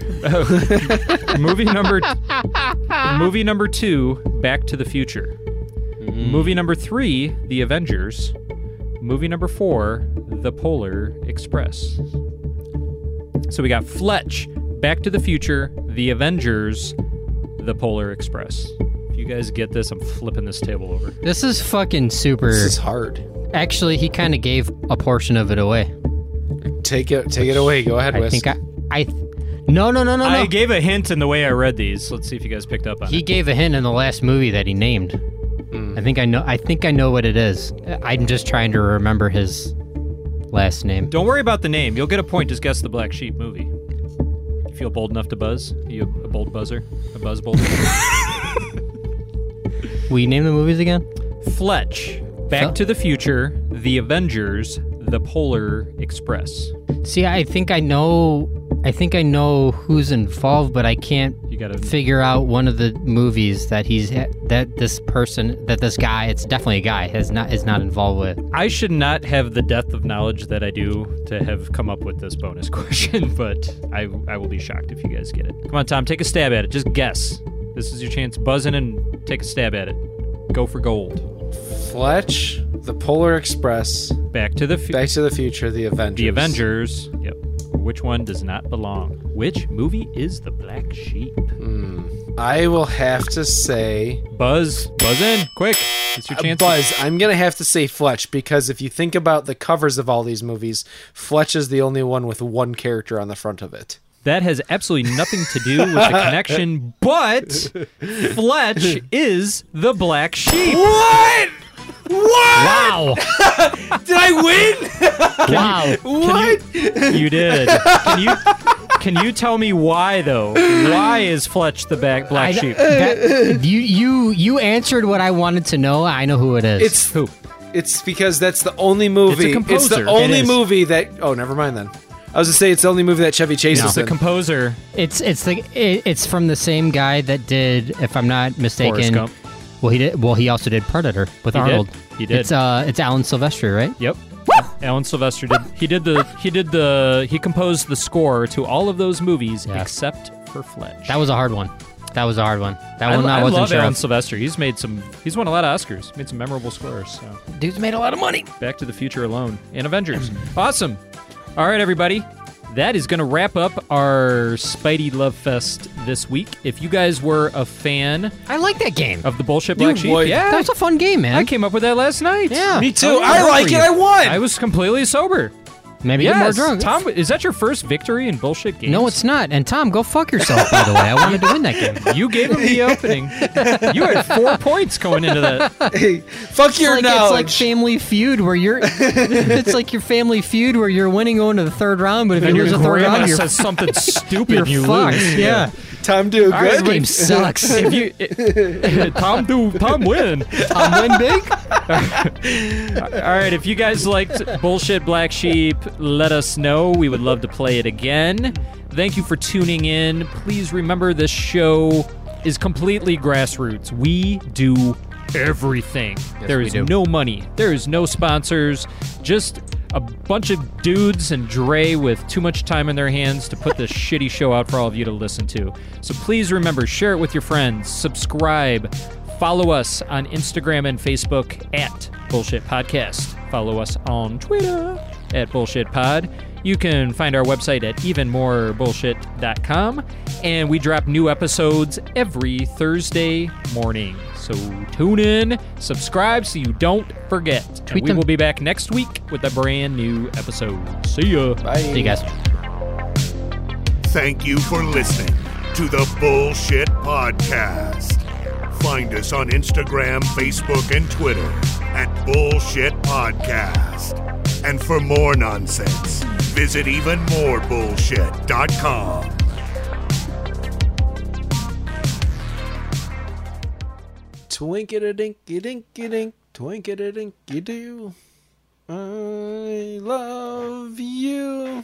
Speaker 2: movie number movie number two, Back to the Future. Movie number three, The Avengers. Movie number four, The Polar Express. So we got Fletch, Back to the Future, The Avengers, The Polar Express. If you guys get this, I'm flipping this table over.
Speaker 3: This is fucking super.
Speaker 1: This is hard.
Speaker 3: Actually, he kind of gave a portion of it away.
Speaker 1: Take it. Take it away. Go ahead,
Speaker 3: I
Speaker 1: Whisk.
Speaker 3: think I. I no, no, Oh, no, no,
Speaker 2: I
Speaker 3: no.
Speaker 2: gave a hint in the way I read these. Let's see if you guys picked up on
Speaker 3: he
Speaker 2: it.
Speaker 3: gave a hint in the last movie that he named. I think I know. I think I know what it is. I'm just trying to remember his last name.
Speaker 2: Don't worry about the name. You'll get a point. Just guess the Black Sheep movie. You feel bold enough to buzz? Are you a bold buzzer? A buzz
Speaker 3: [laughs]
Speaker 2: bold?
Speaker 3: Will you name the movies again?
Speaker 2: Fletch, Back
Speaker 3: Fel-
Speaker 2: to the Future, The Avengers, The Polar Express.
Speaker 3: See, I think I know I think I know who's involved, but I can't
Speaker 2: You gotta-
Speaker 3: figure out one of the movies that he's that this person that this guy it's definitely a guy has not is not involved with.
Speaker 2: I should not have the depth of knowledge that I do to have come up with this bonus [laughs] question, but I, I will be shocked if you guys get it. Come on, Tom, take a stab at it. Just guess. This is your chance. Buzz in and take a stab at it. Go for gold.
Speaker 1: Fletch, The Polar Express,
Speaker 2: Back to the Future,
Speaker 1: Back to the Future, The Avengers.
Speaker 2: The Avengers. Yep. Which one does not belong? Which movie is the black sheep?
Speaker 1: I will have to say
Speaker 2: Buzz, buzz in, quick. It's
Speaker 1: Uh,
Speaker 2: your chance.
Speaker 1: Buzz, I'm gonna have to say Fletch because if you think about the covers of all these movies, Fletch is the only one with one character on the front of it.
Speaker 2: That has absolutely nothing to do with the connection, but Fletch is the black sheep.
Speaker 12: What? What?
Speaker 2: Wow.
Speaker 12: Did I win?
Speaker 2: Wow.
Speaker 12: What?
Speaker 2: [laughs] You did. Can you can you tell me why though? Why is Fletch the back black sheep?
Speaker 3: uh, That, you you you answered what I wanted to know. I know who it is.
Speaker 1: It's
Speaker 2: who?
Speaker 1: It's because that's the only movie.
Speaker 3: composer.
Speaker 1: the only
Speaker 3: It is.
Speaker 1: movie that. Oh, never mind then. I was gonna say it's the only movie that Chevy Chase
Speaker 3: No.
Speaker 1: is
Speaker 3: It's the
Speaker 1: in.
Speaker 2: composer.
Speaker 3: It's it's the it, it's from the same guy that did, if I'm not mistaken.
Speaker 2: Gump.
Speaker 3: Well, he did. Well, he also did Predator with
Speaker 2: He did.
Speaker 3: Arnold.
Speaker 2: He did.
Speaker 3: It's uh, it's Alan Silvestri, right?
Speaker 2: Yep. Alan Sylvester did. He did the. He did the. He composed the score to all of those movies except for Fletch.
Speaker 3: That was a hard one. That was a hard one. That
Speaker 2: I,
Speaker 3: one I,
Speaker 2: I
Speaker 3: wasn't
Speaker 2: love
Speaker 3: sure.
Speaker 2: Alan
Speaker 3: of.
Speaker 2: Sylvester. He's made some. He's won a lot of Oscars. Made some memorable scores. So.
Speaker 3: Dude's made a lot of money.
Speaker 2: Back to the Future alone and Avengers. [clears throat] awesome. All right, everybody. That is going to wrap up our Spidey Love Fest this week. If you guys were a fan,
Speaker 3: I like that game
Speaker 2: of the bullshit black sheep. Yeah,
Speaker 3: Oh, that was a fun game, man.
Speaker 2: I came up with that last night.
Speaker 3: Yeah. Me
Speaker 1: too. I like it. I won.
Speaker 2: I was completely sober.
Speaker 3: Maybe
Speaker 2: yes.
Speaker 3: get more drunk.
Speaker 2: Tom, is that your first victory in bullshit games?
Speaker 3: No, it's not. And Tom, go fuck yourself. By the way, I wanted to win that
Speaker 2: [laughs]
Speaker 3: game.
Speaker 2: You gave him
Speaker 3: [laughs]
Speaker 2: the opening. you had four points going into that.
Speaker 1: Fuck
Speaker 3: your it's like, It's like Family Feud where
Speaker 2: [laughs]
Speaker 3: you're. it's like your Family Feud where you're winning going to the third round, but if
Speaker 2: And
Speaker 3: you
Speaker 2: your
Speaker 3: lose the third
Speaker 2: grandma
Speaker 3: round, [laughs] you're
Speaker 2: says something stupid
Speaker 3: You're
Speaker 2: and you
Speaker 3: fucked.
Speaker 2: lose.
Speaker 3: Yeah.
Speaker 1: Tom do
Speaker 2: All right,
Speaker 1: good.
Speaker 2: wait. if you, [laughs] i- Tom do Tom
Speaker 3: [laughs]
Speaker 2: win.
Speaker 3: Tom win big.
Speaker 2: All right, if you guys liked bullshit black sheep, let us know. We would love to play it again. Thank you for tuning in. Please remember this show is completely grassroots. We do everything. there
Speaker 10: we
Speaker 2: is
Speaker 10: do.
Speaker 2: no money. There is no sponsors. Just a bunch of dudes and Dre with too much time in their hands
Speaker 10: [laughs]
Speaker 2: to put this shitty show out for all of you to listen to. So please remember, share it with your friends, subscribe, follow us on Instagram and Facebook at Bullshit Podcast. Follow us on Twitter at Bullshit Pod. You can find our website at evenmorebullshit.com. And we drop new episodes every Thursday morning. So tune in, subscribe so you don't forget. And
Speaker 3: Tweet
Speaker 2: we
Speaker 3: them.
Speaker 2: will be back next week with a brand new episode. See ya. Bye.
Speaker 3: See you guys.
Speaker 6: Thank you for listening to the Bullshit Podcast. Find us on Instagram, Facebook, and Twitter at Bullshit Podcast. And for more nonsense, visit evenmorebullshit.com.
Speaker 1: Twinkity dinky dinky dink, twinkity dinky doo. I love you.